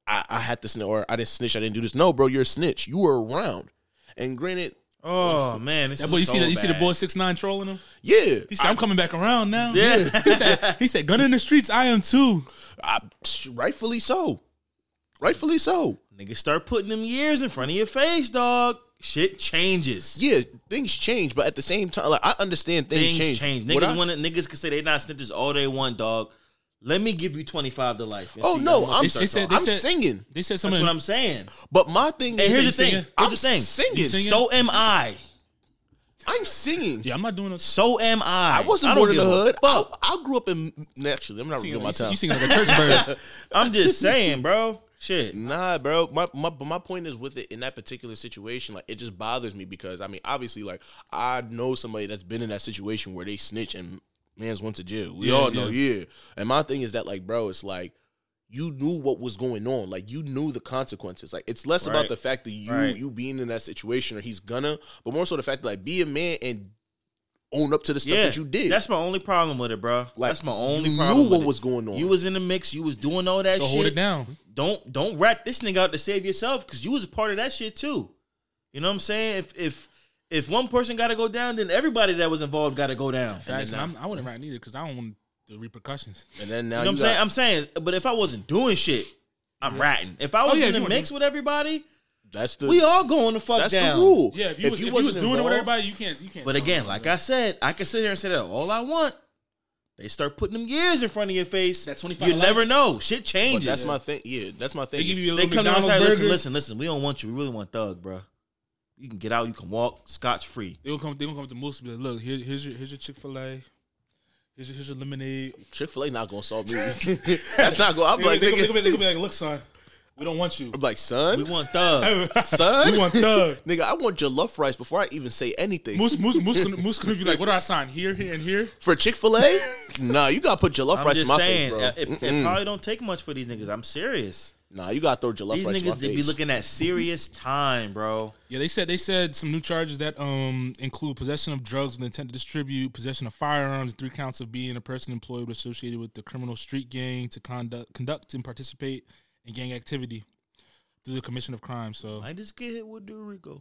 B: I, I had to snitch or I didn't snitch, I didn't do this. No, bro, you're a snitch. You were around, and granted,
C: oh man, this
A: That
C: is
A: boy, you
C: so
A: see that? You see the
C: bad.
A: boy six nine trolling him.
B: yeah,
A: He said, "I'm coming back around now."
C: Yeah.
A: he said, "He said, Gunna in the streets, I am too."
B: I, rightfully so, rightfully so.
C: Niggas start putting them years in front of your face, dog. Shit changes.
B: Yeah, things change, but at the same time, like I understand things,
C: Things change.
B: What
C: Niggas
B: I-
C: want to niggas can say they not snitches all they want, dog. Let me give you twenty five to life. and
B: Oh
C: see
B: no,
C: how much
B: I'm,
C: you
A: They- they
C: start
A: said-
C: talking.
A: they
B: I'm
A: said-
B: singing,
A: They said
C: That's
A: something.
C: what I'm saying.
B: but my thing
C: And
B: is,
C: here's the
A: you
C: thing.
A: singing?
C: Here's
B: I'm
C: the thing.
B: singing.
A: singing?
C: So am I.
B: I'm singing.
A: yeah, I'm not doing a.
C: So am I.
B: I wasn't
C: don't
B: born in the
C: give a
B: hood. I, I grew up in. Actually, I'm not
A: You
B: revealing my
A: singing,
B: time.
A: you singing like a church bird.
C: I'm just saying, bro. Shit.
B: Nah, bro. My my but my point is with it in that particular situation, like it just bothers me because I mean, obviously, like I know somebody that's been in that situation where they snitch and man's went to jail. We
A: Yeah,
B: all know,
A: yeah.
B: yeah. And my thing is that, like, bro, it's like you knew what was going on. Like you knew the consequences. Like it's less about
C: Right.
B: the fact that you
C: Right.
B: you being in that situation or he's gonna, but more so the fact that like be a man and own up to the stuff that you did.
C: That's my only problem with it, bro.
B: Like,
C: that's my only
B: you
C: problem.
B: knew what
C: with it.
B: was going on.
C: You was in the mix. You was doing all that
A: so
C: shit.
A: hold it down.
C: Don't don't rat this nigga out to save yourself because you was a part of that shit too. You know what I'm saying? If if if one person got to go down, then everybody that was involved got to go down.
A: Facts, and I'm, I wouldn't write either because I don't want the repercussions.
B: and then now
C: You know what I'm
B: got-
C: saying? I'm saying, but if I wasn't doing shit, I'm ratting. If I was
A: yeah, if
C: in the
A: you were
C: mix
A: doing-
C: with everybody,
B: that's the
C: we all going the fuck
B: that's
C: down.
B: the rule.
A: Yeah, if you was, if you was
B: wasn't
A: doing it with
B: involved-
A: everybody, you can't. You can't.
C: But
A: tell
C: again,
A: me
C: like
A: that.
C: I said, I can sit here and say that all I want. They start putting them years in front of your face.
A: That 25
C: You
A: life.
C: never know. Shit
B: But
C: changes.
B: that's my thing. Yeah, that's my thing.
A: they give you a
C: They
A: little
C: come
A: McDonald's
C: outside.
A: burger.
C: Listen, listen, listen. We don't want you. We really want Thug, bro. You can get out. You can walk scotch free.
A: They gonna come. They gonna come up to Moose and be like, "Look, here, here's your here's your Chick Fil A, here's your, here's your lemonade."
B: Chick Fil A not gonna solve me. that's not going. I'm
A: They gonna
B: like,
A: they gonna- they
B: nigga,
A: gonna be like, "Look, son, we don't want you.
B: I'm like,
C: We
B: son,
C: want Thug.
B: son,
A: we want thug."
B: nigga, I want your love rice before I even say anything.
A: Moose, Moose, Moose, gonna, Moose gonna be like, "What do I sign here, here, and here?"
B: For Chick Fil A, nah, you gotta put jollof
C: I'm
B: rice in
C: just
B: my
C: saying. uh,
B: face,
C: it,
B: bro.
C: it
B: Mm-mm.
C: probably don't take much for these niggas. I'm serious.
B: nah, you gotta throw jollof
C: These
B: rice in my
C: niggas they
B: face.
C: be looking at serious time, bro.
A: Yeah, they said they said some new charges that um include possession of drugs with intent to distribute, possession of firearms, three counts of being a person employed or associated with the criminal street gang to conduct conduct and participate in gang activity through the commission of crime. So
C: I just get hit with the Rico.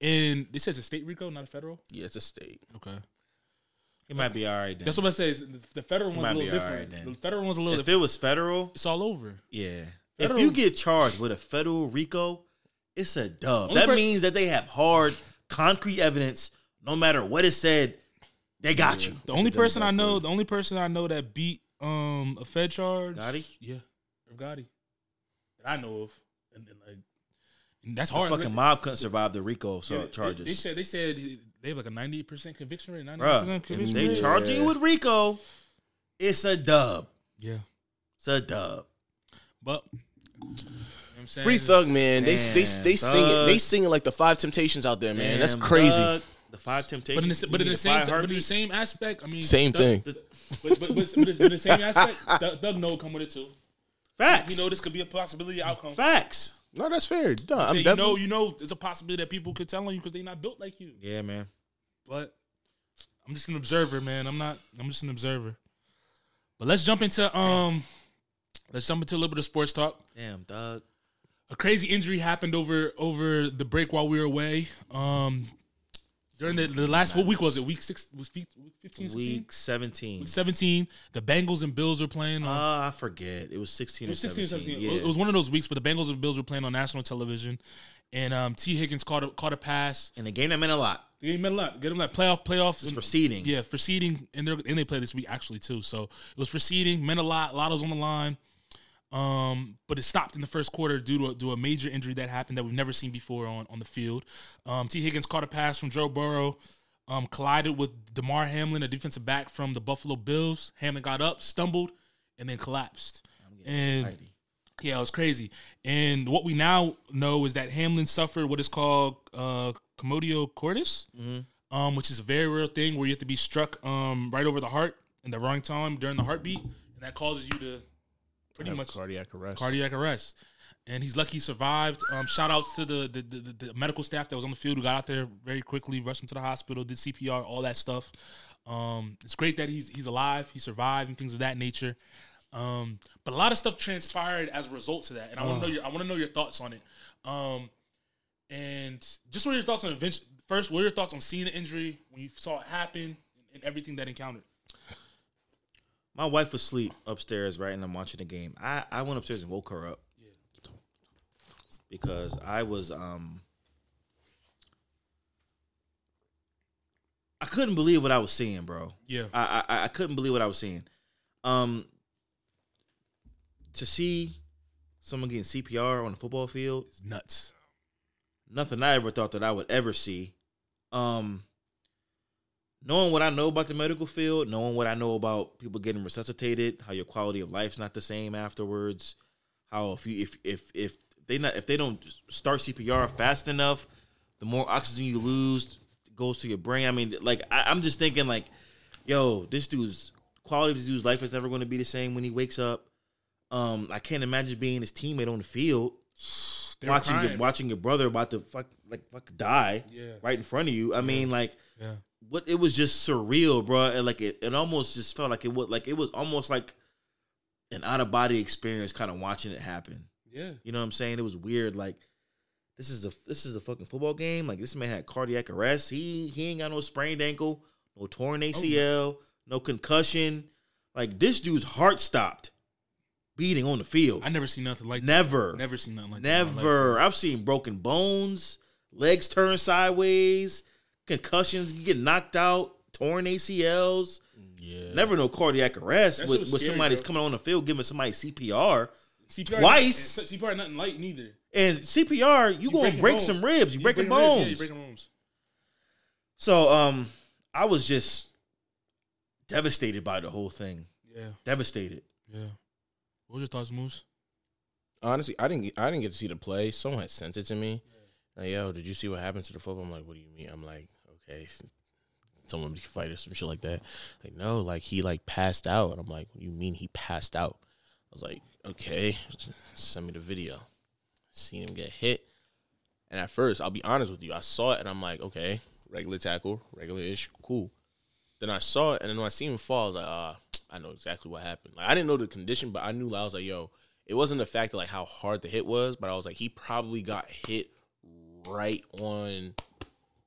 A: and they said it's a state Rico, not a federal.
B: yeah, it's a state.
A: Okay.
C: It might be all right then.
A: That's what I say. is the- The federal one's
C: Might
A: a
C: be
A: little
C: alright
A: different.
C: then.
A: the federal one's a little.
C: if it was federal,
A: it's all over.
C: yeah.
A: Federal-
C: If you get charged with a federal Rico, it's a dub.
A: Only
C: that
A: per-
C: means that they have hard, concrete evidence. No matter what is said, they got you.
A: The only person I know, the only person I know that beat um a Fed charge,
C: Gotti?
A: yeah, Irv Gotti, that I know of, and, and like and that's hard.
C: The fucking mob couldn't survive the Rico
A: Yeah,
C: so,
A: they-
C: charges.
A: They, said they said he- they have like a ninety eight percent conviction rate. Ninety eight
C: Bruh,
A: percent
C: if
A: conviction
C: they
A: rate.
C: charge you with Rico, it's a dub.
A: yeah,
C: It's a dub.
A: but know what I'm saying?
B: Free Thug, man. They they
C: Man,
B: they sing it.
C: Thug.
B: They sing it like the Five Temptations out there, man. That's crazy.
C: Thug, the five temptations.
A: But in the, but in the same but in the same aspect, I mean,
B: Same
A: Thug-
B: thing.
A: the- but, but, but, but in the same aspect, Doug, Doug No come with it too.
C: facts.
A: You know, this could be a possibility outcome.
C: facts.
B: No, that's fair. No,
A: So
B: I'm
A: you
B: definitely-
A: know, you know, it's a possibility that people could tell on you because they're not built like you.
C: Yeah, man.
A: But I'm just an observer, man. I'm not. I'm just an observer. But let's jump into um, let's jump into a little bit of sports talk.
C: Damn, Thug.
A: a crazy injury happened over over the break while we were away. Um, during the, the last what week was it? Week six was fe- week 15, 16?
C: Week seventeen.
A: 17. The Bengals and Bills were playing on
C: Ah, I forget. It was sixteen
A: it
C: or
A: was 16
C: seventeen.
A: or 17.
C: Yeah.
A: It was one of those weeks, but the Bengals and Bills were playing on national television. And um, T. Higgins caught a, caught a pass.
C: in a game that meant a lot.
A: They gave him a lot. Get him that playoff playoff
C: It's for seeding.
A: Mm. Yeah, for seeding, and they are and they play this week actually too. So it was for seeding, meant a lot. Lotto's on the line, um, but it stopped in the first quarter due to a, due to a major injury that happened that we've never seen before on on the field. Um, T. Higgins caught a pass from Joe Burrow, um, collided with Demar Hamlin, a defensive back from the Buffalo Bills. Hamlin got up, stumbled, and then collapsed. And yeah, it was crazy. And what we now know is that Hamlin suffered what is called uh, commodio cordis, um, which is a very real thing where you have to be struck um, right over the heart in the wrong time during the heartbeat, and that causes you to pretty much
B: cardiac arrest.
A: cardiac arrest. And he's lucky he survived. Um, shout outs to the the, the the the medical staff that was on the field who got out there very quickly, rushed him to the hospital, did CPR, all that stuff. Um, it's great that he's he's alive, he survived, and things of that nature. Um, but a lot of stuff transpired as a result to that, and I want to know your I want to know your thoughts on it. Um, and just what are your thoughts on event? First, what are your thoughts on seeing the injury when you saw it happen and everything that encountered?
C: My wife was asleep upstairs, right, and I'm watching the game. I, I went upstairs and woke her up. Because I was um I couldn't believe what I was seeing, bro.
A: Yeah,
C: I I, I couldn't believe what I was seeing. Um to see someone getting CPR on the football field,
A: it's nuts.
C: nothing I ever thought that I would ever see. Um, knowing what I know about the medical field, knowing what I know about people getting resuscitated, how your quality of life's not the same afterwards, how if you if if if they not if they don't start CPR fast enough, the more oxygen you lose goes to your brain. I mean, like I, I'm just thinking like, yo, this dude's quality of this dude's life is never going to be the same when he wakes up. Um, I can't imagine being his teammate on the field
A: They were
C: watching your,
A: crying.
C: watching your brother about to fuck like fuck die
A: Yeah.
C: right in front of you. I mean, like
A: Yeah.
C: what it was just surreal, bro. And like it, it almost just felt like it was like it was almost like an out of body experience, kind of watching it happen.
A: yeah,
C: You know what I'm saying? It was weird. Like this is a this is a fucking football game. Like this man had cardiac arrest. He he ain't got no sprained ankle, no torn
A: Oh,
C: ACL, no concussion. Like this dude's heart stopped beating on the field.
A: I never seen nothing like that.
C: never,
A: Never seen nothing like that. in my life.
C: Never. I've seen broken bones, legs turned sideways, concussions, you get knocked out, torn ACLs.
I: Yeah.
C: Never no cardiac arrest
A: That shit
C: with,
A: was
C: with
A: scary,
C: somebody's
A: bro.
C: coming on the field giving somebody CPR.
A: CPR
C: Twice?
A: and CPR nothing light neither.
C: And CPR, you, gonna
A: breaking
C: break
A: bones.
C: some ribs. You, breaking,
A: breaking ribs,
C: bones.
A: yeah, you breaking bones.
C: so um I was just devastated by the whole thing.
A: Yeah,
C: Devastated.
A: yeah. What was your thoughts, Moose?
B: Honestly, I didn't. I didn't get to see the play. Someone had sent it to me. Like, yo, did you see what happened to the football? I'm like, what do you mean? I'm like, okay, someone fight or some shit like that. Like, no, like he like passed out. And I'm like, what do you mean he passed out? I was like, okay, send me the video. Seen him get hit. And at first, I'll be honest with you, I saw it and I'm like, okay, regular tackle, regular ish, cool. Then I saw it and then when I seen him fall, I was like, ah, I know exactly what happened. Like I didn't know the condition, but I knew I was like, yo, it wasn't the fact that like how hard the hit was, but I was like, he probably got hit right on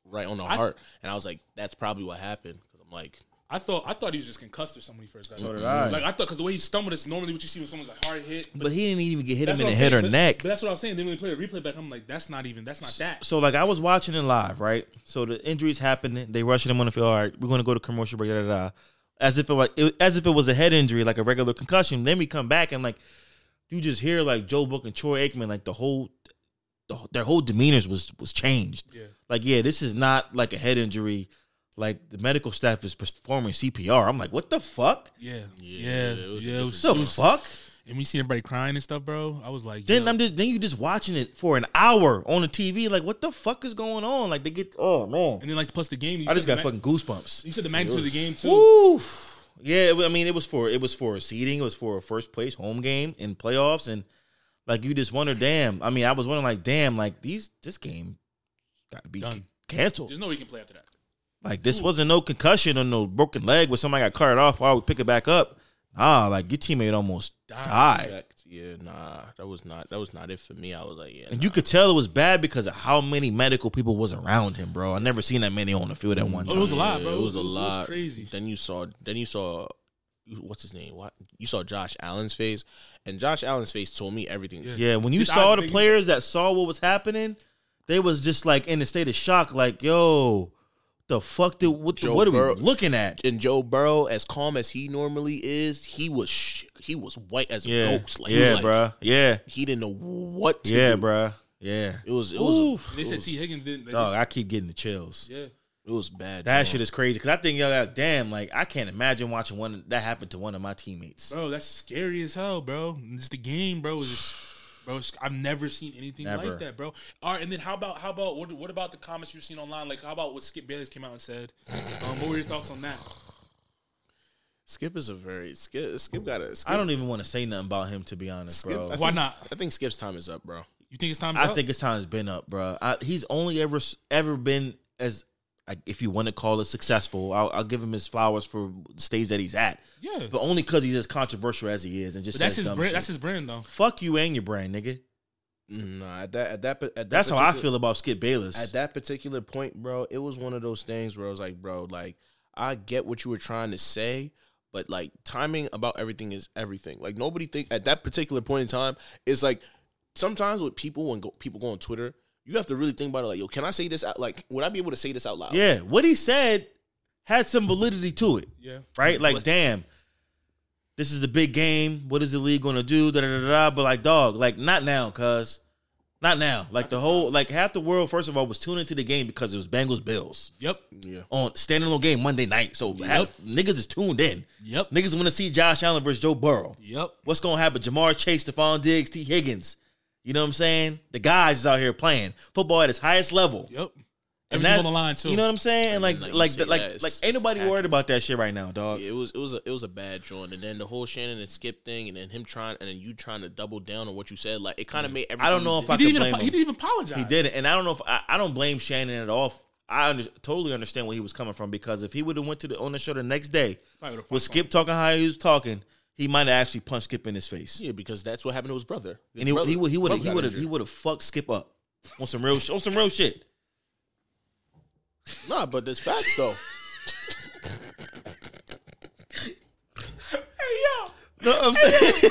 B: right on the heart. And I was like, that's probably what happened. Cause I'm like,
A: I thought I thought he was just concussed or something when he first got hit.
C: I.
A: Like I thought because the way he stumbled is normally what you see when someone's like hard hit.
C: But he didn't even get hit
A: That's
C: him
A: what
C: in the
A: I'm
C: head
A: saying,
C: or
A: but-
C: neck.
A: But that's what I was saying. Then when they play a replay back, I'm like, that's not even. That's not that.
C: So like I was watching it live, right? So the injuries happened. They rushing him on the field. All right, we're going to go to commercial break. Da, da, da. As if it was it, as if it was a head injury, like a regular concussion. Then we come back and like you just hear like Joe Book and Troy Aikman, like the whole the, their whole demeanors was was changed.
A: Yeah.
C: Like yeah, this is not like a head injury. Like the medical staff is performing CPR. I'm like, what the fuck?
A: Yeah, yeah, yeah. It was,
C: What the fuck?
A: and we see everybody crying and stuff, bro. I was like,
C: Then
A: yo.
C: I'm just then you just watching it for an hour on the TV. Like, what the fuck is going on? Like they get oh man.
A: and then like plus the game. you
C: I just
A: said
C: got
A: the ma-
C: fucking goosebumps.
A: You said the magnitude of the game too.
C: Woo. Yeah, it wa- I mean it was for it was for seeding, it was for a first place home game in playoffs, and like you just wonder, damn. I mean, I was wondering like, damn, like these this game got to be
A: Done.
C: canceled.
A: There's no way you can play after that.
C: Like this wasn't no concussion or no broken leg where somebody got carted off while we pick it back up. Ah, like your teammate almost died.
B: Correct. Yeah, nah, that was not that was not it for me. I was like, yeah,
C: And you could tell it was bad because of how many medical people was around him, bro. I never seen that many on the field at one
A: Oh,
C: time.
A: it was a lot, bro.
B: it was a lot.
A: crazy.
B: Then you saw, then you saw, what's his name? What you saw Josh Allen's face, and Josh Allen's face told me everything.
C: yeah, when you
A: His
C: saw
A: eyes
C: the
A: big.
C: players that saw what was happening, they was just like in a state of shock, like, yo, the fuck did what,
B: Joe
C: what are
B: Burrow-
C: we looking at?
B: And Joe Burrow, as calm as he normally is, he was sh- he was white as
C: Yeah.
B: a ghost. Like, he was
C: yeah,
B: like-
C: bruh. Yeah.
B: He didn't know what. To
C: Yeah,
B: do.
C: bruh. Yeah.
B: It was it was a,
A: They said T Higgins didn't. They
C: Dog,
A: just,
C: I keep getting the chills.
A: yeah.
B: it was bad.
C: That
B: dog.
C: shit is crazy. Cause I think yo, like, damn, like I can't imagine watching one that happened to one of my teammates.
A: Bro, that's scary as hell, bro. It's the game, bro. It's just, bro, it's- I've never seen anything
C: Never.
A: like that, bro. All right, and then how about how about what, what about the comments you've seen online? Like, how about what Skip Bayless came out and said? Um, what were your thoughts on that?
B: Skip is a very Skip. Skip got a. Skip,
C: I don't even want to say nothing about him to be honest,
B: Skip,
C: bro.
B: I think-
A: Why not?
B: I think Skip's time is up, bro.
A: You think it's time?
C: I think his time's been up, bro. I, he's only ever ever been as like, if you want to call it successful. I'll, I'll give him his flowers for the stage that he's at,
A: yeah,
C: but
A: but,
C: only because he's as controversial as he is and just
A: that's
C: says
A: his
C: dumb
A: brand.
C: shit.
A: That's his brand, though.
C: Fuck you and your brand, nigga.
B: Nah, at that at that at that
C: That's how I
B: particular-
C: feel about Skip Bayless.
B: at that particular point, bro, it was one of those things where I was like, bro, like I get what you were trying to say, but like timing about everything is everything. Like nobody think at that particular point in time, it's like sometimes with people when go, people go on Twitter, you have to really think about it. Like, yo, can I say this out? Like, would I be able to say this out loud?
C: yeah, what he said had some validity to it.
A: Yeah,
C: right? Like, damn, this is a big game. What is the league gonna do? Da da da da. But like, dog, like not now, cuz. Not now. Like the whole, like half the world. First of all, was tuning to the game because it was Bengals Bills
A: yep,
B: yeah.
C: on standalone game Monday night. So half- niggas is tuned in.
A: yep,
C: Niggas want to see Josh Allen versus Joe Burrow.
A: yep.
C: What's gonna happen? Jamar Chase, Stephon Diggs, T Higgins. You know what I'm saying? The guys is out here playing football at its highest level.
A: Yep.
C: And
A: Everything
C: that-
A: on the line too.
C: You know what I'm saying? And like,
B: then, like, you
C: like,
B: say
C: like, like,
B: that, it's-
C: ain't
B: it's
C: nobody worried
B: tacky.
C: about that shit right now, dog.
B: It was it was a it was a bad joint, and then the whole Shannon and Skip thing, and then him trying, and then you trying to double down on what you said. Like it kind of made. Everything
C: I don't know
B: you
C: if
B: did-
C: I
A: he didn't
C: can
A: even.
C: blame
A: apo-
C: him.
A: He didn't even apologize.
C: He did it, and I don't know if I, I don't blame Shannon at all. I under, totally understand where he was coming from because if he would have went to the on the show the next day
A: Probably would've
C: with
A: punched
C: Skip talking how he was talking, he might have actually punched Skip in his face,
B: Yeah, because that's what happened to his brother. His
C: and he
B: brother-
C: he would he would
B: brother
C: he
B: got
C: would have
B: injured.
C: he would have fucked Skip up on some real sh- on some real shit.
B: Nah, but there's facts though.
C: No, I'm saying,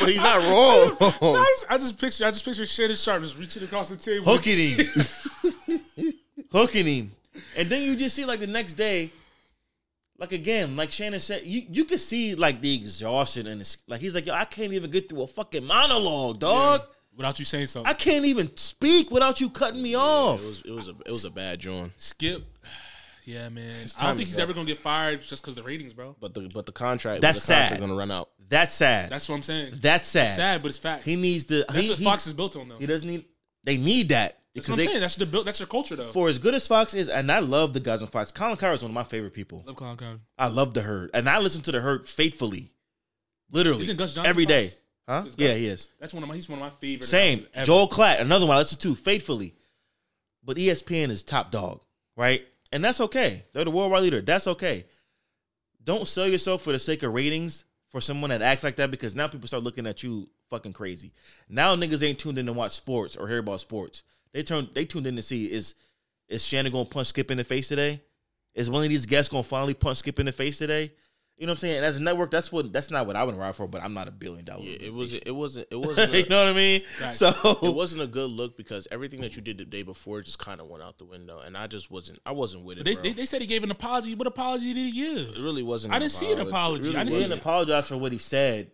C: but he's not wrong.
A: I just, I just picture. I just picture Shannon Sharp just reaching across the table.
C: Hooking him, hooking him, and then you just see like the next day. Like again, like Shannon said, you you could see like the exhaustion and it's like he's like, yo, I can't even get through a fucking monologue, dog.
A: without you saying something.
C: I can't even speak without you cutting me off.
B: It was it was a it was a bad joint.
A: Skip. Yeah, man. I
B: time
A: don't think
B: is
A: he's
B: up.
A: ever gonna get fired just because the ratings, bro.
B: But the but the contract
C: That's
B: the contract
C: sad.
B: Going to run out.
C: That's sad. That's,
A: That's what I'm saying.
C: sad.
A: sad, but it's fact.
C: He needs to.
A: that's
C: he,
A: what
C: he-
A: Fox is built on, though.
C: he doesn't need. They need that
A: that's
C: because
A: what I'm
C: they,
A: saying. That's the built. That's your culture, though.
C: for as good as Fox is, and I love the guys on Fox. Colin Cowherd is one of my favorite people.
A: Love Colin Cowherd.
C: I love the herd, and I listen to the herd faithfully, literally
A: Isn't Gus Johnson
C: every
A: Fox?
C: day. Huh?
A: Is Gus-
C: Yeah, he is.
A: That's one of my. He's one of my favorite.
C: Same.
A: announcers ever.
C: Joel Klatt, another one I listen to faithfully. But E ESPN is top dog, right? And that's okay. They're the worldwide leader. That's okay. Don't sell yourself for the sake of ratings for someone that acts like that because now people start looking at you fucking crazy. Now niggas ain't tuned in to watch sports or hear about sports. They turn they tuned in to see is is Shannon gonna punch Skip in the face today? Is one of these guests gonna finally punch Skip in the face today? You know what I'm saying? And as a network, that's what that's not what I would ride for, but I'm not a billion dollar.
B: Yeah, it
C: organization.
B: was it wasn't it wasn't
C: you
B: a,
C: know what I mean?
A: Facts.
C: So
B: it wasn't a good look because everything that you did the day before just kind of went out the window, and I just wasn't I wasn't with it.
A: They,
B: bro.
A: they, they said he gave an apology. What apology did he
B: it
A: give?
B: really wasn't.
A: I didn't see an apology.
B: It
A: I didn't
C: He
A: see
B: wasn't.
C: didn't apologize for what he said.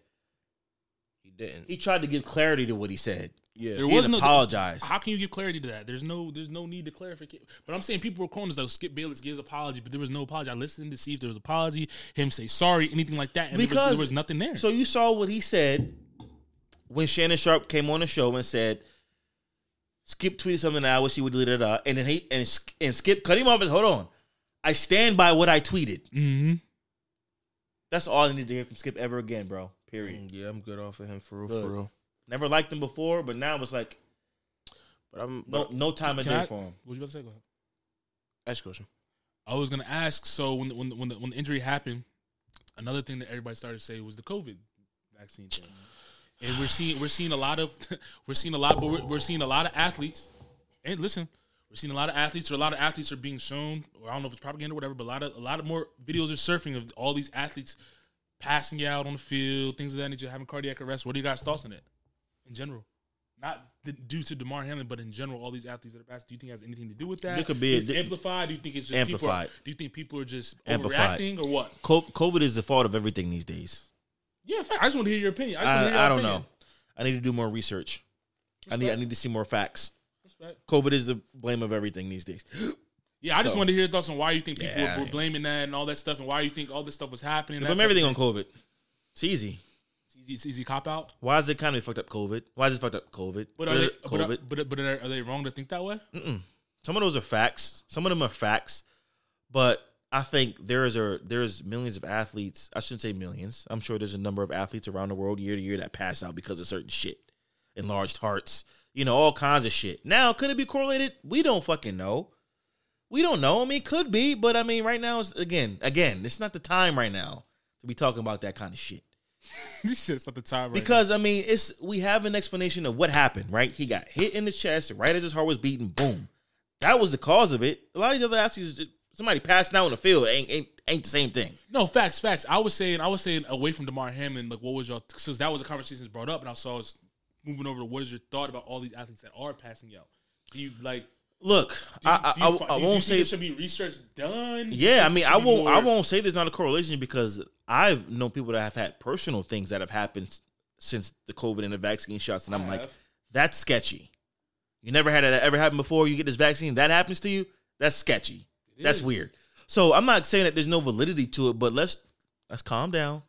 B: He didn't.
C: He tried to give clarity to what he said.
B: Yeah.
A: There
C: He
A: was
C: had
A: no
C: apologized.
A: How can you give clarity to that? There's no there's no need to clarify. But I'm saying people were quoting us like Skip Bayless gives apology, but there was no apology. I listened to see if there was apology, him say sorry, anything like that, and there was-
C: Because-
A: there, was, nothing there.
C: So you saw what he said when Shannon Sharp came on the show and said, "Skip tweeted something that I wish he would delete it," out." and then he and Sk- and Skip cut him off and said, hold on. I stand by what I tweeted.
A: mm-hmm.
C: That's all I need to hear from Skip ever again, bro. Period.
B: Yeah, I'm good off of him for real,
C: Good.
B: for real.
C: Never liked him before, but now it's like
B: But I'm
C: no no time of
A: Can
C: day
A: I-
C: for him.
A: What you about to say? Go ahead.
B: ask you a question.
A: I was gonna ask. So when the, when the, when the, when the injury happened, another thing that everybody started to say was the COVID vaccine thing. And we're seeing we're seeing a lot of we're seeing a lot, but we're, we're seeing a lot of athletes. And listen, we're seeing a lot of athletes, or a lot of athletes are being shown, or I don't know if it's propaganda or whatever, but a lot of a lot of more videos are surfing of all these athletes passing out on the field, things of that nature, having cardiac arrest. What are you guys' thoughts on it in general? Not d- due to Demar Hamlin, but in general, all these athletes that are passing. Do you think it has anything to do with that?
C: It could be a
A: Is it
C: di-
A: amplified. Do you think it's just
C: Amplified.
A: People are, do you think people are just
C: Amplified.
A: overreacting or what?
C: Co- COVID is the fault of everything these days.
A: Yeah, in fact, I just want to hear your opinion. I, just wanna hear
C: I,
A: your
C: I don't
A: opinion.
C: know. I need to do more research. I need I need to see more facts.
A: right.
C: COVID is the blame of everything these days.
A: Yeah, I just
C: So-
A: want to hear your thoughts on why you think people
C: Yeah,
A: were,
C: I-
A: were blaming that and all that stuff, and why you think all this stuff was happening.
C: They
A: That's
C: blame everything on COVID. It's easy.
A: easy, it's easy cop out.
C: Why is the economy fucked up? COVID. Why is it fucked up? COVID.
A: But are they, but, are,
C: Uh, COVID.
A: but, but are, are they wrong to think that way?
C: Some of those are facts. Some of them are facts. But I think there is a there's millions of athletes. I shouldn't say millions. I'm sure there's a number of athletes around the world year to year that pass out because of certain shit, enlarged hearts, you know, all kinds of shit. Now, could it be correlated? We don't fucking know. We don't know. I mean, could be, but I mean, right now, it's, again, again, it's not the time right now to be talking about that kind of shit.
A: you said it's not the time right
C: Because I mean, it's we have an explanation of what happened, right? He got hit in the chest right as his heart was beating. Boom, that was the cause of it. A lot of these other athletes, somebody passing out in the field ain't ain't, ain't the same thing.
A: No, facts, facts. I was saying, I was saying away from Demar Hamlin, like what was your since that was a conversation brought up, and I saw us moving over to what is your thought about all these athletes that are passing out? Do you like?
C: Look,
A: Do you,
C: I
A: do
C: I,
A: you
C: I,
A: fi-
C: I
A: do you
C: won't
A: think
C: say
A: there should be research done. Do you
C: Yeah, I
A: think
C: mean,
A: there
C: I
A: should be
C: won't. I
A: more-
C: won't say there's not a correlation because I've known people that have had personal things that have happened since the COVID and the vaccine shots, and I'm like,
A: have.
C: that's sketchy. You never had that ever happen before. You get this vaccine, that happens to you. That's sketchy. that's
A: is.
C: weird. So I'm not saying that there's no validity to it, but let's let's calm down.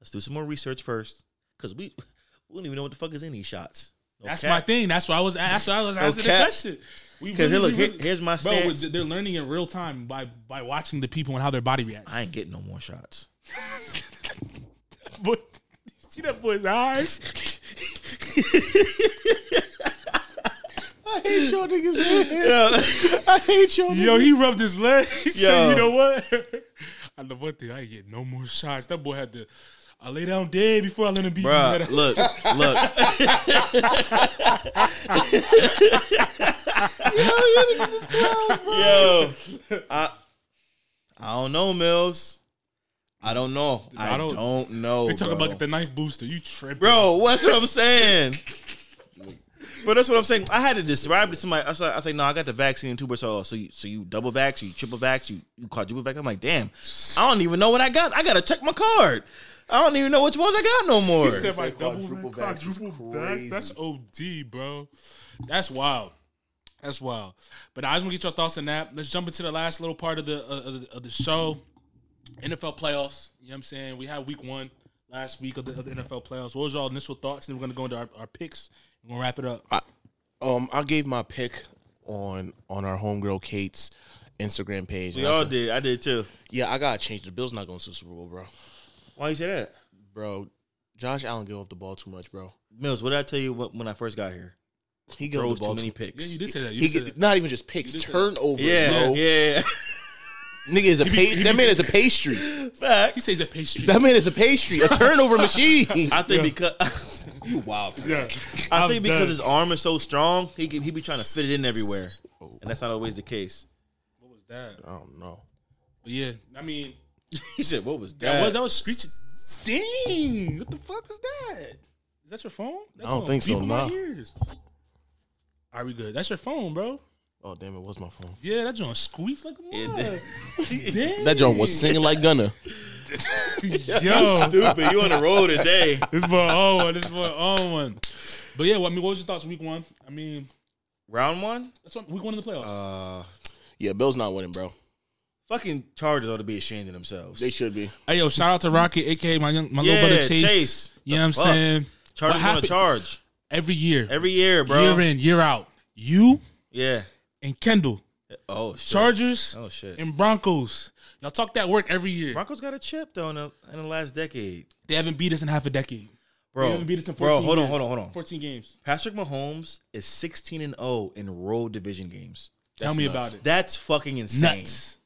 C: Let's do some more research first because we we don't even know what the fuck is in these shots. No
A: That's
C: cap.
A: my thing. That's why I was. That's why I was asking the
C: cap.
A: question. We
C: 'Cause here, look, here- here's my
A: bro.
C: stats.
A: They're learning in real time by by watching the people and how their body reacts.
C: I ain't getting no more shots.
A: But you see that boy's eyes. Yo, he rubbed his leg. He said,
C: Yo.
A: "You know what? I know one thing. I ain't get no more shots. That boy had to. I lay down dead before I let him beat me.
C: Bruh, look, look. Yo, I, I don't know, Mills. I don't know. I,
A: I
C: don't,
A: don't-
C: know.
A: They talking
C: bro.
A: about the ninth booster. You tripping,
C: bro. What's what I'm saying? But that's what I'm saying. I had to describe it to somebody. I say, I say, no, I got the vaccine and tuberculosis. So, you, so you double vax, you triple vax, you, you quadruple vax. I'm like, damn, I don't even know what I got. I gotta check my card. I don't even know which ones I got no more.
A: He said my double
B: quadruple
A: quadruple
B: vax is
A: vax. That's OD, bro. That's wild. That's wild. But I just want to get your thoughts on that. Let's jump into the last little part of the uh, of the- of the show. NFL playoffs. You know what I'm saying? We had week one last week of the, of the NFL playoffs. What was y'all initial thoughts? And then we're gonna go into our, our picks and we'll wrap it up.
B: Um, I gave my pick on on our homegirl Kate's Instagram page.
C: We
B: and I
C: all
B: said-
C: did. I did too.
B: Yeah, I gotta change. The Bills not going to the Super Bowl, bro.
C: Why you say that,
B: Bro, Josh Allen give up the ball too much, bro.
C: Mills? What did I tell you when, when I first got here?
B: He gave up
C: Throws
B: the ball
C: too many
B: much.
C: picks.
A: Yeah, you did say that. You
B: He
A: said
B: get-
A: that.
B: not even just picks, turnovers.
C: Yeah,
B: bro.
C: yeah.
B: Nigga is a
A: be-
B: pa-
A: he
B: that
A: be-
B: man is a pastry.
C: Facts.
A: He says a pastry.
B: That man is a pastry, a turnover machine.
C: I think because you wild.
A: yeah.
C: I
A: I'm
C: think because
A: done.
C: his arm is so strong, he can, he be trying to fit it in everywhere, and that's not always the case.
A: What was that?
B: I don't know.
A: But yeah, I mean,
C: He said, "What was
A: that was that was screeching. Dang! What the fuck was that? Is that your phone? That's
B: I don't
A: going
B: think so,
A: beep in my
B: nah.
A: ears. Are we good? That's your phone, bro.
B: Oh damn, it was my phone.
A: Yeah, that joint squeaks like a mug. Dang.
B: That John was singing like Gunna.
A: Yo,
C: Stupid, you on the road today.
A: this boy on one. This boy on one. But yeah, well, I mean, what was your thoughts week one? I mean,
C: Round one,
A: that's what, week one in the playoffs.
C: Uh,
B: Yeah, Bill's not winning, bro.
C: fucking Chargers ought to be ashamed of themselves.
B: They should be.
A: hey, yo, shout out to Rocket, aka my young, my
C: Yeah,
A: little brother Chase.
C: Chase.
A: You know
C: The
A: what I'm
C: fuck?
A: saying?
C: Chargers
A: What
C: want to
A: happened-
C: charge
A: Every year,
C: every year, bro.
A: year in, year out, you
C: Yeah.
A: and Kendall,
C: Oh shit.
A: Chargers,
C: Oh shit.
A: and Broncos. Y'all talk that work every year.
C: Broncos got a chip though in the, in the last decade,
A: They haven't beat us in half a decade. they
C: bro.
A: haven't beat us in 14
C: bro, hold on,
A: years.
C: hold on, hold on.
A: 14 games.
C: Patrick Mahomes is 16 and 0 in road division games.
A: Tell me about it.
C: That's fucking insane.
A: Nuts.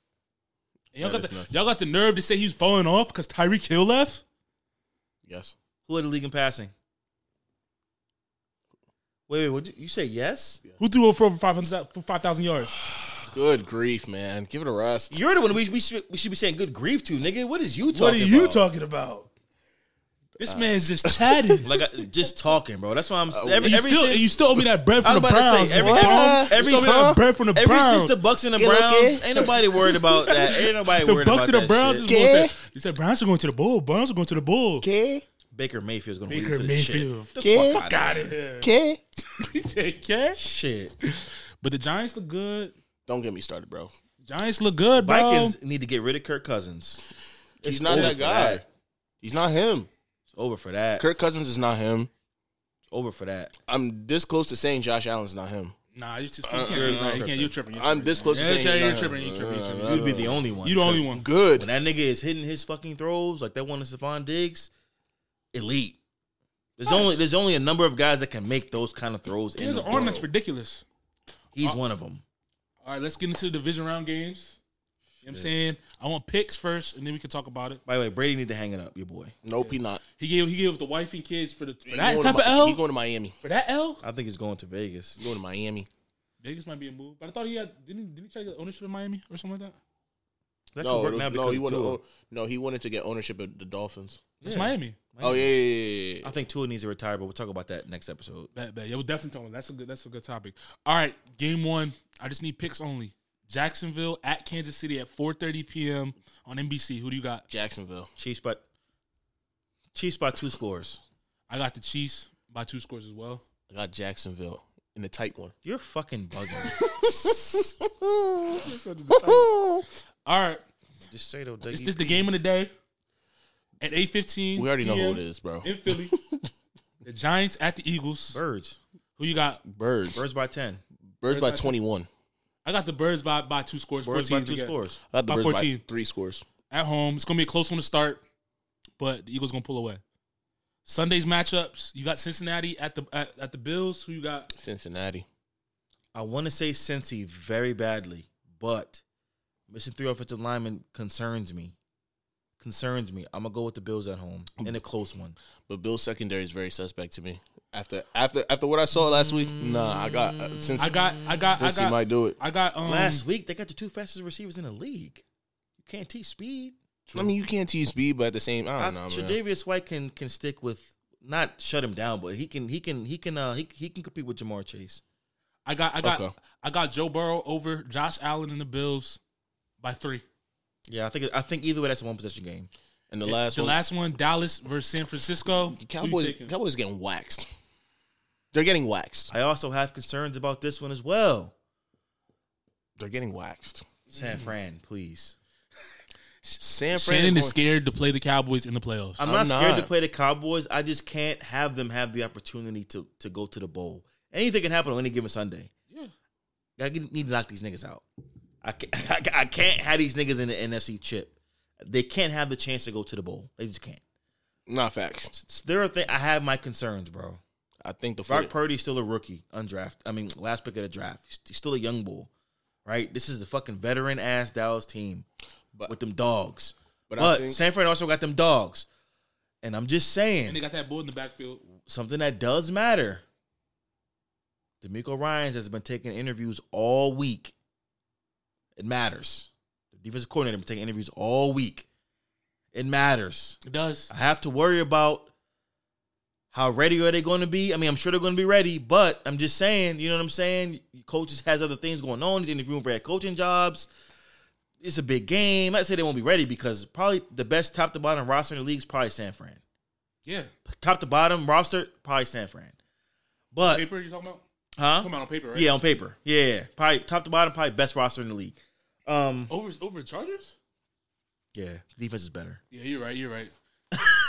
A: And y'all,
B: That
A: got
B: is nuts.
A: the, y'all got the nerve to say he's falling off because Tyreek Hill left?
B: Yes.
C: Who led the league in passing? Wait, wait, what you, you say? Yes.
A: Who threw for over 500 for 5,000 yards?
B: Good grief, man. Give it a rest.
C: You're the one we, we, should, we should be saying good grief to, nigga. What is you talking?
A: What are you
C: about? Uh,
A: talking about? This man's just chatting.
C: Like I, just talking, bro. That's why I'm.
B: Uh,
C: every,
A: you,
C: every
A: still,
C: since-
A: you still owe me that bread
C: I
A: from the
C: was about to
A: Browns.
C: say every
A: you
C: every,
A: bum.
C: every,
A: You still owe me that bread from the
C: every
A: Browns.
C: since the Bucks and the
B: Get okay.
C: Browns, ain't nobody worried about that. Ain't nobody
A: the
C: worried
A: Bucks and
C: about
A: the
C: that
A: Browns is
C: shit.
A: going to say,
I: Yeah.
A: you said Browns are going to the bowl. Browns are going to the bowl.
I: Okay.
C: Baker Mayfield's gonna lead
A: Baker
C: to the
A: Mayfield.
C: Shit.
I: Yeah.
C: The fuck out of here.
I: Okay.
A: he said, yeah.
C: Shit.
A: But the Giants look good.
B: Don't get me started, bro.
A: Giants look good, bro.
C: Vikings need to get rid of Kirk Cousins.
B: He's not
C: over
B: that
C: for
B: guy.
C: that.
B: He's not him.
C: It's over for that.
B: Kirk Cousins is not him.
C: It's over for that.
B: I'm this close to saying Josh Allen's not him.
A: Nah, you just you can't say that. You can't. You're tripping. You're
B: I'm this close to
A: Yeah,
B: saying
A: yeah, Uh,
B: he's
A: you're
B: not
A: tripping,
B: him.
A: you're tripping, you're tripping.
C: You'd be the only one.
A: You the only
C: 'cause
A: one.
B: Good.
C: When that nigga is hitting his fucking throws, like that one to Stephon Diggs, elite. There's only there's only a number of guys that can make those kind of throws.
A: He
C: in
A: has
C: the
A: an arm that's
C: world.
A: ridiculous.
C: He's one of them.
A: All right, let's get into the division round games. You know what I'm saying I want picks first, and then we can talk about it.
C: By the way, Brady need to hang it up, your boy.
B: Nope, he not.
A: He gave he gave up the wife and kids for the for
B: He
A: that
B: going to
A: type of
B: Mi- He
A: L
B: going to Miami.
A: for that L.
C: I think he's going to Vegas.
B: He going to Miami.
A: Vegas might be a move, but I thought he had didn't he- didn't he try to get ownership in Miami or something like that.
C: That
B: no,
C: could work now
B: no,
C: because
B: he
C: of
B: wanted.
C: Tua.
B: To, no, he wanted to get ownership of the Dolphins.
A: It's
C: Yeah.
A: Miami.
B: Oh yeah, yeah, yeah, yeah.
C: I think Tua needs to retire, but we'll talk about that next episode.
A: Bet bet. Yeah, we'll definitely talk about that. that's a good that's a good topic. All right, game one. I just need picks only. Jacksonville at Kansas City at 4:30 p.m. on NBC. Who do you got?
B: Jacksonville.
C: Chiefs by Chiefs by two scores.
A: I got the Chiefs by two scores as well.
B: I got Jacksonville in the tight one.
C: You're fucking bugging.
A: All right.
C: Just say though,
A: Is this the game of the day? At eight fifteen,
B: We already know who it is, bro.
A: in Philly. the Giants at the Eagles.
C: birds.
A: Who you got?
B: Birds. Birds,
C: Birds by ten.
B: by
A: by-
B: twenty one.
A: I got the Birds by by two scores.
C: Birds
A: 14
C: by two
A: together.
C: scores.
B: I got the
A: By
B: Birds
A: 14.
B: by three scores.
A: at home. It's gonna be a close one to start, but the Eagles gonna pull away. Sunday's matchups. You got Cincinnati at the at, at the Bills. Who you got?
B: Cincinnati.
C: I want to say Cincy very badly, but missing three offensive linemen concerns me. Concerns me. I'm gonna go with the Bills at home in a close one.
B: But Bill's secondary is very suspect to me. After after after what I saw last week, nah, I got uh, since
A: I got I got I
B: since he
A: got
B: might do it.
A: I got um
C: Last week they got the two fastest receivers in the league. You can't teach speed.
B: I mean, you can't tease speed, but at the same, I
C: I
B: don't know, man.
C: Tre'Davious White can can stick with not shut him down, but he can he can he can uh he, he can compete with Jamar Chase.
A: I got I got
B: Okay.
A: I got Joe Burrow over Josh Allen and the Bills by three.
C: Yeah, I think I think either way that's a one possession game.
B: And the last
A: the
B: one,
A: last one, Dallas versus San Francisco. Who you
B: Cowboys,
A: taking?
B: Cowboys getting waxed. They're getting waxed.
C: I also have concerns about this one as well.
B: They're getting waxed.
C: San Fran, please.
B: San Fran
A: Shannon is
B: going-
A: scared to play the Cowboys in the playoffs.
C: I'm,
B: I'm
C: not, scared
B: not.
C: to play the Cowboys. I just can't have them have the opportunity to to go to the bowl. Anything can happen on any given Sunday.
A: Yeah.
C: I get- need to knock these niggas out. I can't, I ca- I can't have these niggas in the NFC chip. They can't have the chance to go to the bowl. They just can't.
B: Not facts.
C: S- There are things I have my concerns, bro.
B: I think the
C: Brock
B: foot,
C: Purdy's still a rookie, undrafted. I mean, last pick of the draft. He's- He's still a young bull, right? This is the fucking veteran ass Dallas team
B: But-
C: with them dogs.
B: but
C: But,
B: I think-
C: San Fran also got them dogs. And I'm just
A: and they
C: saying
A: got that bull in the backfield.
C: something that does matter. D'Amico Ryan's has been taking interviews all week. It matters. The defensive coordinator been taking interviews all week. It matters.
A: It does.
C: I have to worry about how ready are they going to be. I mean, I'm sure they're going to be ready, but I'm just saying, you know what I'm saying? Coaches has other things going on. He's interviewing for head coaching jobs. It's a big game. Not to say they won't be ready because probably the best top to bottom roster in the league is probably San Fran.
A: Yeah.
C: Top to bottom roster, probably San Fran. But
A: Paper you talking about?
C: huh?
A: Talking about on paper, right?
C: Yeah, on paper. Yeah, yeah. Probably top to bottom, probably best roster in the league. Um,
A: Over over Chargers?
C: yeah, defense is better.
A: Yeah, you're right. You're right.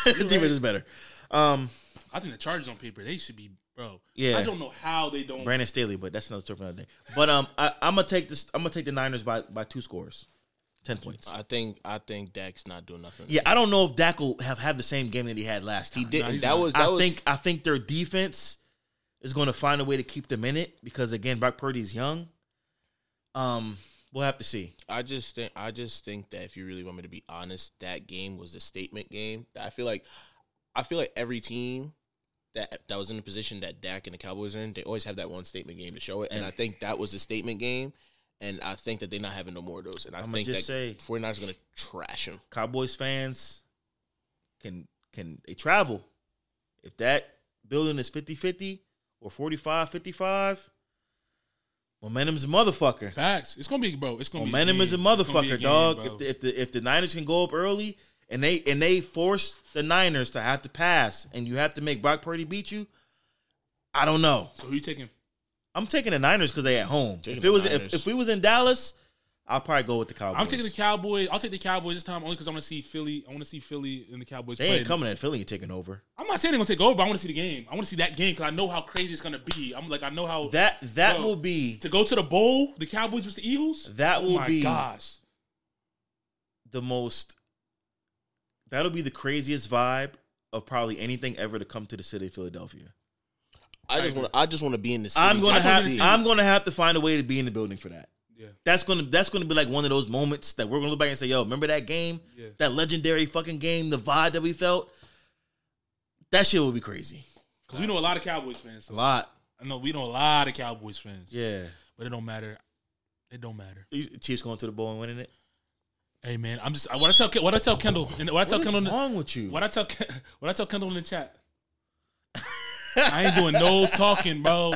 C: defense is better. Um,
A: I think the Chargers on paper they should be, bro.
C: Yeah.
A: I don't know how they don't.
C: Brandon Staley, but that's another story for another day. But um, I, I'm gonna take this. I'm gonna take the Niners by by two scores, ten points.
B: I think I think Dak's not doing nothing.
C: Yeah, I don't know if Dak will have had the same game that he had last time.
B: he did.
A: Nah, he's
B: that
A: not.
B: was that
C: I
B: was,
C: think I think their defense is going to find a way to keep them in it because again, Brock Purdy's young. Um, we'll have to see.
B: I just think I just think that if you really want me to be honest, that game was a statement game. I feel like I feel like every team that that was in the position that Dak and the Cowboys are in, they always have that one statement game to show it. And, I think that was a statement game. And I think that they're not having no more of those. And I
C: I'ma
B: think
C: just
B: that
C: say-
B: 49ers are gonna trash him.
C: Cowboys fans can can they travel? If that building is 50-50 or 45-55, momentum's a motherfucker.
A: Facts. It's gonna be, bro. It's gonna
C: Momentum
A: be
C: is a
A: game. It's gonna be
C: motherfucker,
A: game,
C: dog.
A: bro.
C: If the, if the if the Niners can go up early and they and they force the Niners to have to pass and you have to make Brock Purdy beat you, I don't know.
A: so who you taking?
C: I'm taking the Niners because they at home.
B: Taking
C: if
B: the
C: it was
B: Niners.
C: if, if we was in Dallas, I'll probably go with the Cowboys.
A: I'm taking the Cowboys. I'll take the Cowboys this time only because I want to see Philly. I want to see Philly and the Cowboys.
C: They
A: play.
C: ain't coming at Philly and taking over.
A: I'm not saying they're gonna take over. but I want to see the game. I want to see that game because I know how crazy it's gonna be. I'm like, I know how
C: That that
A: Bro.
C: will be
A: to go to the bowl. The Cowboys versus the Eagles.
C: That
A: oh
C: will
A: my
C: be-
A: gosh.
C: the most. That'll be the craziest vibe of probably anything ever to come to the city of Philadelphia.
B: I just want I just want to be in the city.
C: I'm gonna
B: just to
C: have
B: see.
C: I'm gonna have to find a way to be in the building for that.
A: Yeah.
C: That's gonna that's gonna be like one of those moments that we're gonna look back and say, "Yo, remember that game?
A: Yeah.
C: That legendary fucking game, the vibe that we felt. That shit would be crazy.
A: Because we know a lot of Cowboys fans.
C: A lot.
A: I know we know a lot of Cowboys fans.
C: Oh. Yeah.
A: But it don't matter. It don't matter.
C: Chiefs going to the bowl and winning it.
A: Hey man, I'm just I, what I tell Ke- what I tell Kendall and what I tell
C: What is
A: Kendall in the,
C: wrong with you?
A: what I tell Ken- what I tell Kendall in the chat. I ain't doing no talking, bro.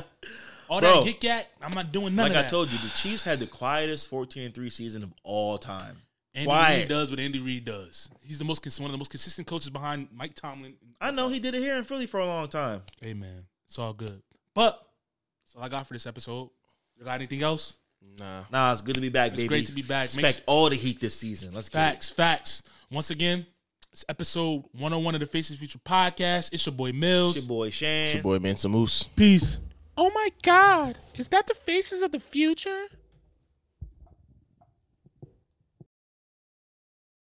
A: All
C: Bro.
A: that get gat, I'm not doing none
C: like
A: of
C: I
A: that.
C: told you, the Chiefs had the quietest 14 and 3 season of all time.
A: Andy
C: Quiet.
A: Reid does what Andy Reid does. He's the most cons- one of the most consistent coaches behind Mike Tomlin.
C: I know he did it here in Philly for a long time.
A: Hey man, it's all good. But that's all I got for this episode. You got anything else?
B: nah.
C: Nah, it's good to be back,
A: It's
C: baby.
A: great to be back. Make-
C: Expect all the heat this season. Let's get it.
A: Facts, facts. Once again, it's episode 101 of the Faces Future podcast. It's your boy Mills.
C: It's your boy Shan.
B: Your boy Mansa Moose.
A: Peace.
H: Oh my God. Is that the faces of the future?